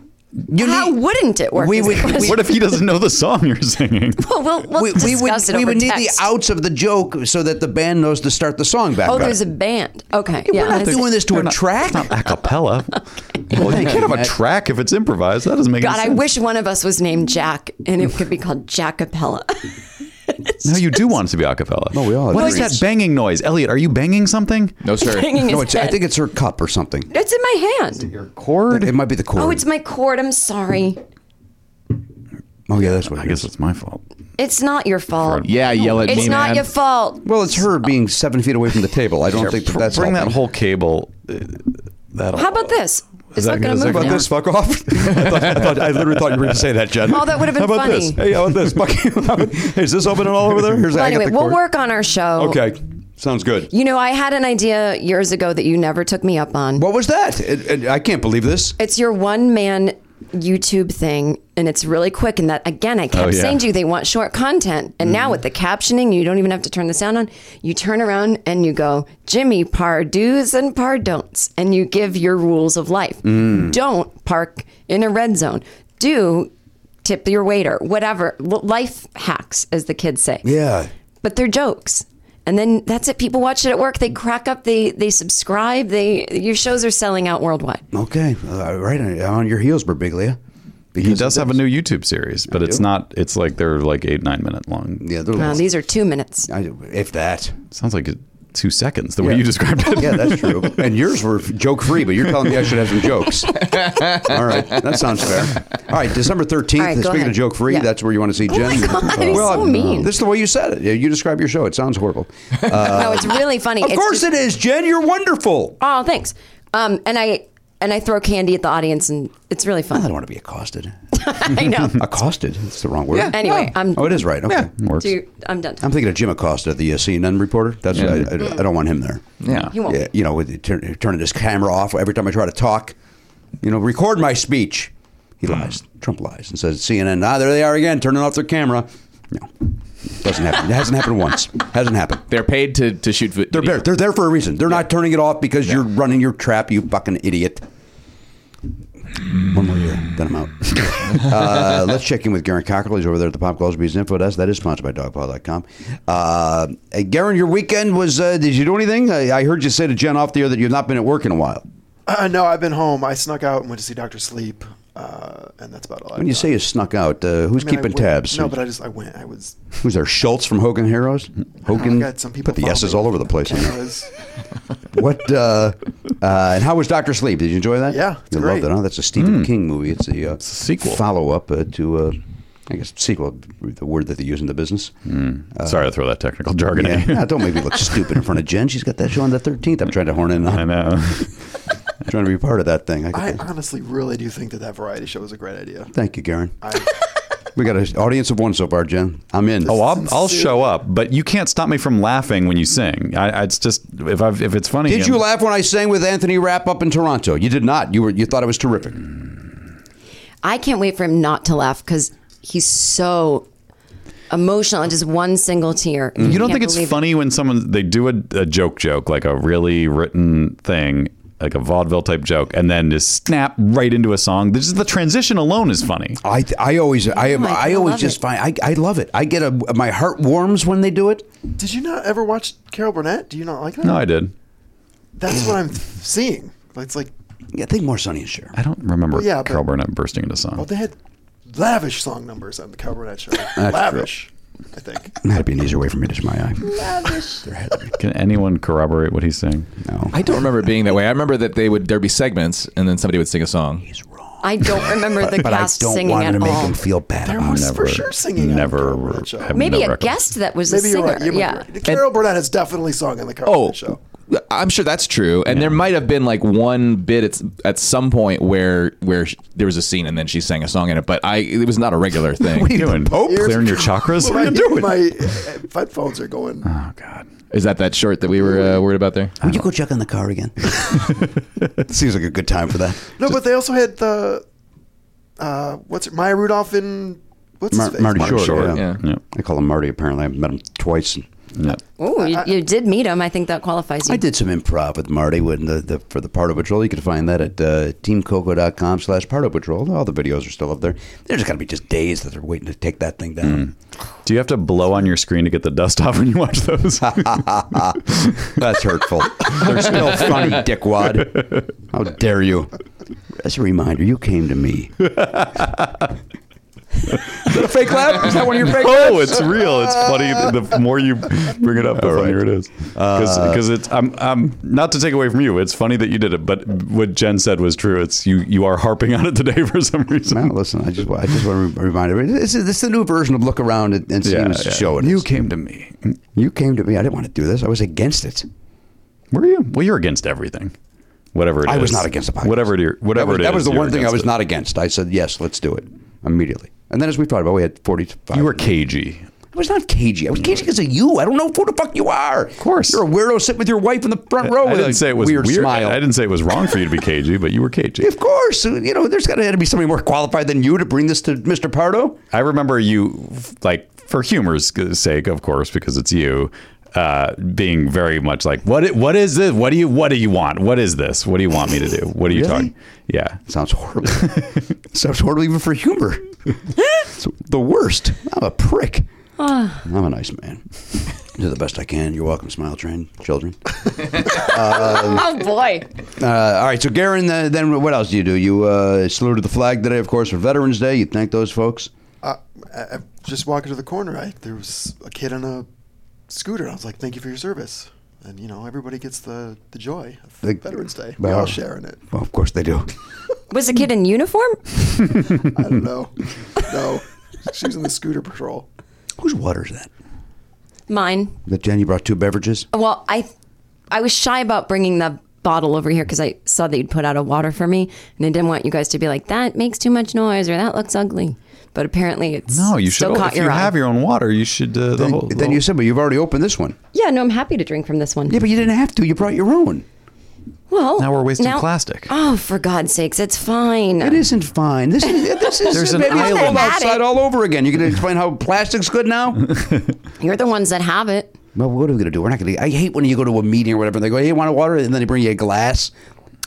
Speaker 2: You
Speaker 6: How
Speaker 2: need-
Speaker 6: wouldn't it work?
Speaker 2: We
Speaker 6: is
Speaker 2: would-
Speaker 6: the question.
Speaker 2: we-
Speaker 3: What if he doesn't know the song you're singing?
Speaker 6: Well, we'll, we'll
Speaker 2: we,
Speaker 6: discuss
Speaker 2: we would, we
Speaker 6: it over
Speaker 2: would need the
Speaker 6: text.
Speaker 2: outs of the joke so that the band knows to start the song back
Speaker 6: Oh,
Speaker 2: up.
Speaker 6: there's a band. Okay, yeah.
Speaker 2: We're not
Speaker 6: I see.
Speaker 2: doing this to a track.
Speaker 3: Not a cappella. Well, you
Speaker 2: Thank
Speaker 3: can't
Speaker 2: you,
Speaker 3: have a
Speaker 2: Matt.
Speaker 3: track if it's improvised. That doesn't make
Speaker 6: God,
Speaker 3: any
Speaker 6: I
Speaker 3: sense.
Speaker 6: wish one of us was named Jack, and it could be called Jackapella.
Speaker 3: No, you do want it to be a cappella. No,
Speaker 2: we all have
Speaker 3: What is that
Speaker 2: dreams.
Speaker 3: banging noise? Elliot, are you banging something?
Speaker 4: No, sir.
Speaker 6: Hanging
Speaker 2: no,
Speaker 6: his
Speaker 2: it's, I
Speaker 6: head.
Speaker 2: think it's her cup or something.
Speaker 6: it's in my hand.
Speaker 3: Your chord?
Speaker 2: It might be the chord.
Speaker 6: Oh, it's my cord. I'm sorry.
Speaker 2: oh yeah, that's what
Speaker 3: I
Speaker 2: it
Speaker 3: guess
Speaker 2: is.
Speaker 3: it's my fault.
Speaker 6: It's not your fault.
Speaker 4: Yeah, yell at me,
Speaker 6: It's not
Speaker 4: man.
Speaker 6: your fault.
Speaker 2: Well, it's her being seven feet away from the table. I don't think that that's
Speaker 3: Oh. Bring that
Speaker 2: helping.
Speaker 3: whole cable. uh, That'll,
Speaker 6: How about this? It's
Speaker 3: that
Speaker 6: not going
Speaker 3: good? Is that
Speaker 6: to move
Speaker 3: good?
Speaker 6: now.
Speaker 3: About this?
Speaker 2: fuck off. I, thought, I, thought, I literally thought you were going to say that, Jen.
Speaker 6: Oh, that would've been
Speaker 2: How about This?
Speaker 6: funny.
Speaker 2: Hey, how about this? Fuck you. Hey, is this open at all over there? Here's
Speaker 6: Well,
Speaker 2: I got
Speaker 6: anyway,
Speaker 2: the
Speaker 6: we'll
Speaker 2: cord.
Speaker 6: work on our show.
Speaker 3: Oh.
Speaker 2: Okay, sounds good.
Speaker 6: You know, I had an idea years ago that you never took me up on.
Speaker 2: What was that? It, it, I can't believe this.
Speaker 6: It's your one man YouTube thing, and it's really quick. And that, again, I kept
Speaker 3: yeah.
Speaker 6: saying to you, they want short content. And now with the captioning, you don't even have to turn the sound on. You turn around and you go, Jimmy, par do's and par don'ts. And you give your rules of life. Don't park in a red zone. Do tip your waiter, whatever. L- Life hacks, as the kids say.
Speaker 2: Yeah.
Speaker 6: But they're jokes. And then that's it. People watch it at work. They crack up. They they subscribe. They your shows are selling out worldwide.
Speaker 2: Okay. Uh, right on, on your heels, Berbiglia.
Speaker 3: He does have a new YouTube series, but it's not. It's like they're like eight nine minute long.
Speaker 2: Yeah, they're
Speaker 6: Wow, these are two minutes.
Speaker 2: I, if that.
Speaker 3: sounds like two seconds the way you described it.
Speaker 2: Yeah, that's true. And yours were joke free, but you're telling me I should have some jokes. All right, that sounds fair. All right, December 13th,
Speaker 6: All right, go
Speaker 2: speaking
Speaker 6: ahead.
Speaker 2: of joke free,
Speaker 6: Yeah.
Speaker 2: that's where you want to see
Speaker 6: Oh
Speaker 2: Jen.
Speaker 6: my God, that is
Speaker 2: well,
Speaker 6: so mean.
Speaker 2: This is the way you said it. Yeah, You describe your show, it sounds horrible. Uh,
Speaker 6: no, it's really funny.
Speaker 2: of
Speaker 6: It's
Speaker 2: course it
Speaker 6: just-
Speaker 2: is, Jen. You're wonderful.
Speaker 6: Oh, thanks. Um, and I and I throw candy at the audience, and it's really
Speaker 2: I
Speaker 6: fun.
Speaker 2: don't want to be accosted.
Speaker 6: I know.
Speaker 2: Accosted? That's the wrong word.
Speaker 6: Anyway, I'm
Speaker 2: Oh, it is right. Okay.
Speaker 3: Works.
Speaker 6: do, I'm done.
Speaker 2: I'm thinking of Jim Acosta, the uh, CNN reporter. That's I, I, I don't want him there.
Speaker 4: Yeah.
Speaker 6: you won't.
Speaker 2: Yeah, you know, with the turn, turning his camera off every time I try to talk. You know, record my speech. He
Speaker 6: Hmm.
Speaker 2: lies. Trump lies and says CNN. Ah, there they are again, turning off their camera. No, doesn't happen. It hasn't happened once. Hasn't happened.
Speaker 4: They're paid to, to shoot video.
Speaker 2: They're there. They're there for a reason. They're not turning it off because you're running your trap. You fucking idiot. One more year, then I'm out. uh, let's check in with Garen Cockrell. He's over there at the Pop Gillespie's info desk. That is sponsored by DogPaw.com. Uh, hey, Garen, your weekend was. Uh, did you do anything? I, I heard you say to Jen off the air that you've not been at work in a while.
Speaker 5: Uh, no, I've been home. I snuck out and went to see Doctor Sleep, uh, and that's about all.
Speaker 2: When you say you snuck out, uh, who's keeping tabs?
Speaker 5: No, but I just I went. I was.
Speaker 2: who's there? Schultz from Hogan Heroes. Hogan.
Speaker 5: I got some people.
Speaker 2: put the
Speaker 5: follow
Speaker 2: S's
Speaker 5: me
Speaker 2: all over the
Speaker 5: with
Speaker 2: place. in there.
Speaker 5: cameras.
Speaker 2: What uh, uh, and how was Doctor Sleep? Did you enjoy that?
Speaker 5: Yeah, it's
Speaker 2: you
Speaker 5: great.
Speaker 2: loved it. Huh? That's a Stephen King movie. Hmm. It's a, uh,
Speaker 3: sequel.
Speaker 2: follow up uh, to, uh, I guess, sequel. The word that they use in the business.
Speaker 3: Sorry to throw that technical jargon.
Speaker 2: Yeah,
Speaker 3: at you.
Speaker 2: Nah, don't make me look stupid in front of Jen. She's got that show on the thirteenth. I'm trying to horn in.
Speaker 3: I
Speaker 2: I'm
Speaker 3: know.
Speaker 2: trying to be part of that thing. I could-
Speaker 5: I honestly really do think that that variety show is a great idea.
Speaker 2: thank you, Garen.
Speaker 5: I,
Speaker 2: We got an audience of one so far, Jen. I'm in.
Speaker 3: Oh, I'll, I'll show up, but you can't stop me from laughing when you sing. I, I it's just if I if it's funny.
Speaker 2: Did
Speaker 3: and-
Speaker 2: you laugh when I sang with Anthony Rapp up in Toronto? You did not. You were. You thought it was terrific.
Speaker 6: I can't wait for him not to laugh because he's so emotional on just one single tear.
Speaker 3: You don't
Speaker 6: can't
Speaker 3: think it's
Speaker 6: believe it.
Speaker 3: funny when someone they do a, a joke joke like a really written thing like a vaudeville type joke and then just snap right into a song. This is the transition alone is funny.
Speaker 2: I I always I am
Speaker 6: my God,
Speaker 2: I
Speaker 6: I
Speaker 2: always
Speaker 6: love
Speaker 2: just
Speaker 6: it.
Speaker 2: find I, I love it. I get a my heart warms when they do it.
Speaker 5: did you not ever watch Carol Burnett? Do you not like that?
Speaker 3: No, I did.
Speaker 5: That's what I'm seeing. It's like,
Speaker 2: Yeah, think more Sonny and Cher.
Speaker 3: I don't remember
Speaker 5: Well, yeah, but-
Speaker 3: Carol Burnett bursting into song.
Speaker 5: well, they had lavish song numbers on the Carol Burnett show. lavish, I think.
Speaker 2: That'd be an easier way for me to my eye. There had to be.
Speaker 3: Can anyone corroborate what he's saying?
Speaker 2: No,
Speaker 4: I don't remember it being that way. I remember that they would there'd be segments and then somebody would sing a song.
Speaker 2: he's wrong.
Speaker 6: I don't remember the
Speaker 2: but I
Speaker 6: cast
Speaker 2: don't
Speaker 6: singing
Speaker 2: want
Speaker 6: at
Speaker 2: to make
Speaker 6: all.
Speaker 2: him feel bad.
Speaker 5: There
Speaker 2: about
Speaker 5: was
Speaker 2: it.
Speaker 5: for sure singing. on the Carol
Speaker 3: Never.
Speaker 5: Burnett show.
Speaker 3: have no
Speaker 6: Maybe a
Speaker 3: recollection.
Speaker 6: guest that was
Speaker 5: Maybe
Speaker 6: a
Speaker 5: you're
Speaker 6: singer.
Speaker 5: right. You might
Speaker 6: yeah.
Speaker 5: be right. Carol Burnett has definitely sung on the Carol
Speaker 4: Oh,
Speaker 5: Burnett show.
Speaker 4: I'm sure that's true. And there might have been like one bit at, at some point where where sh there was a scene and then she sang a song in it, but I it was not a regular thing.
Speaker 3: What are you doing? Clearing your chakras?
Speaker 5: My,
Speaker 3: What are you doing?
Speaker 5: my uh, headphones are going.
Speaker 2: Uh,
Speaker 3: Oh God.
Speaker 4: Is that that short that we were uh, worried about there?
Speaker 2: Would you go check on the car again? Seems like a good time for that.
Speaker 5: No, but they also had the uh, what's it, Maya Rudolph in what's
Speaker 2: Mar-
Speaker 5: his face?
Speaker 2: Marty
Speaker 3: Marty
Speaker 2: Short.
Speaker 3: Short,
Speaker 2: Yeah.
Speaker 3: yeah.
Speaker 2: I call him Marty. Apparently, I've met him twice.
Speaker 3: Yeah.
Speaker 6: Oh, you, you did meet him. I think that qualifies you.
Speaker 2: I did some improv with Marty when the, the, for the Pardo Patrol. You can find that at uh, teamcoco.com slash Pardo Patrol. All the videos are still up there. There's got to be just days that they're waiting to take that thing down.
Speaker 3: Do you have to blow on your screen to get the dust off when you watch those?
Speaker 2: That's hurtful. they're still funny, dickwad. How dare you? As a reminder, you came to me. Is that a fake laugh? Is that one of your fake
Speaker 3: oh, it's real. It's funny. The more you bring it up, the funnier it is.
Speaker 2: Uh,
Speaker 3: Because it's I'm I'm not to take away from you. It's funny that you did it, but what Jen said was true. It's you you are harping on it today for some reason.
Speaker 2: No, listen, I just, I just want to remind everybody. This is, this is the new version of look around and, and see
Speaker 3: Yeah,
Speaker 2: who's
Speaker 3: yeah.
Speaker 2: showing.
Speaker 3: You
Speaker 2: us.
Speaker 3: came to me.
Speaker 2: You came to me. I didn't want to do this. I was against it.
Speaker 3: Were you? Well, you're against everything. Whatever it is.
Speaker 2: I was not against the podcast.
Speaker 3: Whatever it, you're- whatever
Speaker 2: that was,
Speaker 3: it is.
Speaker 2: That was the
Speaker 3: you're
Speaker 2: one thing I
Speaker 3: against
Speaker 2: was
Speaker 3: it.
Speaker 2: not against. I said yes, let's do it immediately. And then as we've talked about, we had forty-five.
Speaker 3: You were cagey.
Speaker 2: I was not cagey. I was cagey because of you. I don't know who the fuck you are. Of
Speaker 3: course.
Speaker 2: you're a weirdo sitting with your wife in the front row.
Speaker 3: I
Speaker 2: with
Speaker 3: didn't
Speaker 2: a
Speaker 3: say it was
Speaker 2: Oh, weird,
Speaker 3: weird.
Speaker 2: smile.
Speaker 3: I didn't say it was wrong for you to be cagey, but you were cagey.
Speaker 2: Of course, uh, you know there's got to be somebody more qualified than you to bring this to Mr. Pardo.
Speaker 3: I remember you, like, for humor's sake, of course, because it's you. uh, being very much like, what? i- What is this? What do you? What do you want? What is this? What do you want me to do? What are you talking? Yeah,
Speaker 2: Sounds horrible. Sounds horrible even for humor. It's the worst. I'm a prick. I'm a nice man. Do the best I can. You're welcome, Smile Train, children. Um,
Speaker 6: oh boy.
Speaker 2: Uh, all right, so Garen, uh, then what else do you do? You uh, saluted the flag today, of course, for Veterans Day. You thank those folks.
Speaker 5: Uh, I, I just walking to the corner, I there was a kid on a scooter. and I was like, "Thank you for your service." And you know, everybody gets the the joy of
Speaker 2: The-
Speaker 5: Veterans Day. We
Speaker 2: Wow.
Speaker 5: all share in it.
Speaker 2: Well, of course they do.
Speaker 6: Was the kid in uniform?
Speaker 5: I don't know. no, she was in the scooter patrol.
Speaker 2: Whose water is that?
Speaker 6: Mine.
Speaker 2: That Jen, you brought two beverages?
Speaker 6: Well, I I was shy about bringing the bottle over here because I saw that you'd put out a water for me, and I didn't want you guys to be like that makes too much noise or that looks ugly. But apparently, it's
Speaker 3: no, you should.
Speaker 6: still caught
Speaker 3: If you
Speaker 6: your eye.
Speaker 3: have your own water, you should. Uh, the
Speaker 2: Then,
Speaker 3: whole,
Speaker 2: then you said, but you've already opened this one.
Speaker 6: yeah, no, I'm happy to drink from this one.
Speaker 2: Yeah, but you didn't have to. You brought your own.
Speaker 6: well,
Speaker 3: Now we're wasting plastic.
Speaker 6: Oh, for God's sakes, it's fine.
Speaker 2: It isn't fine. This is this is
Speaker 3: There's an
Speaker 2: maybe it's
Speaker 3: island.
Speaker 2: cold outside all over again. You gonna explain how plastic's good now?
Speaker 6: You're the ones that have it.
Speaker 2: well, what are we gonna do? We're not gonna. I hate when you go to a meeting or whatever. And they go, "Hey, you want a water?" And then they bring you a glass.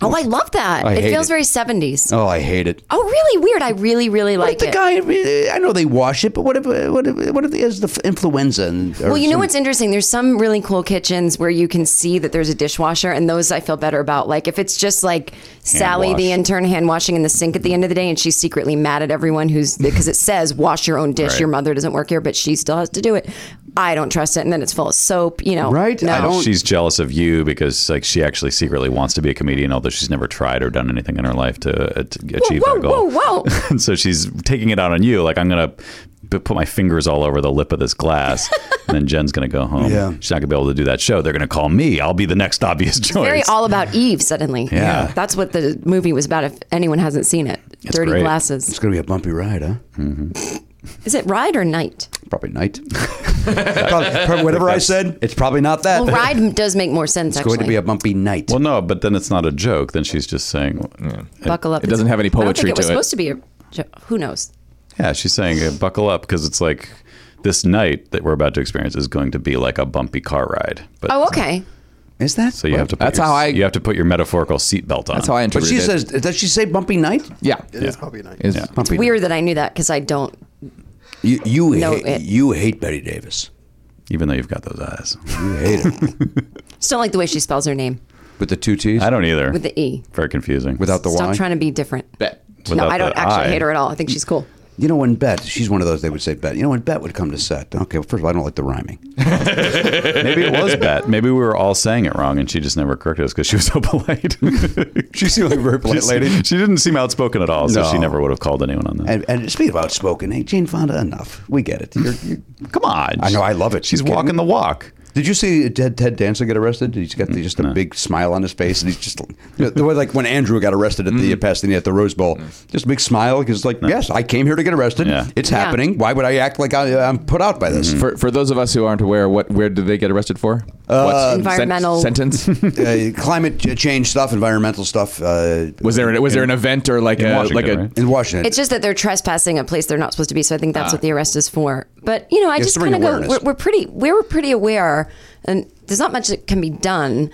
Speaker 6: Oh, I love that.
Speaker 2: I
Speaker 6: it
Speaker 2: hate
Speaker 6: feels
Speaker 2: it.
Speaker 6: very 70s.
Speaker 2: Oh, I hate it.
Speaker 6: Oh, really weird. I really, really
Speaker 2: But
Speaker 6: like
Speaker 2: the
Speaker 6: it.
Speaker 2: guy, I mean, I know they wash it, but what if eh, what if what if he has the f- influenza? And, or
Speaker 6: Well, you know
Speaker 2: some-
Speaker 6: what's interesting? There's some really cool kitchens where you can see that there's a dishwasher, and those I feel better about. Like if it's just like Sally,
Speaker 3: wash.
Speaker 6: the intern, hand washing in the sink at the end of the day, and she's secretly mad at everyone who's because it says wash your own dish.
Speaker 3: Right.
Speaker 6: Your mother doesn't work here, but she still has to do it. I don't trust it, and then it's full of soap. You know,
Speaker 2: Right?
Speaker 6: No.
Speaker 2: I don't-
Speaker 3: she's jealous of you because like she actually secretly wants to be a comedian, although she's never tried or done anything in her life to, uh, to achieve
Speaker 6: whoa,
Speaker 3: that goal.
Speaker 6: whoa, whoa.
Speaker 3: and so she's taking it out on you. Like I'm gonna p- put my fingers all over the lip of this glass, and then Jen's gonna go home.
Speaker 2: Yeah.
Speaker 3: she's not gonna be able to do that show. They're gonna call me. I'll be the next obvious choice.
Speaker 6: Very all about Eve suddenly.
Speaker 3: Yeah.
Speaker 6: That's what the movie was about. If anyone hasn't seen it, Dirty
Speaker 3: great.
Speaker 6: Glasses.
Speaker 2: It's gonna be a bumpy ride, huh?
Speaker 6: Is it ride or night?
Speaker 2: Probably night. Probably- probably whatever I said, it's probably not that.
Speaker 6: Well, ride does make more sense.
Speaker 2: it's
Speaker 6: actually,
Speaker 2: going to be a bumpy night.
Speaker 3: well, no, but then it's not a joke. Then she's just saying,
Speaker 6: buckle up.
Speaker 4: It doesn't have any
Speaker 6: I don't think
Speaker 4: poetry
Speaker 6: it was
Speaker 4: to it.
Speaker 6: supposed to be a. jo- Who knows?
Speaker 3: yeah, she's saying, uh, buckle up because it's like this night that we're about to experience is going to be like a bumpy car ride. But
Speaker 6: Oh, okay.
Speaker 2: is that
Speaker 3: So you have to. Put
Speaker 4: That's
Speaker 3: your-
Speaker 4: how I-
Speaker 3: You have to put your metaphorical seatbelt on.
Speaker 4: That's how I
Speaker 2: But
Speaker 4: interpreted
Speaker 2: she
Speaker 4: it.
Speaker 2: says, does she say bumpy night?
Speaker 4: yeah.
Speaker 5: It is probably nice.
Speaker 4: It's-
Speaker 3: Yeah.
Speaker 2: Bumpy
Speaker 6: Weird that I knew that because I don't.
Speaker 2: You you,
Speaker 6: No,
Speaker 2: hate,
Speaker 6: it-
Speaker 2: you hate Betty Davis.
Speaker 3: Even though you've got those eyes,
Speaker 2: You hate her
Speaker 6: Just don't like the way she spells her name
Speaker 2: with the two T's.
Speaker 3: I don't either.
Speaker 6: with the e.
Speaker 3: Very confusing.
Speaker 2: without the
Speaker 6: Stop
Speaker 2: Y.
Speaker 6: trying to be different.
Speaker 4: Bet.
Speaker 6: no,
Speaker 3: Without
Speaker 6: I don't
Speaker 3: the
Speaker 6: actually
Speaker 3: I.
Speaker 6: hate her at all. I think she's cool.
Speaker 2: you know when Bet, she's one of those they would say Bet. You know when Bet would come to set. Okay, well, first of all, I don't like the rhyming.
Speaker 3: Maybe it was bet. Maybe we were all saying it wrong, and she just never corrected us because she was so polite.
Speaker 2: She seemed like a very polite
Speaker 3: She's-
Speaker 2: lady.
Speaker 3: She didn't seem outspoken at all, so
Speaker 2: No.
Speaker 3: she never would have called anyone on that.
Speaker 2: And, and speak of outspoken, hey, Jane Fonda, enough. We get it. You're, you're,
Speaker 3: Come on.
Speaker 2: I know, I love it.
Speaker 3: She's
Speaker 2: You kidding
Speaker 3: walking
Speaker 2: me?
Speaker 3: the walk.
Speaker 2: Did you see Ted, Ted Danson get arrested? He's got the, just a big smile on his face, and he's just you know, the way like when Andrew got arrested at the Pasadena at the Rose Bowl, just a big smile because like, yes, I came here to get arrested.
Speaker 3: Yeah.
Speaker 2: It's
Speaker 6: Yeah.
Speaker 2: happening. Why would I act like I, I'm put out by this?
Speaker 4: For, for those of us who aren't aware, what where did they get arrested for? Uh,
Speaker 6: Environmental-
Speaker 4: sentence?
Speaker 2: uh, climate ch- change stuff, environmental stuff. Uh,
Speaker 4: was there an, was there an event or like a,
Speaker 3: Washington,
Speaker 4: like a
Speaker 3: right?
Speaker 2: in Washington?
Speaker 6: It's just that they're trespassing a place they're not supposed to be. So I think that's what the arrest is for. But you know,
Speaker 2: Ah.
Speaker 6: I
Speaker 2: It's
Speaker 6: just
Speaker 2: to bring
Speaker 6: kind of go.
Speaker 2: awareness.
Speaker 6: We're, we're pretty. We're pretty aware, and there's not much that can be done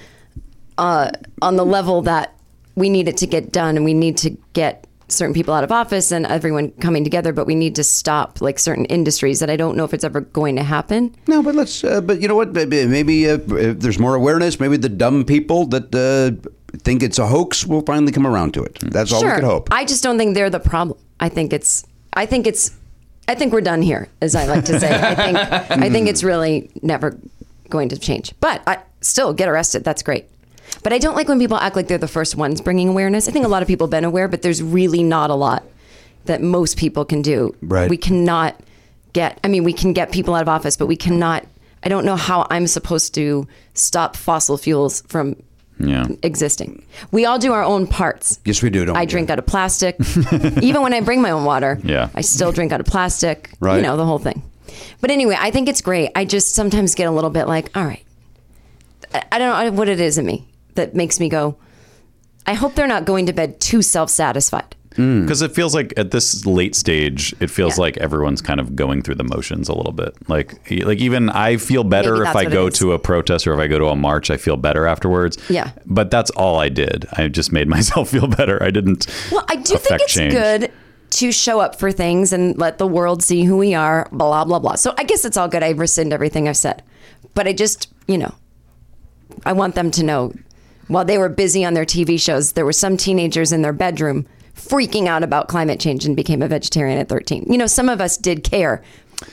Speaker 6: uh, on the level that we need it to get done, and we need to get certain people out of office and everyone coming together. But we need to stop like certain industries that I don't know if it's ever going to happen.
Speaker 2: no, but let's. Uh, but you know what? Maybe, maybe uh, if there's more awareness. Maybe the dumb people that uh, think it's a hoax will finally come around to it.
Speaker 4: Hmm.
Speaker 2: That's all we
Speaker 6: sure.
Speaker 2: could hope.
Speaker 6: I just don't think they're the problem. I think it's. I think it's. I think we're done here, as I like to say. I think. I think it's really never going to change. But I still get arrested. That's great. But I don't like when people act like they're the first ones bringing awareness. I think a lot of people have been aware, but there's really not a lot that most people can do.
Speaker 2: Right.
Speaker 6: We cannot get. I mean, we can get people out of office, but we cannot. I don't know how I'm supposed to stop fossil fuels from
Speaker 3: Yeah.
Speaker 6: existing. We all do our own parts.
Speaker 2: yes, we do. Don't
Speaker 6: I
Speaker 2: we?
Speaker 6: drink out of plastic. Even when I bring my own water,
Speaker 3: Yeah.
Speaker 6: I still drink out of plastic.
Speaker 2: Right.
Speaker 6: You know, the whole thing. But anyway, I think it's great. I just sometimes get a little bit like, all right. I I don't know what it is in me that makes me go, I hope they're not going to bed too self satisfied.
Speaker 2: Mm.
Speaker 3: because it feels like at this late stage, it feels
Speaker 6: Yeah.
Speaker 3: like everyone's kind of going through the motions a little bit. Like like even I feel better
Speaker 6: Maybe
Speaker 3: if
Speaker 6: that's
Speaker 3: I
Speaker 6: what it
Speaker 3: go
Speaker 6: is.
Speaker 3: to a protest or if I go to a march, I feel better afterwards.
Speaker 6: Yeah.
Speaker 3: but that's all I did. I just made myself feel better. I didn't.
Speaker 6: Well, I do think
Speaker 3: affect
Speaker 6: it's
Speaker 3: change.
Speaker 6: good to show up for things and let the world see who we are, blah, blah, blah. So I guess it's all good. I rescind everything I've said. But I just, you know, I want them to know while they were busy on their TV shows, there were some teenagers in their bedroom freaking out about climate change and became a vegetarian at 13. You know, some of us did care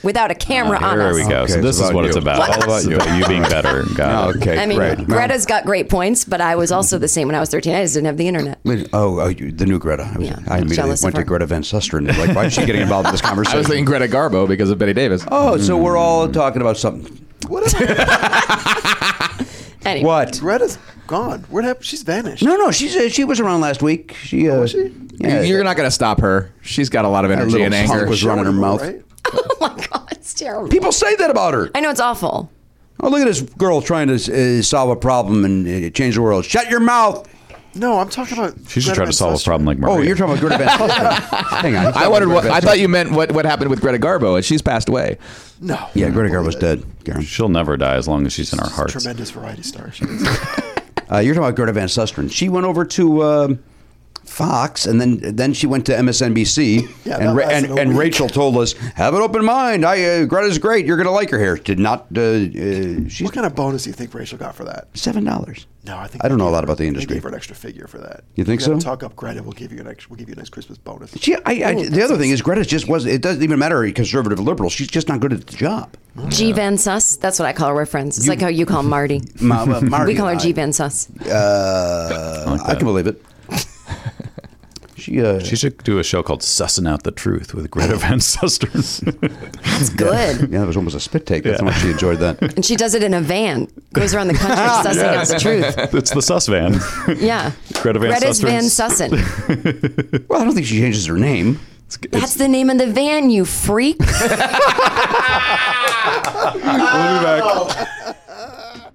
Speaker 6: without a camera on
Speaker 3: Uh, Here
Speaker 6: us.
Speaker 3: we go.
Speaker 2: Okay,
Speaker 3: so
Speaker 2: it's
Speaker 3: this is
Speaker 2: about
Speaker 3: what
Speaker 2: you.
Speaker 3: it's about.
Speaker 2: It's all about
Speaker 3: It's
Speaker 2: you.
Speaker 3: about you being better. Got it.
Speaker 2: Okay,
Speaker 6: I mean,
Speaker 2: great.
Speaker 6: Greta's got great points, but I was also the same when I was 13. I just didn't have the internet.
Speaker 2: Wait, Oh, oh you, the new Greta. I, was,
Speaker 6: Yeah,
Speaker 2: I
Speaker 6: I'm
Speaker 2: immediately
Speaker 6: jealous
Speaker 2: went to
Speaker 6: of her.
Speaker 2: Greta Van Susteren. Like, why is she getting involved in this conversation?
Speaker 4: I was thinking Hmm. Greta Garbo because of Betty Davis.
Speaker 2: oh, so we're all talking about something.
Speaker 6: Anyway.
Speaker 2: What?
Speaker 5: Greta's gone. What happened? She's vanished.
Speaker 2: No, no, she's uh, she was around last week. She uh, was she? Yeah,
Speaker 4: Oh, You're not going to stop her. She's got a lot of
Speaker 2: that
Speaker 4: energy
Speaker 2: little
Speaker 4: and
Speaker 2: punk
Speaker 4: anger.
Speaker 2: was running her mouth.
Speaker 5: Right?
Speaker 6: Oh my God, it's terrible.
Speaker 2: People say that about her.
Speaker 6: I know it's awful.
Speaker 2: Oh, look at this girl trying to uh, solve a problem and uh, change the world. Shut your mouth.
Speaker 5: No, I'm talking about.
Speaker 3: She should
Speaker 5: Greta
Speaker 3: try to
Speaker 5: Van
Speaker 3: solve a
Speaker 5: Susteren.
Speaker 3: problem like Maria.
Speaker 2: Oh, you're talking about Greta Van Susteren. Hang on.
Speaker 4: I wondered what I thought you meant. What what happened with Greta Garbo? And she's passed away.
Speaker 5: No.
Speaker 2: Yeah, Greta Garbo's dead. Karen.
Speaker 3: She'll never die as long as she's in our hearts.
Speaker 5: Tremendous variety star.
Speaker 2: Uh, you're talking about Greta Van Susteren. She went over to um Fox, and then then she went to MSNBC.
Speaker 5: Yeah, that
Speaker 2: and Ra-
Speaker 5: lasted
Speaker 2: and,
Speaker 5: a
Speaker 2: and
Speaker 5: week.
Speaker 2: Rachel told us, "Have an open mind. I uh, Greta's great. You're gonna like her here." Did not. Uh, uh, she's
Speaker 5: what kind of bonus do you think Rachel got for that?
Speaker 2: seven dollars.
Speaker 5: No, I think
Speaker 2: I don't know
Speaker 5: they
Speaker 2: a
Speaker 5: gave
Speaker 2: lot
Speaker 5: her-
Speaker 2: about the
Speaker 5: they
Speaker 2: industry.
Speaker 5: gave her an extra figure for that.
Speaker 2: You think
Speaker 5: If gotta
Speaker 2: so?
Speaker 5: Talk up Greta. We'll give you an extra. We'll give you a nice Christmas bonus.
Speaker 2: She, I, I, the other thing is, Greta just was. It doesn't even matter conservative or liberal. She's just not good at the job.
Speaker 6: G Van Sus. That's what I call her. We're friends. It's like how you call Marty.
Speaker 2: Ma- well, Marty
Speaker 6: We call her
Speaker 2: and I-
Speaker 6: G Van Sus.
Speaker 2: Uh, I,
Speaker 3: like that.
Speaker 2: can believe it. she, uh,
Speaker 3: She should do a show called Sussing Out the Truth with Greta Van Susteren.
Speaker 6: That's good.
Speaker 2: yeah, that was almost a spit take. That's how much she enjoyed that.
Speaker 6: And she does it in a van. Goes around the country sussing out the truth.
Speaker 3: it's the Sus Van.
Speaker 6: Yeah.
Speaker 3: Greta Van
Speaker 6: Greta's Van
Speaker 3: Susteren's-
Speaker 6: Sussen.
Speaker 2: Well, I don't think she changes her name.
Speaker 3: It's-
Speaker 6: That's the name of the van, you freak.
Speaker 3: We'll be back.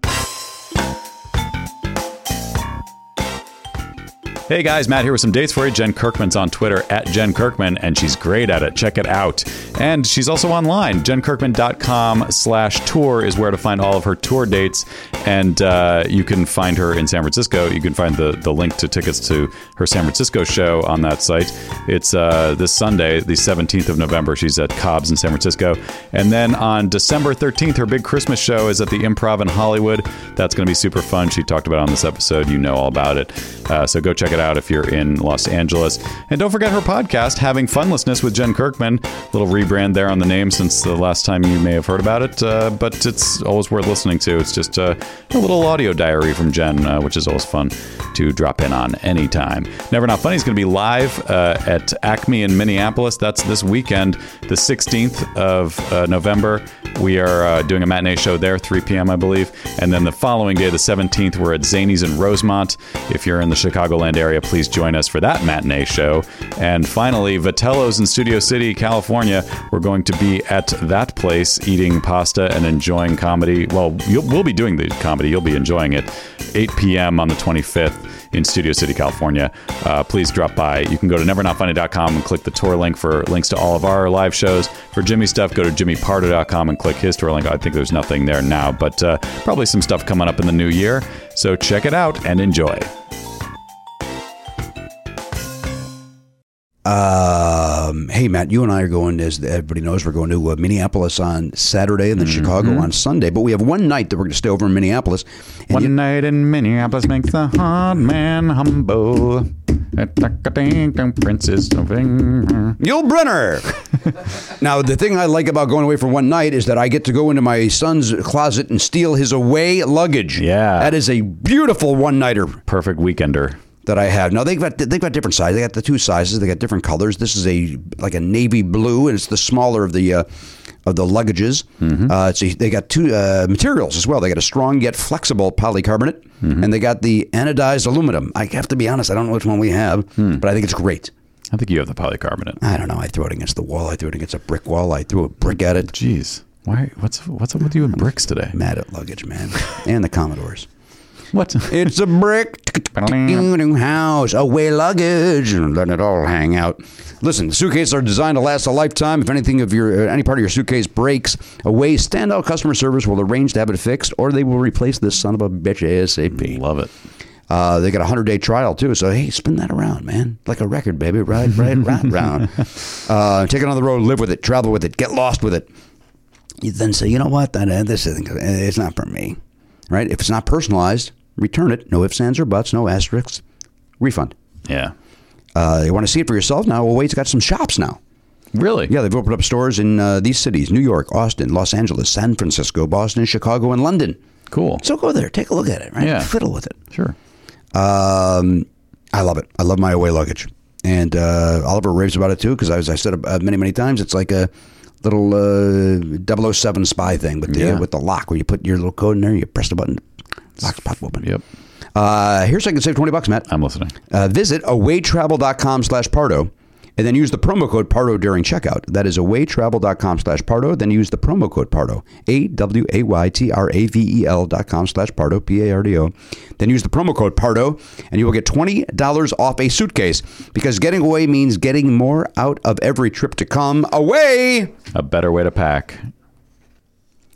Speaker 3: Hey guys, Matt here with some dates for you. Jen Kirkman's on Twitter at Jen Kirkman, and she's great at it. Check it out. And she's also online. JenKirkman.com slash tour is where to find all of her tour dates. And uh, you can find her in San Francisco. You can find the, the link to tickets to her San Francisco show on that site. It's uh, this Sunday, the 17th of November. She's at Cobb's in San Francisco. And then on December 13th, her big Christmas show is at the Improv in Hollywood. That's going to be super fun. She talked about it on this episode. You know all about it. Uh, so go check it out if you're in Los Angeles. And don't forget her podcast, Having Funlessness with Jen Kirkman. Little rebrand there on the name since the last time you may have heard about it, uh, but it's always worth listening to. It's just uh, a little audio diary from Jen, uh, which is always fun to drop in on anytime. Never Not Funny is going to be live uh, at Acme in Minneapolis. That's this weekend, the 16th of uh, November. We are uh, doing a matinee show there, 3 p.m., I believe. And then the following day, the 17th, we're at Zanies in Rosemont. If you're in the Chicagoland area, please join us for that matinee show. And finally, Vitello's in Studio City, California. We're going to be at that place eating pasta and enjoying comedy. Well, you'll, we'll be doing the comedy, you'll be enjoying it. 8 p.m. on the 25th in Studio City, California. Uh, please drop by. You can go to nevernotfunny.com and click the tour link for links to all of our live shows. For Jimmy stuff, go to jimmypardo.com and click his tour link. I think there's nothing there now, but uh, probably some stuff coming up in the new year. So check it out and enjoy.
Speaker 2: Um, hey, Matt, you and I are going, as everybody knows, we're going to uh, Minneapolis on Saturday and then
Speaker 3: Mm-hmm.
Speaker 2: Chicago on Sunday. But we have one night that we're going to stay over in Minneapolis. And you-
Speaker 3: One night in Minneapolis makes the hard man humble. Princess something.
Speaker 2: Yul Brenner. now, the thing I like about going away for one night is that I get to go into my son's closet and steal his away luggage.
Speaker 3: Yeah.
Speaker 2: That is a beautiful one nighter
Speaker 3: Perfect weekender.
Speaker 2: that I have. Now, they've got, they've got different sizes. They got the two sizes, they got different colors. This is a like a navy blue, and it's the smaller of the. Uh, of the luggages, uh, it's a- they got two uh, materials as well. They got a strong yet flexible polycarbonate, and they got the anodized aluminum. I have to be honest, I don't know which one we have, but I think it's great.
Speaker 3: I think you have the polycarbonate.
Speaker 2: I don't know. I threw it against the wall. I threw it against a brick wall. I threw a brick at it.
Speaker 3: Jeez. Why? What's what's up with you and bricks today?
Speaker 2: Mad at luggage, man, and the Commodores.
Speaker 3: What?
Speaker 2: It's a brick house. Away luggage and let it all hang out. Listen, suitcases are designed to last a lifetime. If anything of your uh, any part of your suitcase breaks, away standout customer service will arrange to have it fixed, or they will replace this son of a bitch ASAP.
Speaker 3: Love it.
Speaker 2: Uh, they got a hundred day trial too, so hey, spin that around, man, like a record, baby. Ride, ride, ride, round. Uh, take it on the road, live with it, travel with it, get lost with it. You then say, you know what, that, uh, this isn't, it's not for me, right? If it's not personalized, return it. No ifs, ands, or buts. No asterisks. Refund.
Speaker 3: Yeah.
Speaker 2: Uh, you want to see it for yourself now? Well, Wade's got some shops now.
Speaker 3: Really?
Speaker 2: Yeah, they've opened up stores in uh, these cities: New York, Austin, Los Angeles, San Francisco, Boston, Chicago, and London.
Speaker 3: Cool.
Speaker 2: So go there, take a look at it, right?
Speaker 3: Yeah.
Speaker 2: Fiddle with it.
Speaker 3: Sure.
Speaker 2: Um, I love it. I love my away luggage, and uh, Oliver raves about it too because as I said uh, many many times, it's like a little uh, 007 spy thing with the
Speaker 3: Yeah.
Speaker 2: with the lock where you put your little code in there, you press the button, locks pop open.
Speaker 3: Yep.
Speaker 2: Uh, here's how you can save twenty bucks, Matt.
Speaker 3: I'm listening.
Speaker 2: Uh, visit awaytravel.com slash Pardo and then use the promo code Pardo during checkout. That is awaytravel.com slash Pardo. Then use the promo code Pardo, A W A Y T R A V E L dot com slash Pardo, P A R D O. Then use the promo code Pardo and you will get $20 off a suitcase because getting away means getting more out of every trip to come away.
Speaker 3: A better way to pack.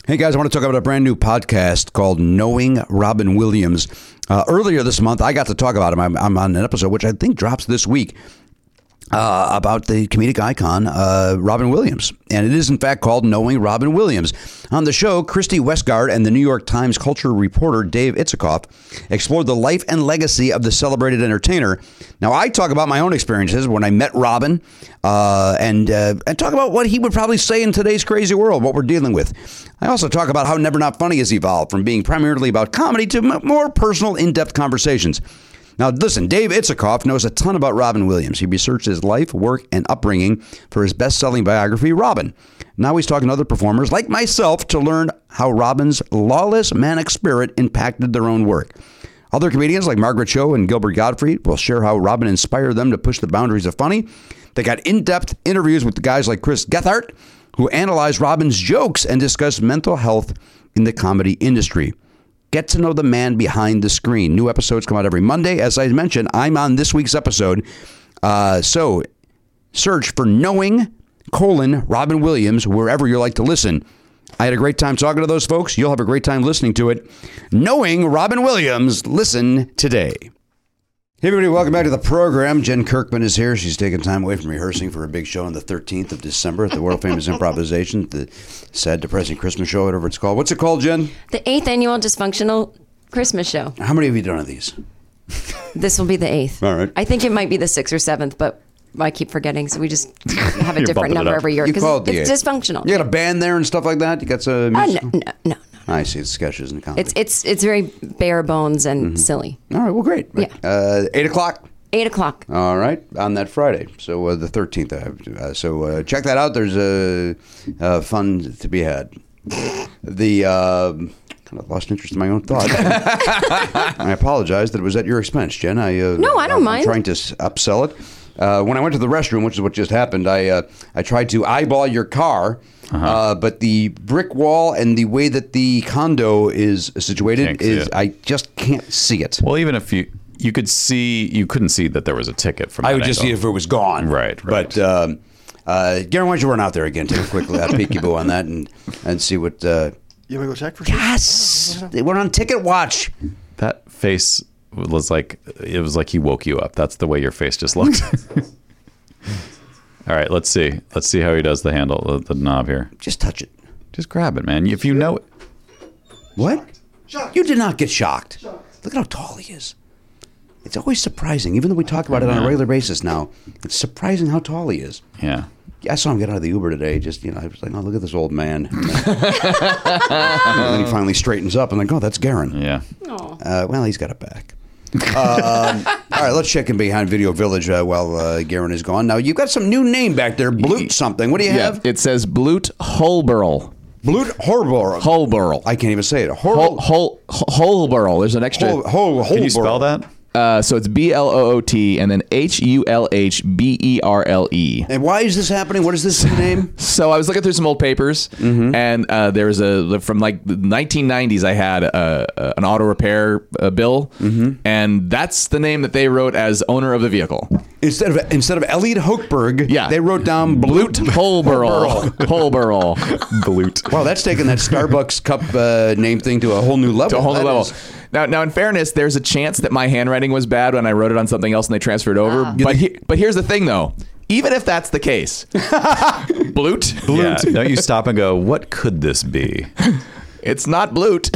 Speaker 2: Hey guys, I want to talk about a brand new podcast called Knowing Robin Williams. Uh, earlier this month, I got to talk about him. I'm, I'm on an episode which I think drops this week uh, about the comedic icon uh, Robin Williams, and it is in fact called Knowing Robin Williams. On the show, Christy Westgard and the New York Times culture reporter Dave Itzikoff explored the life and legacy of the celebrated entertainer. Now, I talk about my own experiences when I met Robin, uh, and uh, and talk about what he would probably say in today's crazy world, what we're dealing with. I also talk about how Never Not Funny has evolved from being primarily about comedy to m- more personal, in-depth conversations. Now, listen, Dave Itzikoff knows a ton about Robin Williams. He researched his life, work, and upbringing for his best selling biography, Robin. Now he's talking to other performers like myself to learn how Robin's lawless manic spirit impacted their own work. Other comedians like Margaret Cho and Gilbert Gottfried will share how Robin inspired them to push the boundaries of funny. They got in depth interviews with guys like Chris Gethard, who analyzed Robin's jokes and discussed mental health in the comedy industry. Get to know the man behind the screen. New episodes come out every Monday. As I mentioned, I'm on this week's episode. Uh, so search for Knowing colon Robin Williams wherever you like to listen. I had a great time talking to those folks. You'll have a great time listening to it. Knowing Robin Williams, listen today. Hey, everybody, welcome back to the program. Jen Kirkman is here. She's taking time away from rehearsing for a big show on the 13th of December at the world famous improvisation, the sad, depressing Christmas show, whatever it's called. What's it called, Jen?
Speaker 6: The eighth annual dysfunctional Christmas show.
Speaker 2: How many have you done of these?
Speaker 6: This will be the eighth.
Speaker 2: All right.
Speaker 6: I think it might be the sixth or seventh, but I keep forgetting, so we just have a
Speaker 3: You're
Speaker 6: different
Speaker 3: bumping it
Speaker 6: number
Speaker 3: up.
Speaker 6: every year
Speaker 2: You called the
Speaker 6: it's
Speaker 2: eighth.
Speaker 6: dysfunctional.
Speaker 2: You got a band there and stuff like that. You got some.
Speaker 6: Ah,
Speaker 2: music-
Speaker 6: no, no, no, no.
Speaker 2: I see. It's sketches and comedy.
Speaker 6: It's it's it's very bare bones and
Speaker 2: Mm-hmm.
Speaker 6: silly.
Speaker 2: All right. Well, great.
Speaker 6: Yeah.
Speaker 2: Uh, Eight o'clock.
Speaker 6: Eight o'clock.
Speaker 2: All right, on that Friday, so uh, the thirteenth. Uh, so uh, check that out. There's a uh, uh, fun to be had. The um kind of lost interest in my own thought. I apologize that it was at your expense, Jen. I uh,
Speaker 6: No, I don't
Speaker 2: I'm
Speaker 6: mind.
Speaker 2: Trying to s- upsell it. Uh, when I went to the restroom, which is what just happened, I uh, I tried to eyeball your car, uh
Speaker 3: Uh-huh.
Speaker 2: but the brick wall and the way that the condo is situated
Speaker 3: Can't see
Speaker 2: is
Speaker 3: it.
Speaker 2: I just can't see it.
Speaker 3: Well, even if you you could see, you couldn't see that there was a ticket from.
Speaker 2: I
Speaker 3: that
Speaker 2: would just see
Speaker 3: angle.
Speaker 2: if it was gone.
Speaker 3: Right, right.
Speaker 2: But um, uh, Garen, why don't you run out there again, take a quick uh, peeky boo on that, and and see what. Uh,
Speaker 5: You want me to go check for sure?
Speaker 2: yes, they went on Ticket Watch.
Speaker 3: that face was like it was like he woke you up. That's the way your face just looked. All right, let's see. Let's see how he does the handle, the, the knob here.
Speaker 2: Just touch it.
Speaker 3: Just grab it, man. If you know it,
Speaker 2: What? You did not get shocked. Look at how tall he is. It's always surprising, even though we talk about it on
Speaker 3: Mm-hmm.
Speaker 2: a regular basis now. It's surprising how tall he is.
Speaker 3: yeah.
Speaker 2: I saw him get out of the Uber today. Just you know, I was like, oh, look at this old man. and then he finally straightens up. I'm like, oh, that's Garen.
Speaker 3: Yeah.
Speaker 2: Uh, well, he's got it back. um, all right, let's check in behind Video Village uh, while uh, Garen is gone. Now you've got some new name back there, Blute something. What do you have?
Speaker 4: It says Blute Holberl.
Speaker 2: Blute Horborl.
Speaker 4: Holberl.
Speaker 2: I can't even say it. Horborl.
Speaker 4: Hol, Hol, Holberl. There's an extra.
Speaker 2: Hol- Hol-
Speaker 3: Can you spell
Speaker 2: Holborl.
Speaker 3: that?
Speaker 4: Uh, so it's B L O O T and then H U L H B E R L E.
Speaker 2: And why is this happening? What is this name?
Speaker 4: So I was looking through some old papers,
Speaker 2: Mm-hmm.
Speaker 4: and uh, there was a from like the 1990s. I had a, a- an auto repair uh, bill,
Speaker 2: Mm-hmm.
Speaker 4: and that's the name that they wrote as owner of the vehicle.
Speaker 2: Instead of instead of Elliot Hochberg,
Speaker 4: Yeah.
Speaker 2: they wrote down
Speaker 4: Blute
Speaker 2: Blute.
Speaker 4: Holberl. Holberl.
Speaker 3: Glute.
Speaker 2: Wow, that's taking that Starbucks cup uh, name thing to a whole new level.
Speaker 4: to a whole new
Speaker 2: That
Speaker 4: level.
Speaker 2: is-
Speaker 4: Now, now, in fairness, there's a chance that my handwriting was bad when I wrote it on something else and they transferred over.
Speaker 2: Ah.
Speaker 4: But he, but here's the thing, though. Even if that's the case, blute,
Speaker 3: Yeah. Don't you stop and go, what could this be?
Speaker 4: it's not blute.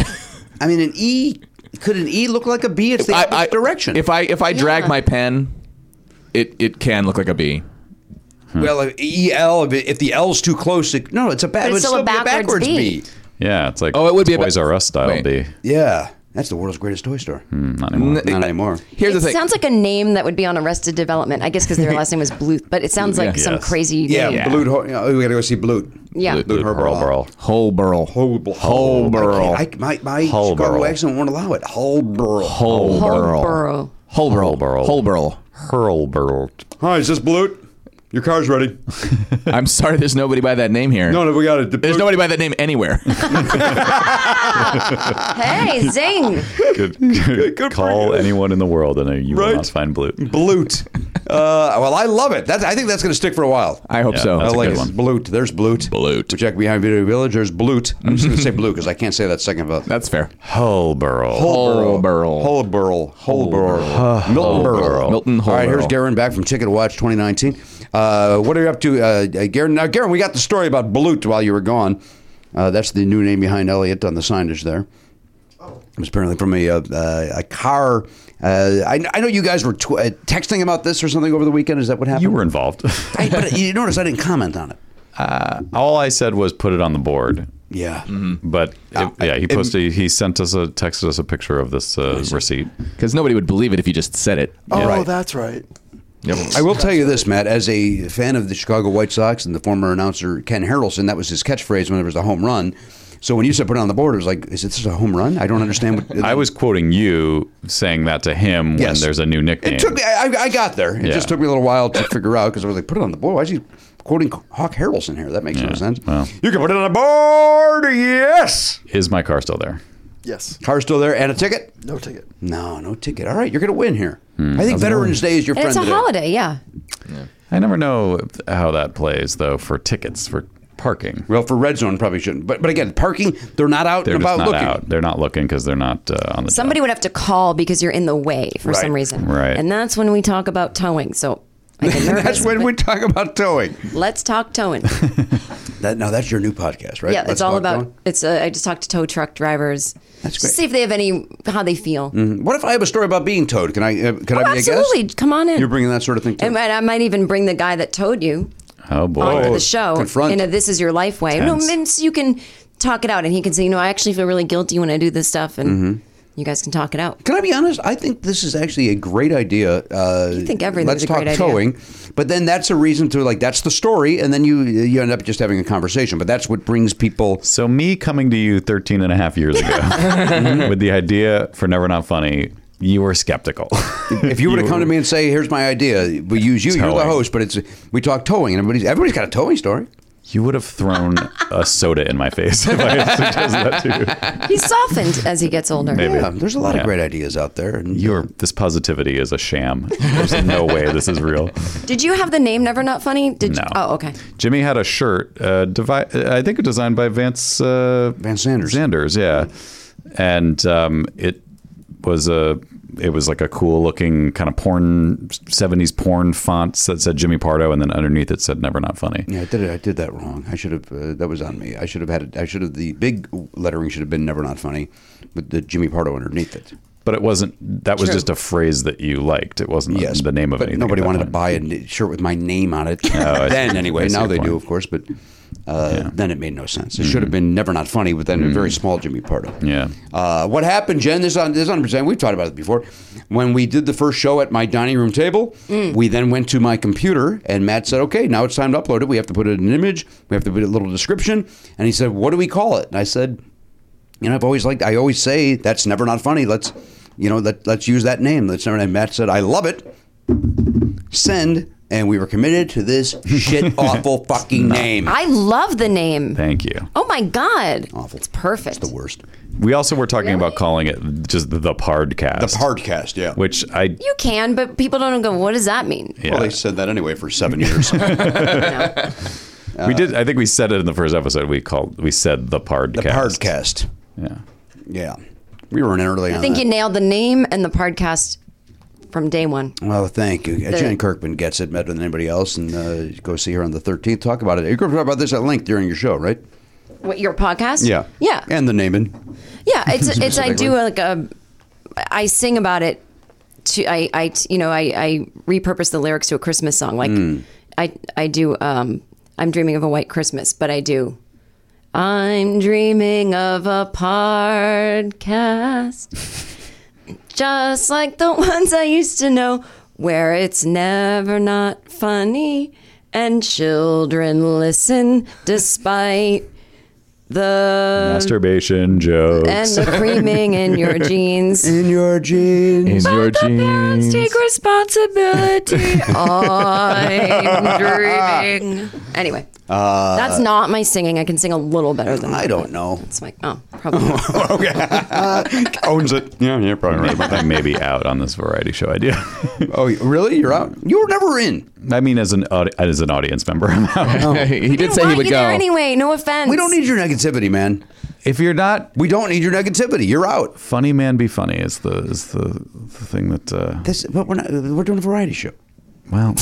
Speaker 2: I mean, an E could an E look like a B? It's the
Speaker 4: I,
Speaker 2: opposite
Speaker 4: I,
Speaker 2: direction.
Speaker 4: If I if I drag
Speaker 6: Yeah.
Speaker 4: my pen, it it can look like a B.
Speaker 2: well, if E L. If, it- if the L's too close, it, no, it's a bad.
Speaker 6: But it's
Speaker 2: it would
Speaker 6: still a
Speaker 2: be
Speaker 6: backwards B.
Speaker 3: Yeah, it's like
Speaker 4: Oh, it would be a-
Speaker 3: Toys R Us style
Speaker 4: Wait.
Speaker 3: B.
Speaker 2: Yeah, that's the world's greatest toy store.
Speaker 3: Not anymore.
Speaker 2: Not anymore.
Speaker 4: Here's
Speaker 6: it
Speaker 4: the thing.
Speaker 6: sounds like a name that would be on Arrested Development. I guess because their last name was Bluth, but it sounds like
Speaker 3: Yeah.
Speaker 6: some
Speaker 3: Yes.
Speaker 6: crazy
Speaker 2: Yeah,
Speaker 6: name.
Speaker 4: Yeah.
Speaker 2: Blute. Ho- yeah, we gotta go see Blute.
Speaker 6: Yeah.
Speaker 2: Blute Herberl.
Speaker 4: Holberl.
Speaker 2: Holberl.
Speaker 4: Holberl.
Speaker 2: I, can't- I, my my
Speaker 3: Holberl.
Speaker 2: Chicago accent won't allow it. Holberl.
Speaker 4: Holberl.
Speaker 6: Holborough.
Speaker 3: Holberl.
Speaker 4: Holberl.
Speaker 3: Hurlburt.
Speaker 2: Hi, is this Blute? Your car's ready.
Speaker 4: I'm sorry, there's nobody by that name here.
Speaker 2: no, we got it.
Speaker 4: There's nobody by that name anywhere.
Speaker 6: Hey, zing!
Speaker 3: Good, good, call anyone in the world and uh, you
Speaker 2: Right.
Speaker 3: will not find Blute.
Speaker 2: Blute. Uh, well, I love it. That's, I think that's going to stick for a while.
Speaker 4: I hope
Speaker 3: Yeah,
Speaker 4: so.
Speaker 2: I
Speaker 3: that's a
Speaker 2: like
Speaker 3: good
Speaker 2: it.
Speaker 3: one.
Speaker 2: Blute. There's Blute.
Speaker 4: Blute.
Speaker 2: We check behind Video Village. There's Blute. I'm just going to say Blue because I can't say that second vote.
Speaker 4: That's fair.
Speaker 3: Hulborough.
Speaker 4: Holberl.
Speaker 2: Holberl. Holberl. Milton Berle.
Speaker 4: Milton
Speaker 2: All right, here's
Speaker 4: Holberl.
Speaker 2: Garen back from Ticket Watch 2019. Uh, what are you up to, uh, uh, Garen? Now, Garen, we got the story about Blute while you were gone. Uh, that's the new name behind Elliot on the signage there. It was apparently from a uh, uh, a car. Uh, I, I know you guys were tw- uh, texting about this or something over the weekend. Is that what happened?
Speaker 3: You were involved.
Speaker 2: I, but you notice I didn't comment on it.
Speaker 3: All I said was put it on the board.
Speaker 2: Yeah.
Speaker 3: But it-
Speaker 2: Uh,
Speaker 3: yeah, he posted. he sent us a texted us a picture of this uh, receipt.
Speaker 4: Because nobody would believe it if you just said it.
Speaker 5: Oh,
Speaker 2: Right.
Speaker 5: that's right.
Speaker 2: I will tell you this, Matt, as a fan of the Chicago White Sox and the former announcer Ken Harrelson, that was his catchphrase when it was a home run. So when you said put it on the board, it was like, is this a home run? I don't understand what.
Speaker 3: I was quoting you saying that to him
Speaker 2: Yes.
Speaker 3: when there's a new nickname.
Speaker 2: It took me, I, I got there. It
Speaker 3: Yeah.
Speaker 2: just took me a little while to figure out because I was like, put it on the board. Why is he quoting Hawk Harrelson here? That makes no sense.
Speaker 3: well.
Speaker 2: You can put it on the board, yes!
Speaker 3: Is my car still there?
Speaker 5: Yes.
Speaker 2: Car still there and a ticket?
Speaker 5: No ticket.
Speaker 2: No, no ticket. All right, you're going to win here.
Speaker 3: Hmm.
Speaker 2: I think Veterans Day is your
Speaker 6: And
Speaker 2: friend
Speaker 6: it's a
Speaker 2: today.
Speaker 6: holiday, yeah.
Speaker 3: I never know how that plays though for tickets for parking.
Speaker 2: Well, for red zone, probably shouldn't. But but again, parking, they're not out
Speaker 3: They're
Speaker 2: and
Speaker 3: just
Speaker 2: about
Speaker 3: not
Speaker 2: looking.
Speaker 3: out. They're not looking because they're not uh, on the job.
Speaker 6: Somebody would have to call because you're in the way for some
Speaker 2: Right.
Speaker 6: reason.
Speaker 3: Right.
Speaker 6: And that's when we talk about towing. So I get nervous.
Speaker 2: That's when
Speaker 6: but
Speaker 2: we talk about towing.
Speaker 6: let's talk towing.
Speaker 2: That now that's your new podcast, right?
Speaker 6: Yeah,
Speaker 2: Let's
Speaker 6: it's all
Speaker 2: Talk
Speaker 6: about.
Speaker 2: Towing?
Speaker 6: It's. uh, I just talked to tow truck drivers. That's
Speaker 2: great.
Speaker 6: See if they have any how they feel.
Speaker 2: What if I have a story about being towed? Can I? Uh, can I be a
Speaker 6: Oh, Absolutely,
Speaker 2: guest?
Speaker 6: come on in.
Speaker 2: You're bringing that sort of thing. To
Speaker 6: and I I might even bring the guy that towed you
Speaker 3: oh boy.
Speaker 6: onto the show
Speaker 2: confront.
Speaker 6: in a "This Is Your Life" way. No,
Speaker 3: Tense.
Speaker 6: then you can talk it out, and he can say, "You know, I actually feel really guilty when I do this stuff," and you guys can talk it out.
Speaker 2: Can I be honest? I think this is actually a great idea. Uh, you
Speaker 6: think everything's
Speaker 2: Let's
Speaker 6: a
Speaker 2: talk
Speaker 6: great idea.
Speaker 2: towing, but then that's a reason to like that's the story, and then you you end up just having a conversation. But that's what brings people.
Speaker 3: So me coming to you 13 and a half years ago with the idea for Never Not Funny, you were skeptical.
Speaker 2: If you were to come to me and say, "Here's my idea," we use you. You're the
Speaker 3: Towing.
Speaker 2: host, but it's we talk towing, and everybody's everybody's got a towing story.
Speaker 3: you would have thrown a soda in my face if I had suggested that to you.
Speaker 6: He's softened as he gets older.
Speaker 3: Maybe.
Speaker 2: Yeah, there's a lot of
Speaker 3: Yeah.
Speaker 2: great ideas out there, and
Speaker 3: Your this positivity is a sham. There's no way this is real.
Speaker 6: Did you have the name Never Not Funny? Did
Speaker 3: No.
Speaker 6: You? Oh, okay.
Speaker 3: Jimmy had a shirt, uh, devi- I think designed by Vance uh,
Speaker 2: Vance Sanders.
Speaker 3: Sanders, yeah, and um, it was a it was like a cool looking kind of porn '70s porn fonts that said Jimmy Pardo, and then underneath it said Never Not Funny.
Speaker 2: Yeah, I did it. I did that wrong. I should have. Uh, that was on me. I should have had. It, I should have. The big lettering should have been "Never Not Funny," with the Jimmy Pardo underneath it.
Speaker 3: But it wasn't. That was just a phrase that you liked. It wasn't
Speaker 2: Yes,
Speaker 3: the name of
Speaker 2: but
Speaker 3: anything.
Speaker 2: nobody
Speaker 3: at that
Speaker 2: wanted
Speaker 3: time.
Speaker 2: to buy a n- shirt with my name on it.
Speaker 3: I see.
Speaker 2: then anyway,
Speaker 3: I see
Speaker 2: now
Speaker 3: your
Speaker 2: they do,
Speaker 3: point. Mm-hmm.
Speaker 2: of course. But uh, then it made no sense. It should have been "Never Not Funny," but then a very small Jimmy Pardo.
Speaker 3: Yeah.
Speaker 2: Uh, what happened, Jen? This on this hundred percent. We've talked about it before. When we did the first show at my dining room table, we then went to my computer, and Matt said, "Okay, now it's time to upload it. We have to put in an image. We have to put a little description." And he said, "What do we call it?" And I said, "You know, I've always liked. I always say that's never not funny. Let's you know, let, let's use that name. Let's never. And Matt said, I love it. Send. And we were committed to this shit awful fucking name.
Speaker 6: I love the name.
Speaker 3: Thank you.
Speaker 6: Oh my god,
Speaker 2: Awful.
Speaker 6: It's perfect.
Speaker 2: the worst.
Speaker 3: We also were talking about calling it just the Pardcast.
Speaker 2: The Hardcast, yeah.
Speaker 3: Which I
Speaker 6: You can, but people don't go. What does that mean?
Speaker 2: Well, they said that anyway for seven years. the
Speaker 3: we did. I think we said it in the first episode. We called. We said the Pardcast.
Speaker 2: Hardcast.
Speaker 3: Yeah.
Speaker 2: Yeah. We were in early
Speaker 6: I think you nailed the name and the podcast from day one.
Speaker 2: Well, thank you. Jen Kirkman gets it better than anybody else, and uh, go see her on the 13th. Talk about it. You're going to talk about this at length during your show, right?
Speaker 6: What your podcast? yeah,
Speaker 2: And the naming.
Speaker 6: yeah. It's it's I do like a I sing about it. To I I you know I I repurpose the lyrics to a Christmas song. Like I I do. Um, I'm dreaming of a white Christmas, but I do. I'm dreaming of a podcast, just like the ones I used to know, where it's never not funny and children listen despite the
Speaker 3: Masturbation jokes.
Speaker 6: and the creaming in your jeans.
Speaker 2: In your jeans.
Speaker 4: Is your
Speaker 6: Parents take responsibility. I'm dreaming. Anyway,
Speaker 4: Uh,
Speaker 6: that's not my singing. I can sing a little better than
Speaker 2: I
Speaker 6: that.
Speaker 2: don't know.
Speaker 6: It's my oh, probably. not.
Speaker 2: Owns it. Yeah, you're probably right.
Speaker 3: I may be out on this variety show idea.
Speaker 2: Oh, really? You're out? You were never in.
Speaker 3: I mean, as an audi- as an audience member, I'm out.
Speaker 4: he did say
Speaker 6: Why
Speaker 4: he
Speaker 6: are
Speaker 4: would
Speaker 6: you
Speaker 4: go.
Speaker 6: there anyway? No offense.
Speaker 2: We don't need your negativity, man.
Speaker 3: if you're not
Speaker 2: We don't need your negativity. You're out.
Speaker 3: funny, man, be funny is the is the, the thing that. Uh,
Speaker 2: This, but we're not. We're doing a variety show.
Speaker 3: well,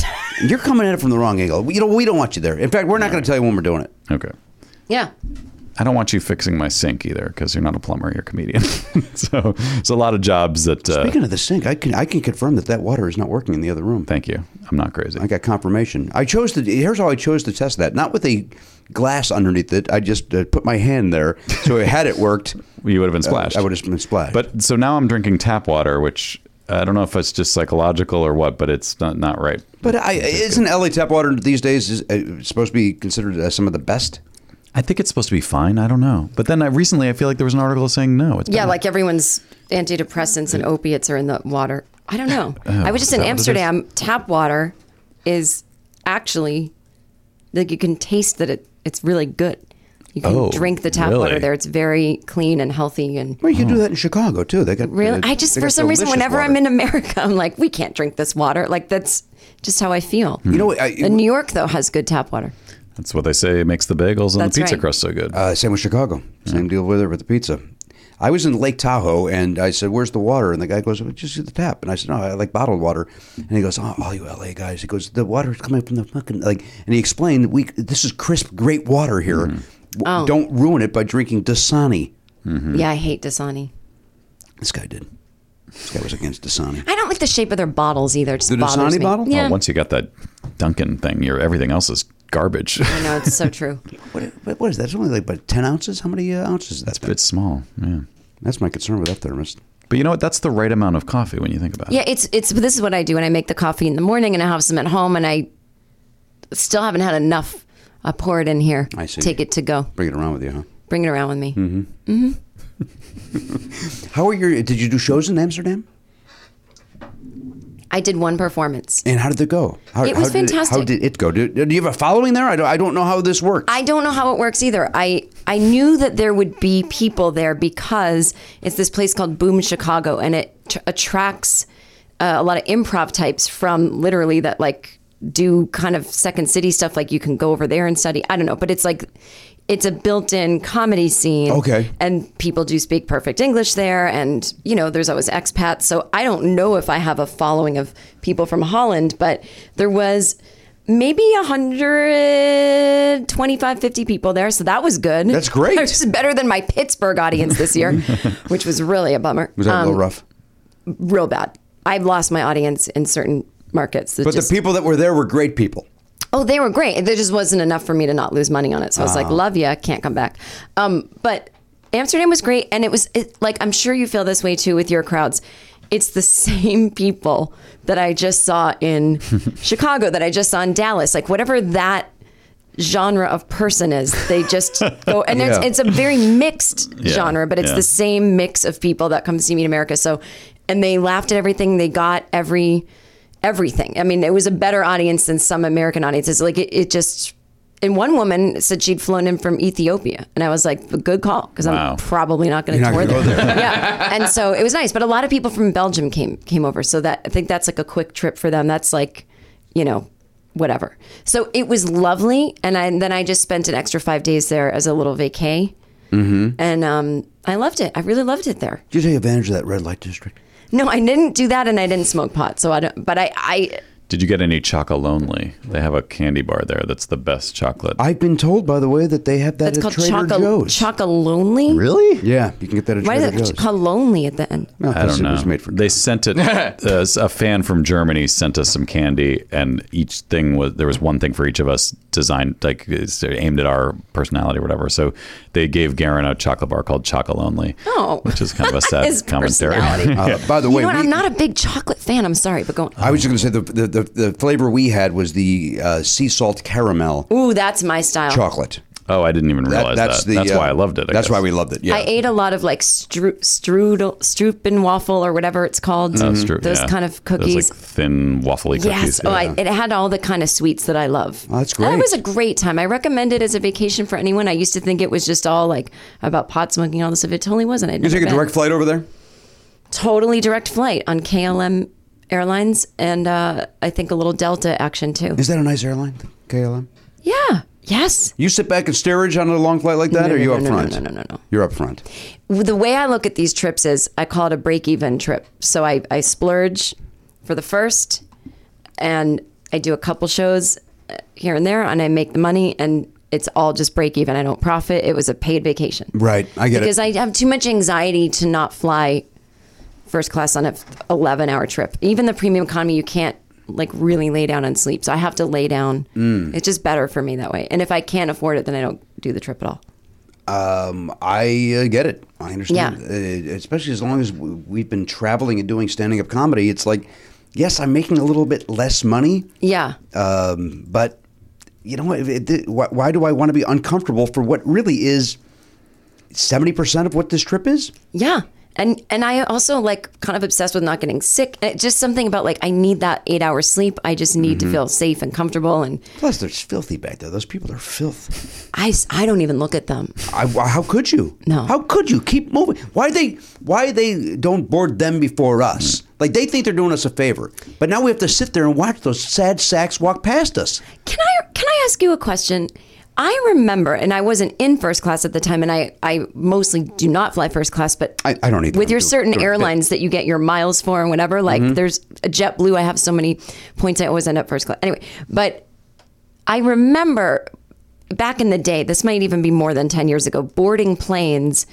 Speaker 2: You're coming at it from the wrong angle. You know, we don't want you there. In fact, we're not going to tell you when we're doing it.
Speaker 3: okay.
Speaker 6: Yeah.
Speaker 3: I don't want you fixing my sink either because you're not a plumber, you're a comedian. so it's a lot of jobs that. Uh,
Speaker 2: Speaking of the sink, I can I can confirm that that water is not working in the other room.
Speaker 3: thank you. I'm not crazy.
Speaker 2: I got confirmation. I chose to. Here's how I chose to test that. Not with a glass underneath it. I just uh, put my hand there. So had it worked, Uh,
Speaker 3: You would have been splashed.
Speaker 2: I would have been splashed.
Speaker 3: But so now I'm drinking tap water, which I don't know if it's just psychological or what, but it's not not right.
Speaker 2: but I isn't LA tap water these days is, uh, supposed to be considered uh, some of the best?
Speaker 3: I think it's supposed to be fine. I don't know. But then I, recently, I feel like there was an article saying no. It's
Speaker 6: Yeah,
Speaker 3: been-
Speaker 6: like everyone's antidepressants and opiates are in the water. I don't know.
Speaker 2: Oh,
Speaker 6: I was just
Speaker 3: is
Speaker 6: in
Speaker 3: that what it is?
Speaker 6: Amsterdam. Tap water is actually like you can taste that it, it's really good. You can
Speaker 3: Oh,
Speaker 6: drink the tap water
Speaker 3: really?
Speaker 6: there. It's very clean and healthy and
Speaker 2: Well,
Speaker 3: Oh.
Speaker 2: you can do that in Chicago too. They got
Speaker 6: really
Speaker 2: uh,
Speaker 6: I just
Speaker 2: they
Speaker 6: for
Speaker 2: got
Speaker 6: some reason
Speaker 2: delicious
Speaker 6: whenever
Speaker 2: water.
Speaker 6: I'm in America I'm like we can't drink this water. Like that's just how I feel.
Speaker 2: Hmm. you know, what, I,
Speaker 6: and New York though has good tap water.
Speaker 3: that's what they say makes the bagels and
Speaker 6: That's
Speaker 3: the pizza
Speaker 6: right.
Speaker 3: crust so good.
Speaker 2: Uh, same with Chicago. Same deal with it with the pizza. I was in Lake Tahoe and I said, "Where's the water?" And the guy goes, well, "Just get the tap." And I said, "No, I like bottled water." And he goes, "Oh, all you LA guys!" He goes, "The water is coming from the fucking like." And he explained, "We this is crisp, great water here. W- Don't ruin it by drinking Dasani." Hmm.
Speaker 6: Yeah, I hate Dasani.
Speaker 2: This guy did. This guy was against Dasani.
Speaker 6: I don't like the shape of their bottles either. It just
Speaker 2: The
Speaker 6: bothers
Speaker 2: Dasani
Speaker 6: me.
Speaker 2: bottle? Oh,
Speaker 6: Yeah.
Speaker 3: Well, once you got that Duncan thing, your everything else is garbage.
Speaker 6: I know it's so true.
Speaker 2: What, what- what is that? It's only like about ten ounces. How many uh, ounces is that? thing?
Speaker 3: it's small. Yeah.
Speaker 2: That's my concern with that thermos.
Speaker 3: But you know what? That's the right amount of coffee when you think about it.
Speaker 6: Yeah, it's it's this is what I do when I make the coffee in the morning and I have some at home and I still haven't had enough. I pour it in here.
Speaker 2: I see. Mm-hmm.
Speaker 6: Take it to go.
Speaker 2: Bring it around with you, huh?
Speaker 6: Bring it around with me.
Speaker 2: How are your? Did you do shows in Amsterdam?
Speaker 6: I did one performance.
Speaker 2: And how did it go? How,
Speaker 6: It was
Speaker 2: how did how
Speaker 6: fantastic.
Speaker 2: did it go? Do, do you have a following there? I don't, I don't know how this works.
Speaker 6: I don't know how it works either. I I knew that there would be people there because it's this place called Boom Chicago, and it tr- attracts uh, a lot of improv types from literally that like do kind of Second City stuff. Like you can go over there and study. I don't know, but it's like it's a built-in comedy scene.
Speaker 2: Okay.
Speaker 6: and people do speak perfect English there, and you know there's always expats. So I don't know if I have a following of people from Holland, but there was maybe 125 50 people there so that was good
Speaker 2: That's great.
Speaker 6: Which is better than my pittsburgh audience this year which was really a bummer Um,
Speaker 2: was that a little rough?
Speaker 6: real bad i've lost my audience in certain markets It
Speaker 2: But
Speaker 6: just-
Speaker 2: the people that were there were great people.
Speaker 6: Oh, they were great. There just wasn't enough for me to not lose money on it. So I was
Speaker 3: Ah.
Speaker 6: like, love ya, can't come back. Um, but Amsterdam was great. And it was it, like, I'm sure you feel this way too with your crowds. It's the same people that I just saw in Chicago, that I just saw in Dallas. Like, whatever that genre of person is, they just go. And it's, it's a very mixed
Speaker 3: Yeah,
Speaker 6: genre, but it's
Speaker 3: yeah.
Speaker 6: the same mix of people that come see me in America. So and they laughed at everything. They got every everything. I mean, it was a better audience than some American audiences. Like it, it just. And one woman said she'd flown in from Ethiopia, and I was like, "Good call," because
Speaker 3: Wow.
Speaker 6: I'm probably not going to
Speaker 2: You're
Speaker 6: tour
Speaker 2: not gonna
Speaker 6: there.
Speaker 2: go there.
Speaker 6: yeah, and so it was nice. But a lot of people from Belgium came came over, so that I think that's like a quick trip for them. That's like, you know, whatever. So it was lovely, and, I, and then I just spent an extra five days there as a little vacay,
Speaker 2: Mm-hmm.
Speaker 6: and um, I loved it. I really loved it there.
Speaker 2: Did you take advantage of that red light district?
Speaker 6: No, I didn't do that, and I didn't smoke pot. So I don't. But I, I
Speaker 3: Did you get any Choco Lonely? They have a candy bar there that's the best chocolate.
Speaker 2: I've been told, by the way, that they have that
Speaker 6: that's
Speaker 2: at
Speaker 6: called
Speaker 2: Trader
Speaker 6: choco
Speaker 2: Joe's.
Speaker 6: choco lonely.
Speaker 3: really?
Speaker 2: yeah, you can get that at
Speaker 6: Why
Speaker 2: Trader
Speaker 6: is
Speaker 2: Joe's.
Speaker 6: it called lonely at the end?
Speaker 2: Well,
Speaker 3: I don't
Speaker 2: it
Speaker 3: know.
Speaker 2: was made for
Speaker 3: they sent it. uh, a fan from Germany sent us some candy, and each thing was there was one thing for each of us designed like it's aimed at our personality or whatever. So they gave Garen a chocolate bar called Chocolate Lonely,
Speaker 6: Oh.
Speaker 3: which is kind of a
Speaker 6: His
Speaker 3: sad commentary.
Speaker 6: personality.
Speaker 2: Uh, by the way,
Speaker 6: you know what?
Speaker 2: we-
Speaker 6: I'm not a big chocolate fan. I'm sorry, but go on.
Speaker 2: I was just going to say the, the, the, the flavor we had was the uh, sea salt caramel
Speaker 6: Ooh, that's my style.
Speaker 2: chocolate.
Speaker 3: oh, I didn't even
Speaker 2: That-
Speaker 3: realize that. That's,
Speaker 2: uh,
Speaker 3: why I loved it. I
Speaker 2: that's
Speaker 3: guess.
Speaker 2: why we loved it. Yeah.
Speaker 6: I ate a lot of like stru- strudel, strupen waffle or whatever it's called.
Speaker 3: Oh, it's true.
Speaker 6: Mm-hmm. Those
Speaker 3: Yeah.
Speaker 6: kind of
Speaker 3: Those, like,
Speaker 6: cookies.
Speaker 3: thin waffly cookies.
Speaker 6: yes. Oh, I, it had all the kind of sweets that I love.
Speaker 2: Oh, that's
Speaker 6: That
Speaker 2: great.
Speaker 6: was a great time. I recommend it as a vacation for anyone. I used to think it was just all like about pot smoking and all this stuff. It totally wasn't. I'd
Speaker 2: you
Speaker 6: never
Speaker 2: take a
Speaker 6: been.
Speaker 2: direct flight over there?
Speaker 6: totally direct flight on KLM Airlines and uh, I think a little Delta action too.
Speaker 2: Is that a nice airline? KLM?
Speaker 6: Yeah. Yes.
Speaker 2: You sit back in steerage on a long flight like that,
Speaker 6: No,
Speaker 2: or
Speaker 6: no,
Speaker 2: you
Speaker 6: no,
Speaker 2: up
Speaker 6: no, no,
Speaker 2: front?
Speaker 6: no, no, no, no.
Speaker 2: You're up front.
Speaker 6: the way I look at these trips is I call it a break even trip. So I, I splurge for the first and I do a couple shows uh, here and there and I make the money and it's all just break even. I don't profit. It was a paid vacation.
Speaker 2: Right. I get
Speaker 6: Because
Speaker 2: it.
Speaker 6: I have too much anxiety to not fly first class on a 11 hour trip. Even the premium economy, you can't like really lay down and sleep. So I have to lay down.
Speaker 2: Mm.
Speaker 6: It's just better for me that way. And if I can't afford it, then I don't do the trip at all.
Speaker 2: I uh, get it. I understand.
Speaker 6: Yeah.
Speaker 2: Uh, especially as long as w- we've been traveling and doing standing up comedy, it's like, yes, I'm making a little bit less money,
Speaker 6: Yeah.
Speaker 2: um, but you know, what? It- it- why, why do I want to be uncomfortable for what really is 70% of what this trip is?
Speaker 6: Yeah. And and I also like kind of obsessed with not getting sick. And It's just something about like I need that eight hour sleep. I just need
Speaker 2: Mm-hmm.
Speaker 6: to feel safe and comfortable. And
Speaker 2: Plus, there's filthy back there. Those people are filth.
Speaker 6: I, s- I don't even look at them.
Speaker 2: I, why- how could you?
Speaker 6: No.
Speaker 2: How could you keep moving? Why they? Why they don't board them before us? Like they think they're doing us a favor, but now we have to sit there and watch those sad sacks walk past us.
Speaker 6: Can I can I ask you a question? I remember, and I wasn't in first class at the time, and I, I mostly do not fly first class, but
Speaker 2: I- I don't either. Mm-hmm.
Speaker 6: With your
Speaker 2: Do-
Speaker 6: certain
Speaker 2: do-
Speaker 6: airlines that you get your miles for and whatever, like there's a JetBlue, I have so many points, I always end up first class. Anyway, but I remember back in the day, this might even be more than 10 years ago, boarding planes.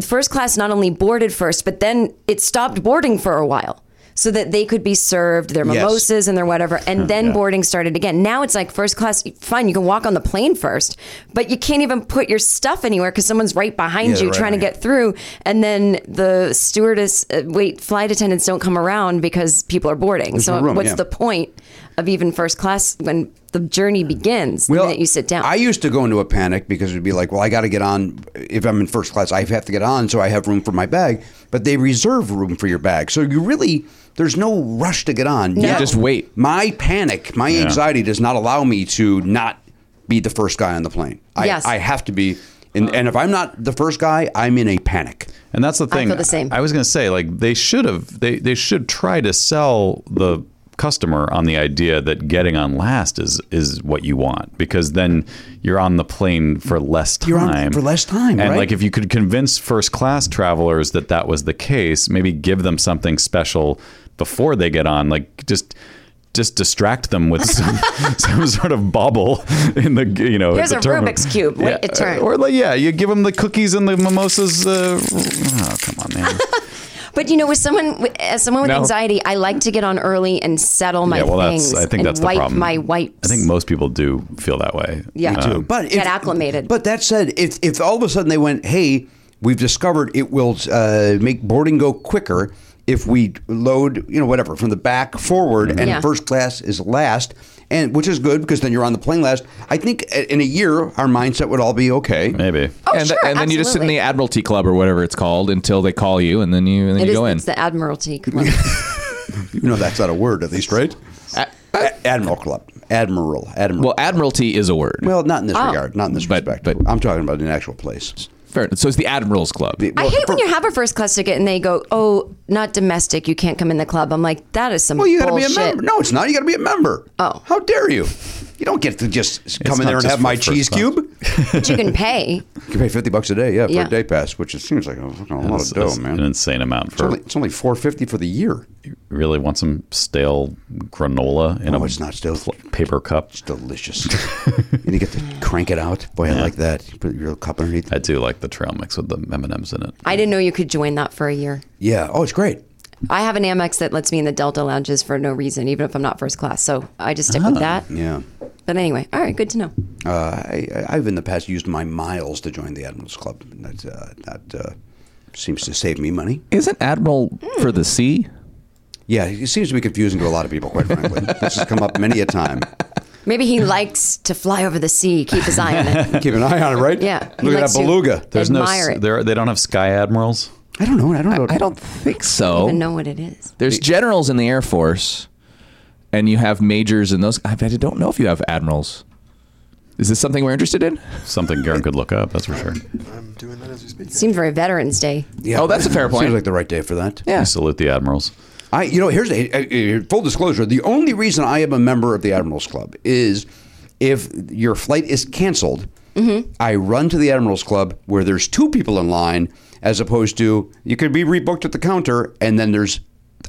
Speaker 6: First class not only boarded first, but then it stopped boarding for a while so that they could be served their
Speaker 2: Yes.
Speaker 6: mimosas and their whatever. And then boarding started again. Now it's like first class, fine, you can walk on the plane first, but you can't even put your stuff anywhere because someone's right behind
Speaker 2: Yeah,
Speaker 6: you
Speaker 2: right
Speaker 6: trying to
Speaker 2: behind
Speaker 6: get through. And then the stewardess, uh, wait, flight attendants don't come around because people are boarding. so
Speaker 2: no room,
Speaker 6: what's
Speaker 2: yeah.
Speaker 6: the point of even first class when the journey begins the minute you sit down?
Speaker 2: I used to go into a panic because it'd be like, well, I got to get on. If I'm in first class, I have to get on so I have room for my bag. But they reserve room for your bag, so you really there's no rush to get on.
Speaker 6: No.
Speaker 2: Yet
Speaker 4: Just wait.
Speaker 2: My panic, my anxiety does not allow me to not be the first guy on the plane. I,
Speaker 6: Yes.
Speaker 2: I have to be. And, and if I'm not the first guy, I'm in a panic.
Speaker 3: And that's the thing.
Speaker 6: feel the same.
Speaker 3: I was going to say, like, they should have. They they should try to sell the customer on the idea that getting on last is is what you want because then you're on the plane for less time.
Speaker 2: You're on for less time,
Speaker 3: And
Speaker 2: right?
Speaker 3: like, if you could convince first class travelers that that was the case, maybe give them something special before they get on. Like, just. Just distract them with some, some sort of bauble in the you know.
Speaker 6: Here's
Speaker 3: the
Speaker 6: a
Speaker 3: term.
Speaker 6: Rubik's Cube. Wait a turn.
Speaker 3: Or like yeah, you give them the cookies and the mimosas. Uh, oh come on, man.
Speaker 6: But you know, with someone with- as someone with
Speaker 4: No.
Speaker 6: anxiety, I like to get on early and settle my
Speaker 3: yeah, well,
Speaker 6: things.
Speaker 3: that's. I think
Speaker 6: and
Speaker 3: that's
Speaker 6: wipe
Speaker 3: the problem.
Speaker 6: my wipes.
Speaker 3: I think most people do feel that way. Uh,
Speaker 6: yeah,
Speaker 2: But if,
Speaker 6: get acclimated.
Speaker 2: But that said, if if all of a sudden they went, hey, we've discovered it will uh, make boarding go quicker if we load, you know, whatever from the back forward, and
Speaker 6: Mm-hmm. Yeah.
Speaker 2: first class is last. and which is good because then you're on the plane last. I think a- in a year our mindset would all be okay.
Speaker 3: Maybe.
Speaker 6: Oh,
Speaker 4: and,
Speaker 6: sure,
Speaker 4: and then you just sit in
Speaker 6: absolutely.
Speaker 4: the Admiralty Club or whatever it's called until they call you, and then you and then
Speaker 6: It
Speaker 4: you
Speaker 6: is.
Speaker 4: go in.
Speaker 6: It's the Admiralty Club.
Speaker 2: You know that's not a word at least, right? A- Admiral Club, Admiral, Admiral.
Speaker 4: well, Admiralty is a word.
Speaker 2: Well, not in this
Speaker 6: Oh.
Speaker 2: regard, not in this
Speaker 4: But-
Speaker 2: respect.
Speaker 4: but-
Speaker 2: I'm talking about an actual place.
Speaker 4: Fair. So it's the Admiral's Club.
Speaker 6: I
Speaker 2: Well,
Speaker 6: hate when
Speaker 2: for-
Speaker 6: you have a first class ticket and they go, "Oh, not domestic. You can't come in the club." I'm like, that is some
Speaker 2: Well, you got to be
Speaker 6: bullshit.
Speaker 2: a member. No, it's not. You got to be a member.
Speaker 6: Oh.
Speaker 2: how dare you? You don't get to just come in
Speaker 3: not
Speaker 2: there and
Speaker 3: just
Speaker 2: have my
Speaker 3: for first
Speaker 2: cheese
Speaker 3: class.
Speaker 2: cube.
Speaker 6: But you can pay.
Speaker 2: You can pay fifty bucks a day, yeah, for
Speaker 6: Yeah.
Speaker 2: a day pass, which it seems like a, fucking lot
Speaker 3: That's-
Speaker 2: of dough,
Speaker 3: that's
Speaker 2: Oh, man.
Speaker 3: An
Speaker 2: It's
Speaker 3: insane amount for
Speaker 2: only, it's only four fifty for the year.
Speaker 3: really want some stale granola in
Speaker 2: No,
Speaker 3: a
Speaker 2: Oh, it's not stale.
Speaker 3: pl- paper cup.
Speaker 2: It's delicious, and you get to crank it out. Boy, I like that. You put your little cup underneath.
Speaker 3: I do like the trail mix with the M and M's in it.
Speaker 6: I didn't know you could join that for a year.
Speaker 2: Yeah. Oh, it's great.
Speaker 6: I have an Amex that lets me in the Delta lounges for no reason, even if I'm not first class. So I just stick
Speaker 3: Ah.
Speaker 6: with that.
Speaker 2: Yeah.
Speaker 6: But anyway, all right, good to know.
Speaker 2: Uh, I, I- I've in the past used my miles to join the Admirals Club. and That uh, that uh, seems to save me money.
Speaker 4: Isn't Admiral for the sea?
Speaker 2: Yeah, it seems to be confusing to a lot of people, quite frankly. this has come up many a time.
Speaker 6: Maybe he likes to fly over the sea. Keep his eye on it.
Speaker 2: Keep an eye on it, right?
Speaker 6: Yeah, he
Speaker 2: Look at
Speaker 6: likes
Speaker 2: that
Speaker 6: to-
Speaker 2: beluga.
Speaker 3: There's
Speaker 6: Admire
Speaker 3: no
Speaker 6: it.
Speaker 3: there. They don't have sky admirals.
Speaker 2: I don't know. I don't know.
Speaker 4: I don't think
Speaker 6: I
Speaker 4: so.
Speaker 6: don't even know what it is.
Speaker 4: There's generals in the Air Force, and you have majors and those. I I don't know if you have admirals. Is this something we're interested in?
Speaker 3: Something Garen could look up. That's for sure.
Speaker 5: I'm doing that as we speak.
Speaker 6: Seems very Veterans Day.
Speaker 2: Yeah,
Speaker 4: Oh, that's a fair point.
Speaker 2: Seems like the right day for that.
Speaker 4: Yeah.
Speaker 3: I salute the admirals.
Speaker 2: I, you know, here's a, uh, uh, full disclosure. The only reason I am a member of the Admirals Club is if your flight is canceled, I run to the Admirals Club where there's two people in line, as opposed to you could be rebooked at the counter and then there's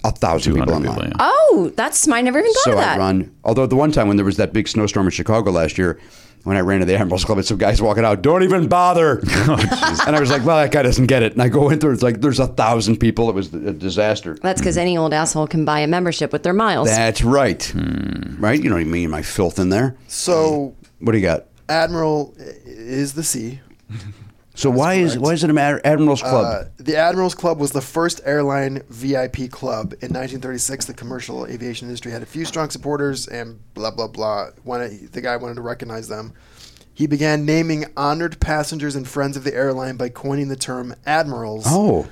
Speaker 2: a thousand people
Speaker 3: 200
Speaker 2: in
Speaker 3: people,
Speaker 2: line.
Speaker 3: yeah.
Speaker 6: Oh, that's I never even thought
Speaker 2: So
Speaker 6: of
Speaker 2: I
Speaker 6: that.
Speaker 2: run. Although the one time when there was that big snowstorm in Chicago last year, when I ran to the Admirals Club and some guys walking out, don't even
Speaker 3: Oh,
Speaker 2: bother. and I was like, well, that guy doesn't get it. And I go in there, it's like there's a thousand people. It was a disaster.
Speaker 6: That's because any old asshole can buy a membership with their miles.
Speaker 2: That's right.
Speaker 3: Hmm.
Speaker 2: Right? You know what I mean? My filth in there.
Speaker 5: So,
Speaker 2: What do you got?
Speaker 5: Admiral i- is the sea.
Speaker 2: So why is why is it an Ad- Admiral's
Speaker 5: Uh,
Speaker 2: Club?
Speaker 5: the Admirals Club was the first airline VIP club. In 1936, the commercial aviation industry had a few strong supporters, and blah, blah, blah. Wanted, the guy wanted to recognize them. He began naming honored passengers and friends of the airline by coining the term Admirals
Speaker 2: oh,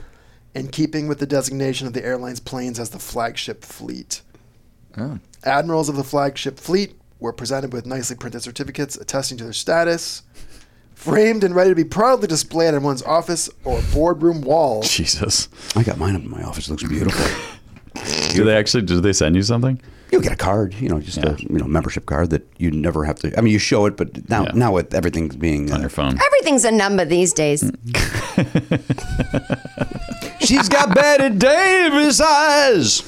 Speaker 5: in keeping with the designation of the airline's planes as the flagship fleet.
Speaker 2: Oh.
Speaker 5: Admirals of the flagship fleet were presented with nicely printed certificates attesting to their status, framed and ready to be proudly displayed on one's office or boardroom wall.
Speaker 6: Uh,
Speaker 3: Jesus.
Speaker 2: I got mine up in my office. It looks beautiful.
Speaker 3: Do they actually? Do they send you something?
Speaker 2: you get a card, you know, just a
Speaker 3: Yeah.
Speaker 2: you know membership card that you never have to. I mean, you show it, but now
Speaker 3: Yeah.
Speaker 2: now with everything being uh,
Speaker 3: On your phone.
Speaker 6: Everything's a number these days.
Speaker 2: Mm-hmm. she's got Betty Davis eyes.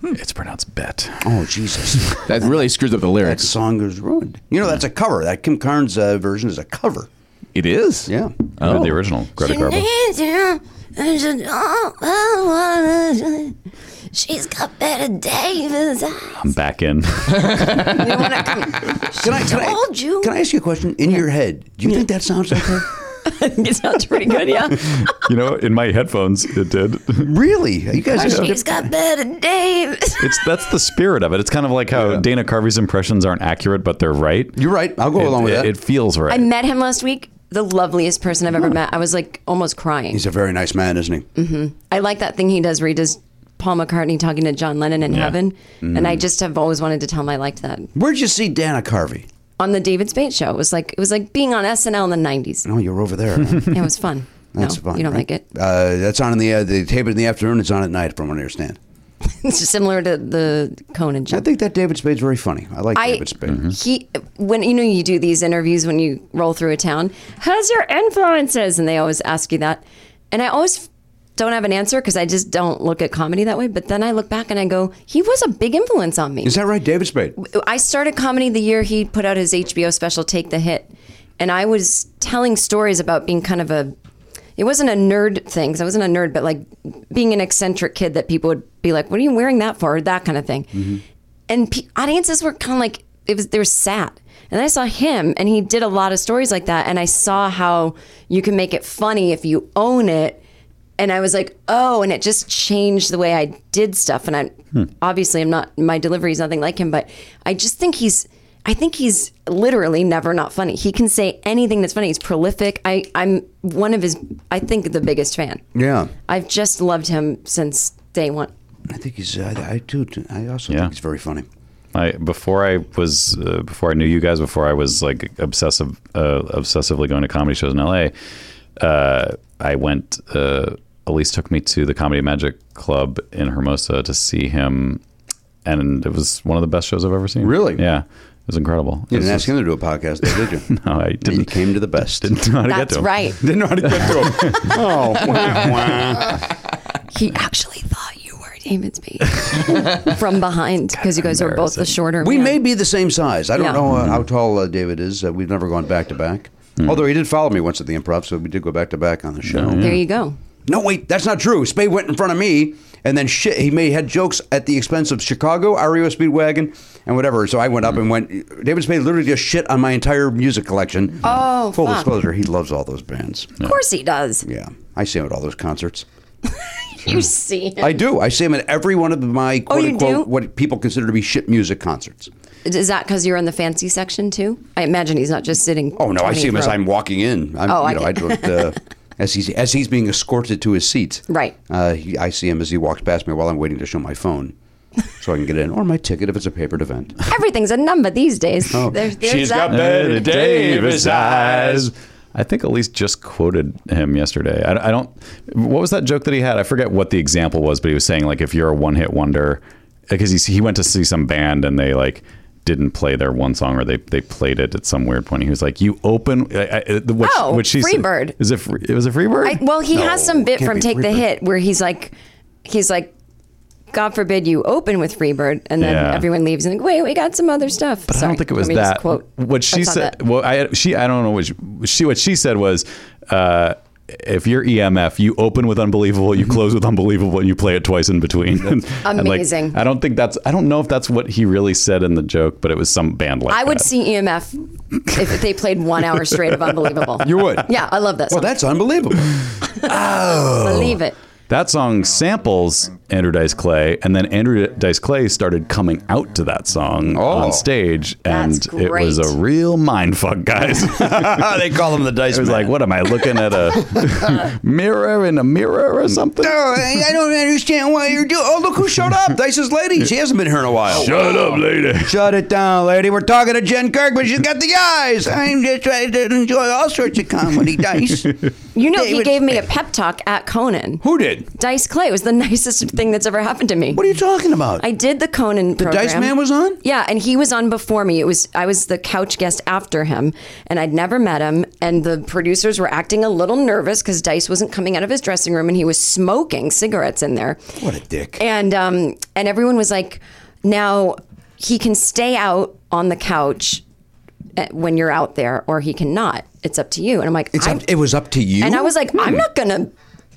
Speaker 3: It's pronounced bet.
Speaker 2: Oh Jesus,
Speaker 4: That really screws up the
Speaker 2: that
Speaker 4: lyrics.
Speaker 2: song is ruined. You know, that's a cover. That Kim Carnes uh, version is a cover.
Speaker 4: It is.
Speaker 2: Yeah.
Speaker 3: Who did the original Greta Garbo?
Speaker 6: She's got better Davis. I
Speaker 3: I'm back in.
Speaker 2: Can I, can, I,
Speaker 6: Told you.
Speaker 2: can I ask you a question? In your head, do you think that sounds like her?
Speaker 6: think it sounds pretty good, yeah.
Speaker 3: you know, in my headphones, it did.
Speaker 2: really? You guys are so
Speaker 6: She's got better Davis.
Speaker 3: It's that's the spirit of it. It's kind of like how Dana Carvey's impressions aren't accurate, but they're right.
Speaker 2: You're right. I'll go
Speaker 3: it,
Speaker 2: along with
Speaker 3: it,
Speaker 2: that.
Speaker 3: It feels right.
Speaker 6: I met him last week. The loveliest person I've ever met. I was like almost crying.
Speaker 2: He's a very nice man, isn't he?
Speaker 6: Mm-hmm. I like that thing he does where he does Paul McCartney talking to John Lennon in
Speaker 3: Yeah.
Speaker 6: heaven.
Speaker 2: Mm-hmm.
Speaker 6: And I just have always wanted to tell him I liked that.
Speaker 2: Where'd you see Dana Carvey?
Speaker 6: On the David Spade show. It was like it was like being on SNL in the nineties.
Speaker 2: Oh, you're over there. huh?
Speaker 6: It was fun.
Speaker 2: That's
Speaker 6: no,
Speaker 2: fun.
Speaker 6: You don't
Speaker 2: right?
Speaker 6: like it.
Speaker 2: Uh, that's on in the uh, the tape in the afternoon. It's on at night, from what I understand.
Speaker 6: It's just similar to the Conan show.
Speaker 2: I think that David Spade's very funny. I like
Speaker 6: I-
Speaker 2: David Spade.
Speaker 3: Mm-hmm.
Speaker 6: he when you know you do these interviews when you roll through a town how's your influences and they always ask you that and i always f- don't have an answer because i just don't look at comedy that way but then i look back and i go he was a big influence on me
Speaker 2: Is that right, David Spade?
Speaker 6: i started comedy the year he put out his hbo special take the hit and i was telling stories about being kind of a it wasn't a nerd thing 'cause i wasn't a nerd but like being an eccentric kid that people would be like what are you wearing that for or that kind of thing and pe- audiences were kind of like it was they were sad and then i saw him and he did a lot of stories like that and i saw how you can make it funny if you own it and I was like, oh, and it just changed the way I did stuff. And I obviously I'm not my delivery is nothing like him, but I just think he's I think he's literally never not funny. He can say anything that's funny. He's prolific. I I'm one of his I think the biggest fan.
Speaker 2: Yeah.
Speaker 6: I've just loved him since day one.
Speaker 2: I think he's. uh, I, I do. too. I also
Speaker 3: Yeah.
Speaker 2: think he's very funny.
Speaker 3: I before I was uh, before I knew you guys before I was like obsessive uh, obsessively going to comedy shows in LA. Uh, I went. Uh, Elise took me to the Comedy Magic Club in Hermosa to see him, and it was one of the best shows I've ever seen.
Speaker 2: Really?
Speaker 3: Yeah, it was incredible.
Speaker 2: You
Speaker 3: It was
Speaker 2: didn't
Speaker 3: just-
Speaker 2: ask him to do a podcast, though, did you?
Speaker 3: No, I
Speaker 2: You
Speaker 3: didn't.
Speaker 2: came to the best.
Speaker 3: Didn't know how to get
Speaker 6: That's
Speaker 3: to him.
Speaker 6: right.
Speaker 2: Didn't know how to get to him. oh, wah, wah.
Speaker 6: He actually thought you were Damon's baby from behind because you guys are both the shorter.
Speaker 2: we
Speaker 6: man.
Speaker 2: may be the same size. I don't
Speaker 6: Yeah. Mm-hmm.
Speaker 2: know uh, how tall uh, David is. Uh, we've never gone back to back. Although he did follow me once at the improv, so we did go back to back on the show.
Speaker 6: Mm-hmm. There you go.
Speaker 2: No, wait, that's not true. Spade went in front of me, and then shit, he made had jokes at the expense of Chicago, REO Speedwagon, and whatever. So I went up and went. David Spade literally just shit on my entire music collection.
Speaker 6: Oh,
Speaker 2: full
Speaker 6: fuck.
Speaker 2: disclosure, he loves all those bands.
Speaker 6: Of course he does.
Speaker 2: Yeah, I see him at all those concerts.
Speaker 6: You see him.
Speaker 2: I do. I see him at every one of my quote
Speaker 6: Oh, you
Speaker 2: unquote
Speaker 6: do?
Speaker 2: what people consider to be shit music concerts.
Speaker 6: Is that because you're in the fancy section too? I imagine he's not just sitting.
Speaker 2: Oh no, I
Speaker 6: 20
Speaker 2: see him as
Speaker 6: row.
Speaker 2: I'm walking in. I'm,
Speaker 6: Oh, I
Speaker 2: you know, I
Speaker 6: get-
Speaker 2: don't. Uh, As he's, as he's being escorted to his seat,
Speaker 6: Right.
Speaker 2: Uh, he, I see him as he walks past me while I'm waiting to show my phone, so I can get in, or my ticket if it's a papered event.
Speaker 6: Everything's a number these days.
Speaker 2: Oh,
Speaker 6: There- there's
Speaker 1: She's
Speaker 6: that.
Speaker 1: got better
Speaker 3: Uh,
Speaker 1: Davis eyes.
Speaker 3: I think Elise just quoted him yesterday. I, I don't. What was that joke that he had? I forget what the example was, but he was saying like, if you're a one-hit wonder, because he he went to see some band and they like didn't play their one song or they they played it at some weird point. He was like, you open. I, I, the- which,
Speaker 6: Oh,
Speaker 3: which she said-
Speaker 6: Freebird.
Speaker 3: Is it? Free, it was a Freebird.
Speaker 6: I, well, he has some bit
Speaker 2: can't
Speaker 6: from
Speaker 2: be
Speaker 6: Take the
Speaker 2: Freebird.
Speaker 6: Hit where he's like, he's like, God forbid you open with Freebird, and then
Speaker 3: Yeah.
Speaker 6: everyone leaves and like, wait, we got some other stuff.
Speaker 3: But I
Speaker 6: Sorry,
Speaker 3: don't think it was
Speaker 6: let me just
Speaker 3: that.
Speaker 6: Quote.
Speaker 3: What she
Speaker 6: That's not
Speaker 3: said.
Speaker 6: that.
Speaker 3: Well, I she I don't know what she, she- what she said was. Uh, if you're EMF, you open with unbelievable,
Speaker 6: Mm-hmm.
Speaker 3: you close with unbelievable, and you play it twice in between. And, and, like,
Speaker 6: Amazing.
Speaker 3: I don't think that's. I don't know if that's what he really said in the joke, but it was some band like
Speaker 6: I would
Speaker 3: that.
Speaker 6: see EMF if they played one hour straight of Unbelievable.
Speaker 2: You would?
Speaker 6: Yeah, I love that
Speaker 2: Well,
Speaker 6: song.
Speaker 2: that's unbelievable.
Speaker 6: Believe it.
Speaker 3: That song samples Andrew Dice Clay, and then Andrew Dice Clay started coming out to that song on stage, and
Speaker 6: Oh, That's
Speaker 3: it was
Speaker 6: great.
Speaker 3: a real mind fuck, guys. they call him the Dice. It was like, what am I looking at a mirror in a mirror or something?
Speaker 2: Oh, I I don't understand why you're doing. Oh, look who showed up! Dice's lady. She hasn't been here in a while.
Speaker 3: Shut up, lady.
Speaker 2: Shut it down, lady. We're talking to Jen Kirk, but she's got the eyes. I'm just trying to enjoy all sorts of comedy, Dice.
Speaker 6: You know,
Speaker 2: They
Speaker 6: he
Speaker 2: would-
Speaker 6: gave me a pep talk at Conan.
Speaker 2: Who did?
Speaker 6: Dice Clay was the nicest thing that's ever happened to me.
Speaker 2: What are you talking about?
Speaker 6: I did the Conan
Speaker 2: the
Speaker 6: program.
Speaker 2: Dice Man was on?
Speaker 6: Yeah, and he was on before me. It was I was the couch guest after him, and I'd never met him. And the producers were acting a little nervous because Dice wasn't coming out of his dressing room, and he was smoking cigarettes in there.
Speaker 2: What a dick.
Speaker 6: And um, and everyone was like, now he can stay out on the couch eh, when you're out there, or he cannot. It's up to you. And I'm like,
Speaker 2: It's
Speaker 6: I'm-
Speaker 2: up, it was up to you.
Speaker 6: and I was like, I'm not gonna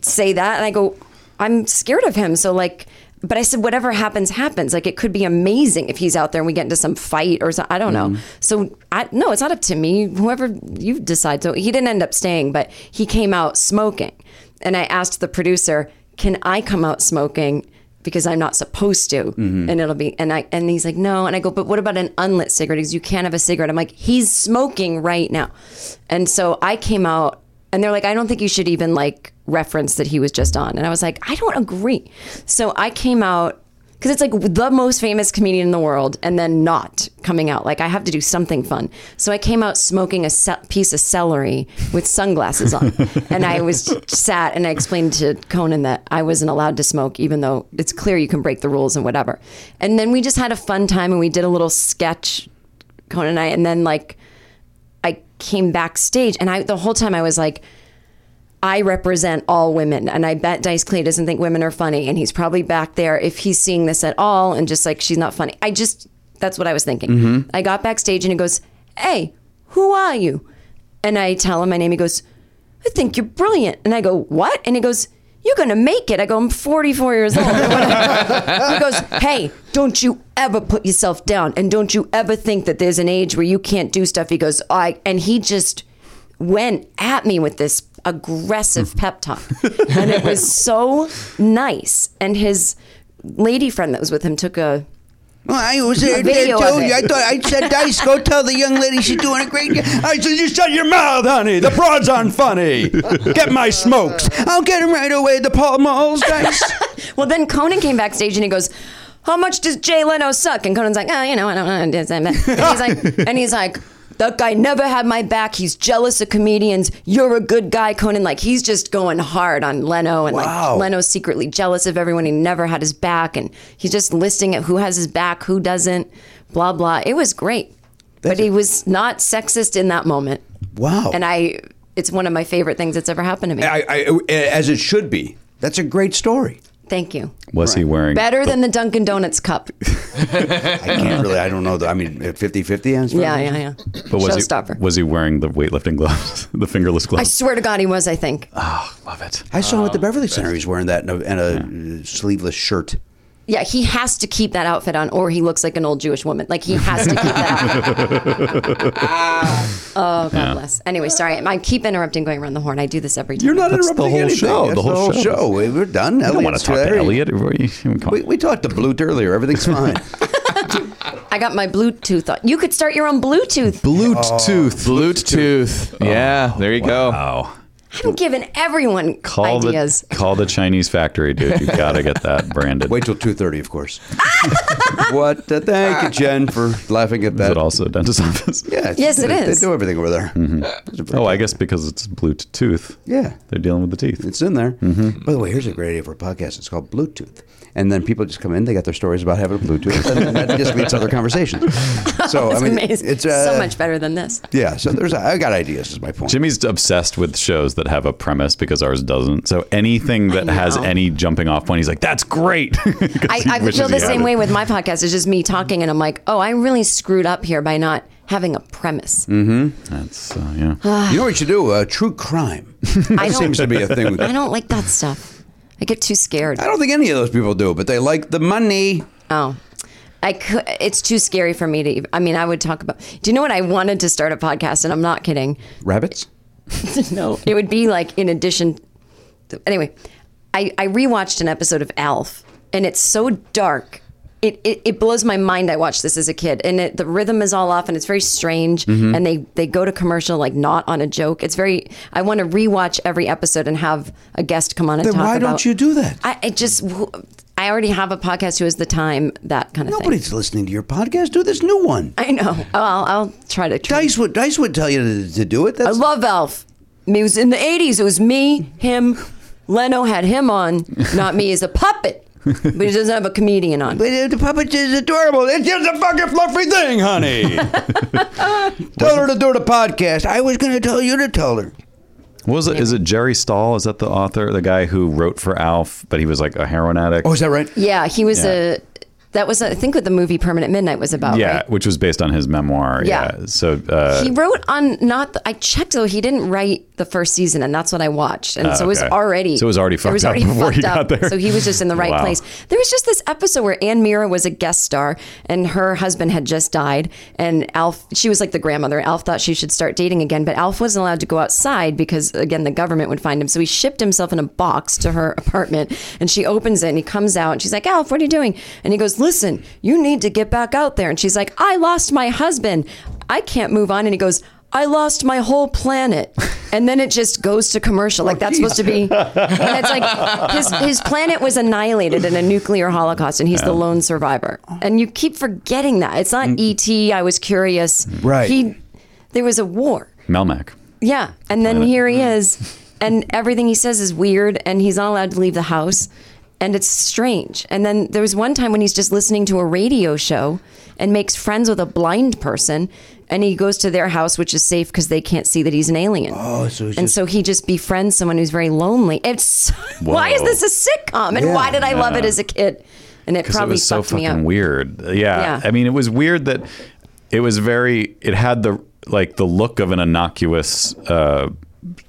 Speaker 6: say that. And I go, I'm scared of him. So like, but I said, whatever happens, happens. Like it could be amazing if he's out there and we get into some fight or something. I don't know.
Speaker 2: Mm-hmm.
Speaker 6: So I no, it's not up to me. Whoever you decide. So he didn't end up staying, but he came out smoking. And I asked the producer, can I come out smoking? Because I'm not supposed to, and it'll be, and I, and he's like, no, and I go, but what about an unlit cigarette? Because you can't have a cigarette. I'm like, he's smoking right now, and so I came out and they're like, I don't think you should even like reference that he was just on. And I was like, I don't agree. So I came out because it's like the most famous comedian in the world and then not coming out. Like I have to do something fun. So I came out smoking a ce- piece of celery with sunglasses on. and I was sat and I explained to Conan that I wasn't allowed to smoke, even though it's clear you can break the rules and whatever. And then we just had a fun time and we did a little sketch, Conan and I. And then like, I came backstage and I the whole time I was like I represent all women and I bet Dice Clay doesn't think women are funny and he's probably back there if he's seeing this at all and just like she's not funny. I just that's what I was thinking. I got backstage and he goes, "Hey, who are you?" And I tell him my name. He goes, "I think you're brilliant." And I go, "What?" And he goes, "You're going to make it." I go, "I'm 44 years old." he goes, Hey, don't you ever put yourself down and don't you ever think that there's an age where you can't do stuff. He goes, I and he just went at me with this aggressive pep talk. and it was so nice. And his lady friend that was with him took a
Speaker 2: Well, I was there,
Speaker 6: A
Speaker 2: there
Speaker 6: video
Speaker 2: too.
Speaker 6: of it.
Speaker 2: I thought I said, Dice, go tell the young lady she's doing a great job. I said, you shut your mouth, honey. The broads aren't funny. Get my smokes. I'll get him right away. The Paul Malls, Dice.
Speaker 6: Well, then Conan came backstage and he goes, "How much does Jay Leno suck?" And Conan's like, "Oh, you know, I don't know." And he's like, and he's like, "That guy never had my back. He's jealous of comedians. You're a good guy, Conan." Like he's just going hard on Leno, and
Speaker 2: Wow.
Speaker 6: like Leno's secretly jealous of everyone. He never had his back, and he's just listing at who has his back, who doesn't. Blah blah. It was great, but he was not sexist in that moment,
Speaker 2: Wow.
Speaker 6: and I. It's one of my favorite things that's ever happened to me.
Speaker 2: I, I, as it should be. That's a great story.
Speaker 6: Thank you.
Speaker 3: Was he wearing?
Speaker 6: Better than the Dunkin' Donuts cup.
Speaker 2: I can't really, I don't know. I mean, 50 50
Speaker 6: Yeah, yeah, yeah.
Speaker 3: But was
Speaker 6: Showstopper.
Speaker 3: he, was he wearing the weightlifting gloves, the fingerless
Speaker 6: I
Speaker 3: gloves?
Speaker 6: swear to God, he was. I think.
Speaker 3: Ah. love it.
Speaker 2: I saw him at the Beverly Center. He's wearing that and a, and a uh, sleeveless shirt.
Speaker 6: Yeah, he has to keep that outfit on, or he looks like an old Jewish woman. Like he has to keep that. outfit. oh God bless. Anyway, sorry, I keep interrupting, going around the horn. I do this every time.
Speaker 2: You're not
Speaker 3: That's the
Speaker 2: interrupting
Speaker 3: whole
Speaker 2: anything.
Speaker 3: show,
Speaker 2: That's
Speaker 3: the whole show.
Speaker 2: We- We're done.
Speaker 3: I don't want
Speaker 2: Elliot's
Speaker 3: to talk to
Speaker 2: there.
Speaker 3: Elliot. Come
Speaker 2: We,
Speaker 3: on.
Speaker 2: we talked to Blute earlier. Everything's fine.
Speaker 6: I got my Bluetooth on. You could start your own Bluetooth.
Speaker 4: Bluetooth. Bluetooth. Yeah, there you go.
Speaker 3: Wow.
Speaker 6: I'm giving everyone
Speaker 3: Call
Speaker 6: ideas.
Speaker 3: the call the Chinese factory, dude. You gotta get that branded.
Speaker 2: Wait till two thirty, of course. what? The, thank you, Jen, for laughing at
Speaker 3: is
Speaker 2: that.
Speaker 3: it also a dentist office?
Speaker 2: Yeah.
Speaker 6: Yes, it
Speaker 2: they,
Speaker 6: is.
Speaker 2: They do everything over there.
Speaker 3: Oh, I guess because it's Bluetooth.
Speaker 2: Yeah.
Speaker 3: They're dealing with the teeth.
Speaker 2: It's in there. By the way, here's a great idea for a podcast. It's called Bluetooth. And then people just come in. They got their stories about having a Bluetooth, and then that just leads to other conversations. So
Speaker 6: It's
Speaker 2: I mean,
Speaker 6: amazing.
Speaker 2: it's uh,
Speaker 6: so much better than this.
Speaker 2: Yeah. So there's. I got ideas. Is my point.
Speaker 3: Jimmy's obsessed with shows that have a premise because ours doesn't. So anything that
Speaker 6: I
Speaker 3: has
Speaker 6: know.
Speaker 3: any jumping off point, he's like, "That's great." 'Cause
Speaker 6: I,
Speaker 3: he
Speaker 6: I
Speaker 3: wishes
Speaker 6: feel
Speaker 3: he
Speaker 6: the same
Speaker 3: had
Speaker 6: way
Speaker 3: it.
Speaker 6: with my podcast. It's just me talking, and I'm like, oh, I really screwed up here by not having a premise.
Speaker 3: Mm. That's uh, yeah.
Speaker 2: You know what you should do? Uh, true crime.
Speaker 6: I
Speaker 2: that
Speaker 6: don't-
Speaker 2: seems to be a thing. With,
Speaker 6: I don't like that stuff. I get too scared.
Speaker 2: I don't think any of those people do, but they like the money.
Speaker 6: Oh. I could, it's too scary for me to. ev- I mean, I would talk about. Do you know what I wanted to start a podcast? And I'm not kidding.
Speaker 2: Rabbits.
Speaker 6: No, it would be like in addition. To, anyway, I I rewatched an episode of Alf, and it's so dark. It, it, it blows my mind. I watched this as a kid, and it, the rhythm is all off, and it's very strange.
Speaker 2: Mm-hmm.
Speaker 6: And they, they go to commercial like not on a joke. It's very. I want to rewatch every episode and have a guest come on and
Speaker 2: Then
Speaker 6: talk
Speaker 2: why
Speaker 6: about.
Speaker 2: don't you do that?
Speaker 6: I, I just I already have a podcast. Who has the time? That kind of thing.
Speaker 2: Nobody's listening to your podcast. Do this new one.
Speaker 6: I know. Oh, I'll, I'll try to. Try.
Speaker 2: Dice would Dice would tell you to, to do it.
Speaker 6: I
Speaker 2: That's
Speaker 6: love Elf. I mean, it was in the '80s. It was me, him. Leno had him on, not me as a puppet, but he doesn't have a comedian on.
Speaker 2: But, uh, the puppet is adorable. It's just a fucking fluffy thing, honey. tell her to do the podcast. I was going to tell you to tell her.
Speaker 3: What was it? Is it Jerry Stahl? Is that the author, the guy who wrote for Alf, but he was like a heroin addict?
Speaker 2: Oh, is that right?
Speaker 6: Yeah, he was
Speaker 3: Yeah.
Speaker 6: a. That was I think what the movie Permanent Midnight was about.
Speaker 3: yeah,
Speaker 6: right?
Speaker 3: which was based on his memoir.
Speaker 6: Yeah.
Speaker 3: Yeah. So uh,
Speaker 6: he wrote on not. The, I checked though. He didn't write the first season, and that's what I watched. And so it was
Speaker 3: okay.
Speaker 6: already.
Speaker 3: So it was already fucked up before he got
Speaker 6: fucked
Speaker 3: there.
Speaker 6: So he was just in the right
Speaker 3: Wow.
Speaker 6: place. There was just this episode where Anne Mira was a guest star, and her husband had just died, and Alf. She was like the grandmother. Alf thought she should start dating again, but Alf wasn't allowed to go outside because again the government would find him. So he shipped himself in a box to her apartment, and she opens it, and he comes out, and she's like, Alf, what are you doing? And he goes, Listen, you need to get back out there. And she's like, I lost my husband. I can't move on. And he goes. I lost my whole planet. And then it just goes to commercial. Like that's supposed to be and it's like his his planet was annihilated in a nuclear holocaust and he's the lone survivor. And you keep forgetting that. It's not ET, I was curious.
Speaker 2: Right.
Speaker 6: He there was a war.
Speaker 3: Melmac.
Speaker 6: Yeah. And then here he is and everything he says is weird and he's not allowed to leave the house and it's strange. And then there was one time when he's just listening to a radio show and makes friends with a blind person and he goes to their house which is safe because they can't see that he's an alien
Speaker 2: Oh, so it's
Speaker 6: and
Speaker 2: just-
Speaker 6: so he just befriends someone who's very lonely. It's why is this a sitcom, and
Speaker 2: Yeah.
Speaker 6: why did I love it as a kid? And it
Speaker 3: because it
Speaker 6: probably
Speaker 3: was so
Speaker 6: fucked me up.
Speaker 3: fucking weird. Yeah.
Speaker 6: Yeah.
Speaker 3: I mean, it was weird that it was very. It had the like the look of an innocuous uh,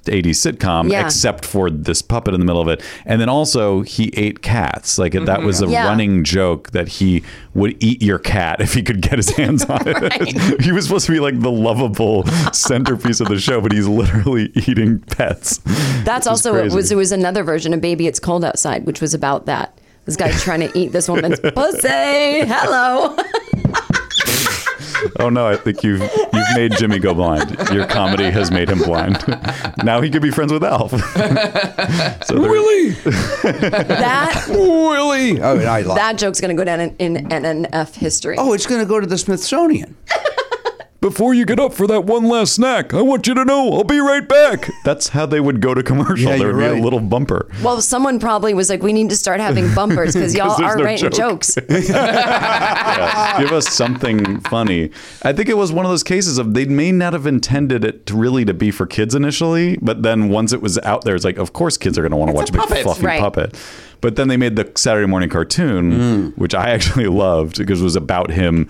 Speaker 3: 80s sitcom
Speaker 6: Yeah.
Speaker 3: except for this puppet in the middle of it and then also he ate cats like that was a
Speaker 6: Mm-hmm. Yeah.
Speaker 3: running joke that he would eat your cat if he could get his hands on it he was supposed to be like the lovable centerpiece of the show but he's literally eating pets
Speaker 6: That's also it
Speaker 3: crazy.
Speaker 6: was. It was another version of "Baby, It's Cold Outside," which was about that. This guy's trying to eat this woman's pussy. Hello.
Speaker 3: oh no i think you've you've made jimmy go blind your comedy has made him blind now he could be friends with alf so there-
Speaker 4: Willie,
Speaker 6: That
Speaker 4: Willie.
Speaker 2: Oh, and I lied.
Speaker 6: that joke's gonna go down in, in NNF history.
Speaker 2: oh, it's going to go to the Smithsonian.
Speaker 3: Before you get up for that one last snack, I want you to know I'll be right back. That's how they would go to commercial.
Speaker 2: Yeah,
Speaker 3: there would
Speaker 2: you're
Speaker 3: be
Speaker 2: right.
Speaker 3: a little bumper.
Speaker 6: Well, someone probably was like, "We need to start having bumpers because y'all
Speaker 3: there's
Speaker 6: are
Speaker 3: no
Speaker 6: writing
Speaker 3: joke.
Speaker 6: jokes."
Speaker 3: Yeah, Give us something funny. I think it was one of those cases of they may not have intended it to really to be for kids initially, but then once it was out there, it's like, of course, kids are going to want to watch a big fluffy
Speaker 6: Right.
Speaker 3: puppet. But then they made the Saturday morning cartoon,
Speaker 6: Mm.
Speaker 3: which I actually loved because it was about him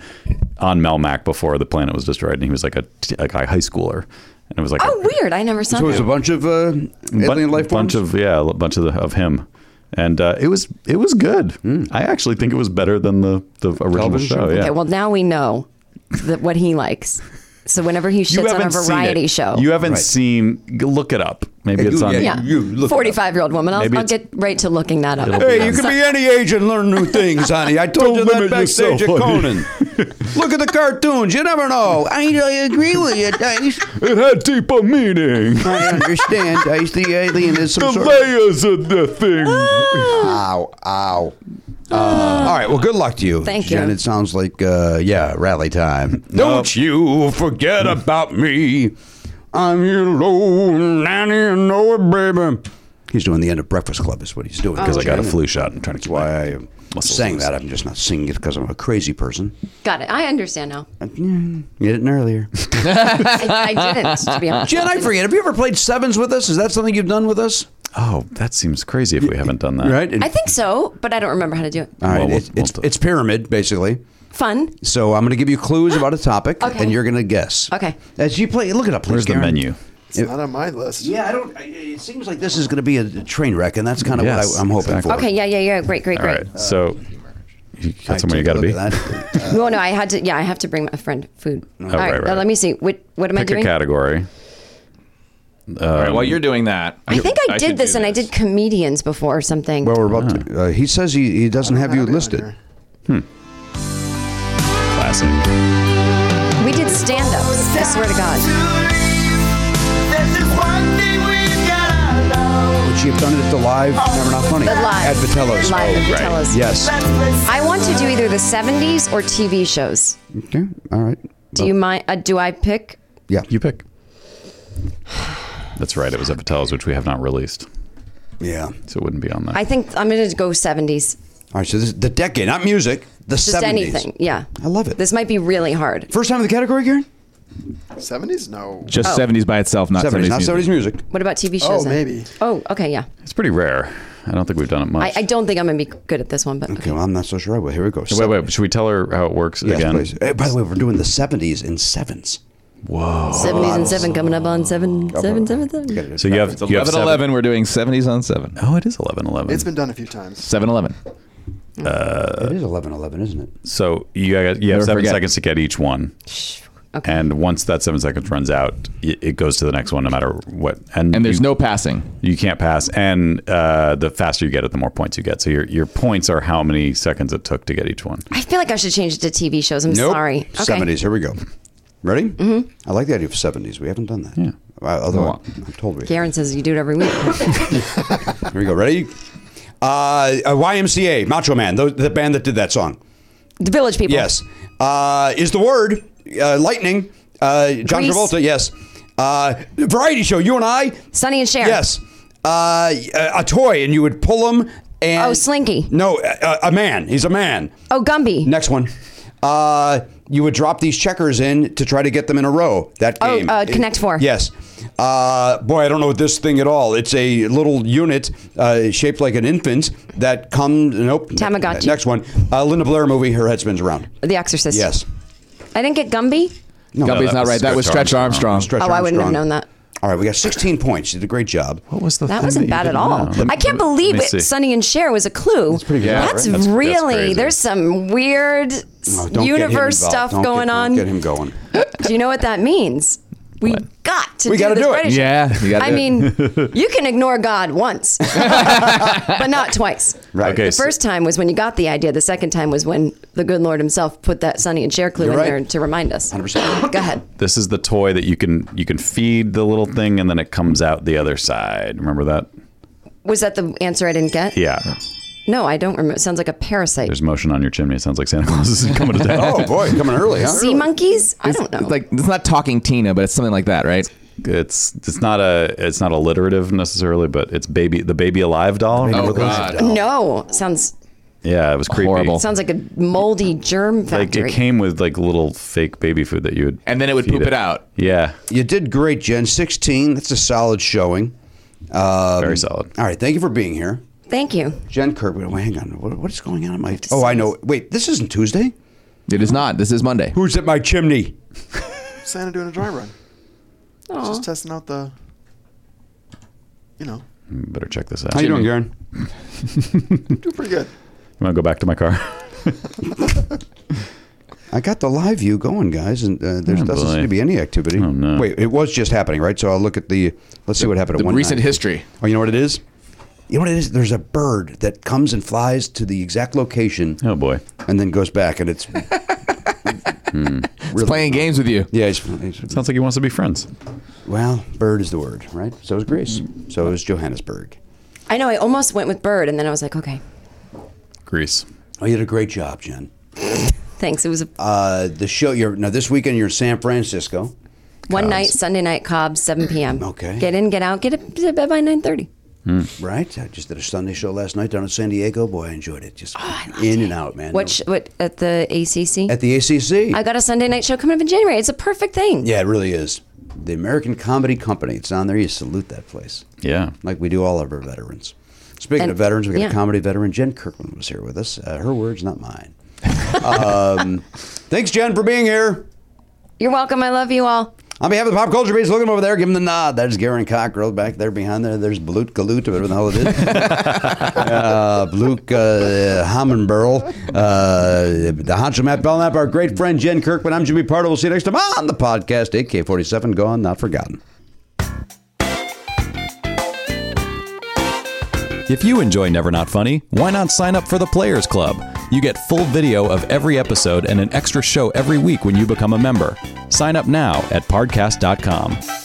Speaker 3: on Melmac before the planet was destroyed, and he was like a like a high schooler, and it was like a-
Speaker 6: Oh, weird! I never saw
Speaker 2: So it was a
Speaker 6: that.
Speaker 2: bunch of uh, alien life
Speaker 3: bunch
Speaker 2: forms.
Speaker 3: of yeah, a bunch of the, of him, and uh, it was it was good. I actually think it was better than the the original
Speaker 2: Television
Speaker 3: show.
Speaker 2: show?
Speaker 3: Yeah,
Speaker 6: Mm. Okay, well now we know that what he likes. So whenever he shits on a variety show,
Speaker 3: You haven't
Speaker 2: Right.
Speaker 3: seen. g- Look it up. Maybe
Speaker 2: Yeah,
Speaker 3: it's
Speaker 2: you-
Speaker 3: on.
Speaker 2: yeah,
Speaker 6: yeah,
Speaker 2: you look it up.
Speaker 6: forty-five-year-old woman. I'll,
Speaker 3: Maybe
Speaker 6: I'll
Speaker 3: it's-
Speaker 6: get right to looking that up.
Speaker 3: It'll be
Speaker 2: Hey, you can be any age and learn new things, honey. I told
Speaker 3: Don't
Speaker 2: you that
Speaker 3: limit
Speaker 2: backstage
Speaker 3: yourself,
Speaker 2: at
Speaker 3: honey.
Speaker 2: Conan. Look at the cartoons. You never know. I, I agree with you, Dice.
Speaker 3: It had deeper meaning.
Speaker 2: I understand, Dice. The alien is some sort of...
Speaker 3: layers of the thing.
Speaker 6: Ah.
Speaker 2: Ow, ow. Uh, all right, well, good luck to you.
Speaker 6: Thank you.
Speaker 2: Jen. It sounds like, uh, yeah, rally time. Don't you forget about me. I'm your low nanny, you know it, baby. He's doing the end of Breakfast Club is what he's doing.
Speaker 3: Because I got a
Speaker 2: Jen.
Speaker 3: flu shot. I'm trying to keep. my-
Speaker 2: why I
Speaker 3: Muscles
Speaker 2: sang
Speaker 3: loose.
Speaker 2: that. I'm just not singing it because I'm a crazy person.
Speaker 6: Got it. I understand now. I,
Speaker 2: You didn't earlier.
Speaker 6: I didn't. To be honest,
Speaker 2: Jen, I forget. Have you ever played sevens with us? Is that something you've done with us?
Speaker 3: Oh, that seems crazy. If we haven't done that,
Speaker 2: Right.
Speaker 6: I think so, but I don't remember how to do it.
Speaker 2: All right.
Speaker 3: Uh, Well, we'll-
Speaker 2: it's, it's,
Speaker 3: we'll do-
Speaker 2: it's pyramid basically.
Speaker 6: Fun.
Speaker 2: So I'm going to give you clues about a topic,
Speaker 6: Okay.
Speaker 2: and you're going to guess.
Speaker 6: Okay.
Speaker 2: As you play, look it up. Please,
Speaker 3: Where's the
Speaker 2: Karen.
Speaker 3: menu?
Speaker 5: It's not on my list.
Speaker 2: Yeah, I don't. I- It seems like this is going to be a train wreck, and that's kind of
Speaker 3: Yes,
Speaker 2: what I, I'm hoping
Speaker 3: exactly.
Speaker 2: for.
Speaker 6: Okay. Yeah. Yeah. Yeah. Great. Great.
Speaker 3: All
Speaker 6: Great.
Speaker 3: right. So you
Speaker 2: Uh, I
Speaker 3: got somewhere you
Speaker 2: took
Speaker 3: got
Speaker 2: a
Speaker 3: to be.
Speaker 2: look at that.
Speaker 6: Well, no, I had to. Yeah, I have to bring my friend food. All
Speaker 3: right,
Speaker 6: right,
Speaker 3: right.
Speaker 6: uh, let me see. What what am I
Speaker 3: Pick a
Speaker 6: doing?
Speaker 3: category.
Speaker 4: All right, while you're doing that,
Speaker 6: I think I,
Speaker 4: should
Speaker 6: did this,
Speaker 4: do
Speaker 6: and I did comedians before or something.
Speaker 2: Well, we're about to. Uh, he says he, he doesn't have you listed.
Speaker 3: Classic.
Speaker 6: we did stand ups. I swear to God.
Speaker 2: Would you have done it at the live? Never not funny.
Speaker 6: Oh, The live.
Speaker 2: At Vitello's.
Speaker 6: Live at
Speaker 2: Oh,
Speaker 6: Vitello's.
Speaker 2: Yes.
Speaker 6: I want to do either the 70s or TV shows.
Speaker 2: Okay. All right.
Speaker 6: Do you mind? Uh, do I pick?
Speaker 2: Yeah.
Speaker 3: You pick. That's right. It was at Patel's, which we have not released,
Speaker 2: Yeah.
Speaker 3: so it wouldn't be on that.
Speaker 6: I think I'm going to go 70s.
Speaker 2: All right. So this is the decade, not music. The
Speaker 6: Just
Speaker 2: 70s.
Speaker 6: anything. Yeah.
Speaker 2: I love it.
Speaker 6: This might be really hard.
Speaker 2: First time in the category, Karen?
Speaker 5: 70s? No.
Speaker 4: just
Speaker 2: Oh.
Speaker 4: 70s by itself, not
Speaker 2: 70s,
Speaker 4: 70s.
Speaker 2: not 70s music.
Speaker 6: What about TV shows? then?
Speaker 5: maybe.
Speaker 6: Oh, okay. Yeah.
Speaker 3: it's pretty rare. I don't think we've done it
Speaker 6: I,
Speaker 3: much.
Speaker 6: I don't think I'm going to be good at this one, but okay.
Speaker 2: Okay, well, I'm not so sure. Well, here we go.
Speaker 3: wait, wait. Should we tell her how it works
Speaker 2: Yes,
Speaker 3: again?
Speaker 2: please. Hey, by the way, we're doing the 70s and sevens.
Speaker 6: 70s and 7 coming up on 7, 7, 7, 7.
Speaker 3: So you have
Speaker 4: It's 11
Speaker 3: seven-
Speaker 4: 11. We're doing 70s on 7.
Speaker 3: Oh, it is eleven eleven.
Speaker 5: It's been done a few times.
Speaker 4: 7 11.
Speaker 2: it is 11 11, isn't it?
Speaker 3: so you got you have
Speaker 4: Never
Speaker 3: seven
Speaker 4: forget.
Speaker 3: seconds to get each one,
Speaker 6: Okay.
Speaker 3: and once that seven seconds runs out, y- it goes to the next one, no matter what. And,
Speaker 4: And there's
Speaker 3: you,
Speaker 4: no passing.
Speaker 3: you can't pass. And uh, the faster you get it, the more points you get. So your your points are how many seconds it took to get each one.
Speaker 6: I feel like I should change it to TV shows. I'm sorry. Okay.
Speaker 2: 70s. Here we go. Ready? Mm-hmm. I like the idea of 70s. We haven't done that. Yeah. although
Speaker 4: Go
Speaker 2: I'm, I'm told we.
Speaker 6: Karen says you do it every week.
Speaker 2: Here we go. Ready? Uh, uh, YMCA, Macho Man, the, the band that did that song.
Speaker 6: the Village People.
Speaker 2: Yes. Uh, is the word uh, lightning? Uh, John
Speaker 6: Grease.
Speaker 2: Travolta. Yes. Uh, variety show. You and I.
Speaker 6: Sonny and Cher.
Speaker 2: Yes. Uh, a, a toy, and you would pull him. And
Speaker 6: Oh, Slinky.
Speaker 2: No, a, a man. He's a man.
Speaker 6: Oh, Gumby.
Speaker 2: Next one. Uh, you would drop these checkers in to try to get them in a row. That
Speaker 6: Oh,
Speaker 2: game.
Speaker 6: uh, Connect Four.
Speaker 2: Yes. Uh, boy, I don't know this thing at all. It's a little unit uh, shaped like an infant that comes. Nope.
Speaker 6: Tamagotchi.
Speaker 2: Next one. Uh, Linda Blair movie. Her head spins around.
Speaker 6: The Exorcist.
Speaker 2: Yes.
Speaker 6: I didn't get Gumby.
Speaker 4: No, Gumby's
Speaker 3: that
Speaker 4: not
Speaker 3: was
Speaker 4: right. That was
Speaker 3: Stretch
Speaker 4: Stretch Armstrong.
Speaker 2: Stretch
Speaker 6: oh, I wouldn't have
Speaker 2: Armstrong.
Speaker 6: known that.
Speaker 2: All right, we got 16 points. You did a great job.
Speaker 3: What was the
Speaker 6: That
Speaker 3: thing
Speaker 6: wasn't
Speaker 3: you
Speaker 6: bad at
Speaker 3: didn't
Speaker 6: all.
Speaker 3: know? Let me-
Speaker 6: I can't
Speaker 3: let me
Speaker 6: believe it.
Speaker 3: see.
Speaker 6: Sunny and Cher was a clue. That's
Speaker 2: pretty good, Yeah, right?
Speaker 3: That's- that's
Speaker 6: really.
Speaker 3: crazy.
Speaker 6: there's some weird
Speaker 2: Oh, don't get him involved.
Speaker 6: universe stuff
Speaker 2: Don't get-
Speaker 6: going
Speaker 2: don't
Speaker 6: on.
Speaker 2: Get him going.
Speaker 6: Do you know what that means? We got to
Speaker 2: We
Speaker 6: do
Speaker 2: gotta
Speaker 6: this
Speaker 2: do it.
Speaker 6: British-
Speaker 4: Yeah, you gotta
Speaker 6: I
Speaker 4: do it.
Speaker 6: mean, you can ignore God once, but not twice.
Speaker 2: Right.
Speaker 3: Okay,
Speaker 6: The
Speaker 3: so-
Speaker 6: first time was when you got the idea. The second time was when the good Lord Himself put that Sonny and Cher clue
Speaker 2: You're
Speaker 6: in
Speaker 2: right.
Speaker 6: there to remind us.
Speaker 2: 100%.
Speaker 6: Go ahead.
Speaker 3: This is the toy that you can you can feed the little thing and then it comes out the other side. Remember that?
Speaker 6: Was that the answer I didn't get?
Speaker 3: Yeah.
Speaker 6: No, I don't remember. It sounds like a parasite.
Speaker 3: There's motion on your chimney. It sounds like Santa Claus is coming to town.
Speaker 2: Oh, boy, coming early, huh?
Speaker 6: sea monkeys? I don't know.
Speaker 4: It's like it's not talking Tina, but it's something like that, right?
Speaker 3: It's it's not a it's not alliterative necessarily, but it's baby the baby alive doll. Remember those?
Speaker 6: no, sounds
Speaker 3: Yeah, it was creepy.
Speaker 4: Horrible.
Speaker 6: sounds like a moldy germ
Speaker 3: Like
Speaker 6: factory.
Speaker 3: it came with like little fake baby food that you would
Speaker 4: And then it would
Speaker 3: feed
Speaker 4: poop it out.
Speaker 3: Yeah,
Speaker 2: You did great, Jen. 16. That's a solid showing. Um,
Speaker 3: very solid.
Speaker 2: All right, thank you for being here.
Speaker 6: Thank you.
Speaker 2: Jen Kirk, wait, hang on. What, what is going on? at My, oh, I know. Wait, this isn't Tuesday?
Speaker 4: It is not. This is Monday.
Speaker 2: Who's at my chimney?
Speaker 5: Santa doing a dry run.
Speaker 6: Aw.
Speaker 5: Just testing out the, you know,
Speaker 3: Better check this out.
Speaker 2: How you
Speaker 3: You
Speaker 2: doing, Garen?
Speaker 5: doing pretty good.
Speaker 3: want to go back to my car?
Speaker 2: I got the live view going, guys, and uh, there
Speaker 3: Oh,
Speaker 2: doesn't
Speaker 3: boy.
Speaker 2: seem to be any activity.
Speaker 3: Oh, no.
Speaker 2: Wait, it was just happening, right? So I'll look at the. Let's see what happened
Speaker 4: The
Speaker 2: at one.
Speaker 4: recent
Speaker 2: nine.
Speaker 4: history.
Speaker 2: Oh, you know what it is? You know what it is? There's a bird that comes and flies to the exact location
Speaker 3: oh boy,
Speaker 2: and then goes back, and it's
Speaker 4: It's playing games with you.
Speaker 2: yeah. It's, it's-
Speaker 3: sounds like he wants to be friends.
Speaker 2: well, bird is the word, right? So is Greece. So is Johannesburg.
Speaker 6: I know. I almost went with bird, and then I was like, okay,
Speaker 3: Greece.
Speaker 2: Oh, you did a great job, Jen.
Speaker 6: thanks. It was a
Speaker 2: Uh, the show. You're now this weekend. You're in San Francisco.
Speaker 6: one night, Sunday night, Cobb, 7 p.m.
Speaker 2: Okay.
Speaker 6: Get in, get out, get up to bed by 9:30.
Speaker 2: Right, I just did a Sunday show last night down in San Diego. Boy, I enjoyed it.
Speaker 6: Oh,
Speaker 2: Just in and out, man.
Speaker 6: What? Sh- what at the ACC?
Speaker 2: at the ACC?
Speaker 6: I got a Sunday night show coming up in January. It's a perfect thing.
Speaker 2: Yeah, it really is. The American Comedy Company. It's on there. You salute that place,
Speaker 3: Yeah,
Speaker 2: like we do all of our veterans. Speaking
Speaker 6: And-
Speaker 2: of veterans, we got
Speaker 6: yeah.
Speaker 2: a comedy veteran. Jen Kirkland was here with us. Uh, her words, not mine. um, thanks, Jen, for being here.
Speaker 6: You're welcome. I love you all.
Speaker 2: On behalf of the Pop Culture Beats, look at him over there. Give him the nod. That is Garen Cockrell back there behind there. There's Balut Galut, whatever the hell it is. uh, Luke uh, Hammenburl, uh, the honcho Matt Belknap, our great friend Jen Kirkman. I'm Jimmy Pardo. We'll see you next time on the podcast. AK47, gone, not forgotten.
Speaker 3: If you enjoy Never Not Funny, why not sign up for the Players Club? You get full video of every episode and an extra show every week when you become a member. Sign up now at podcast.com.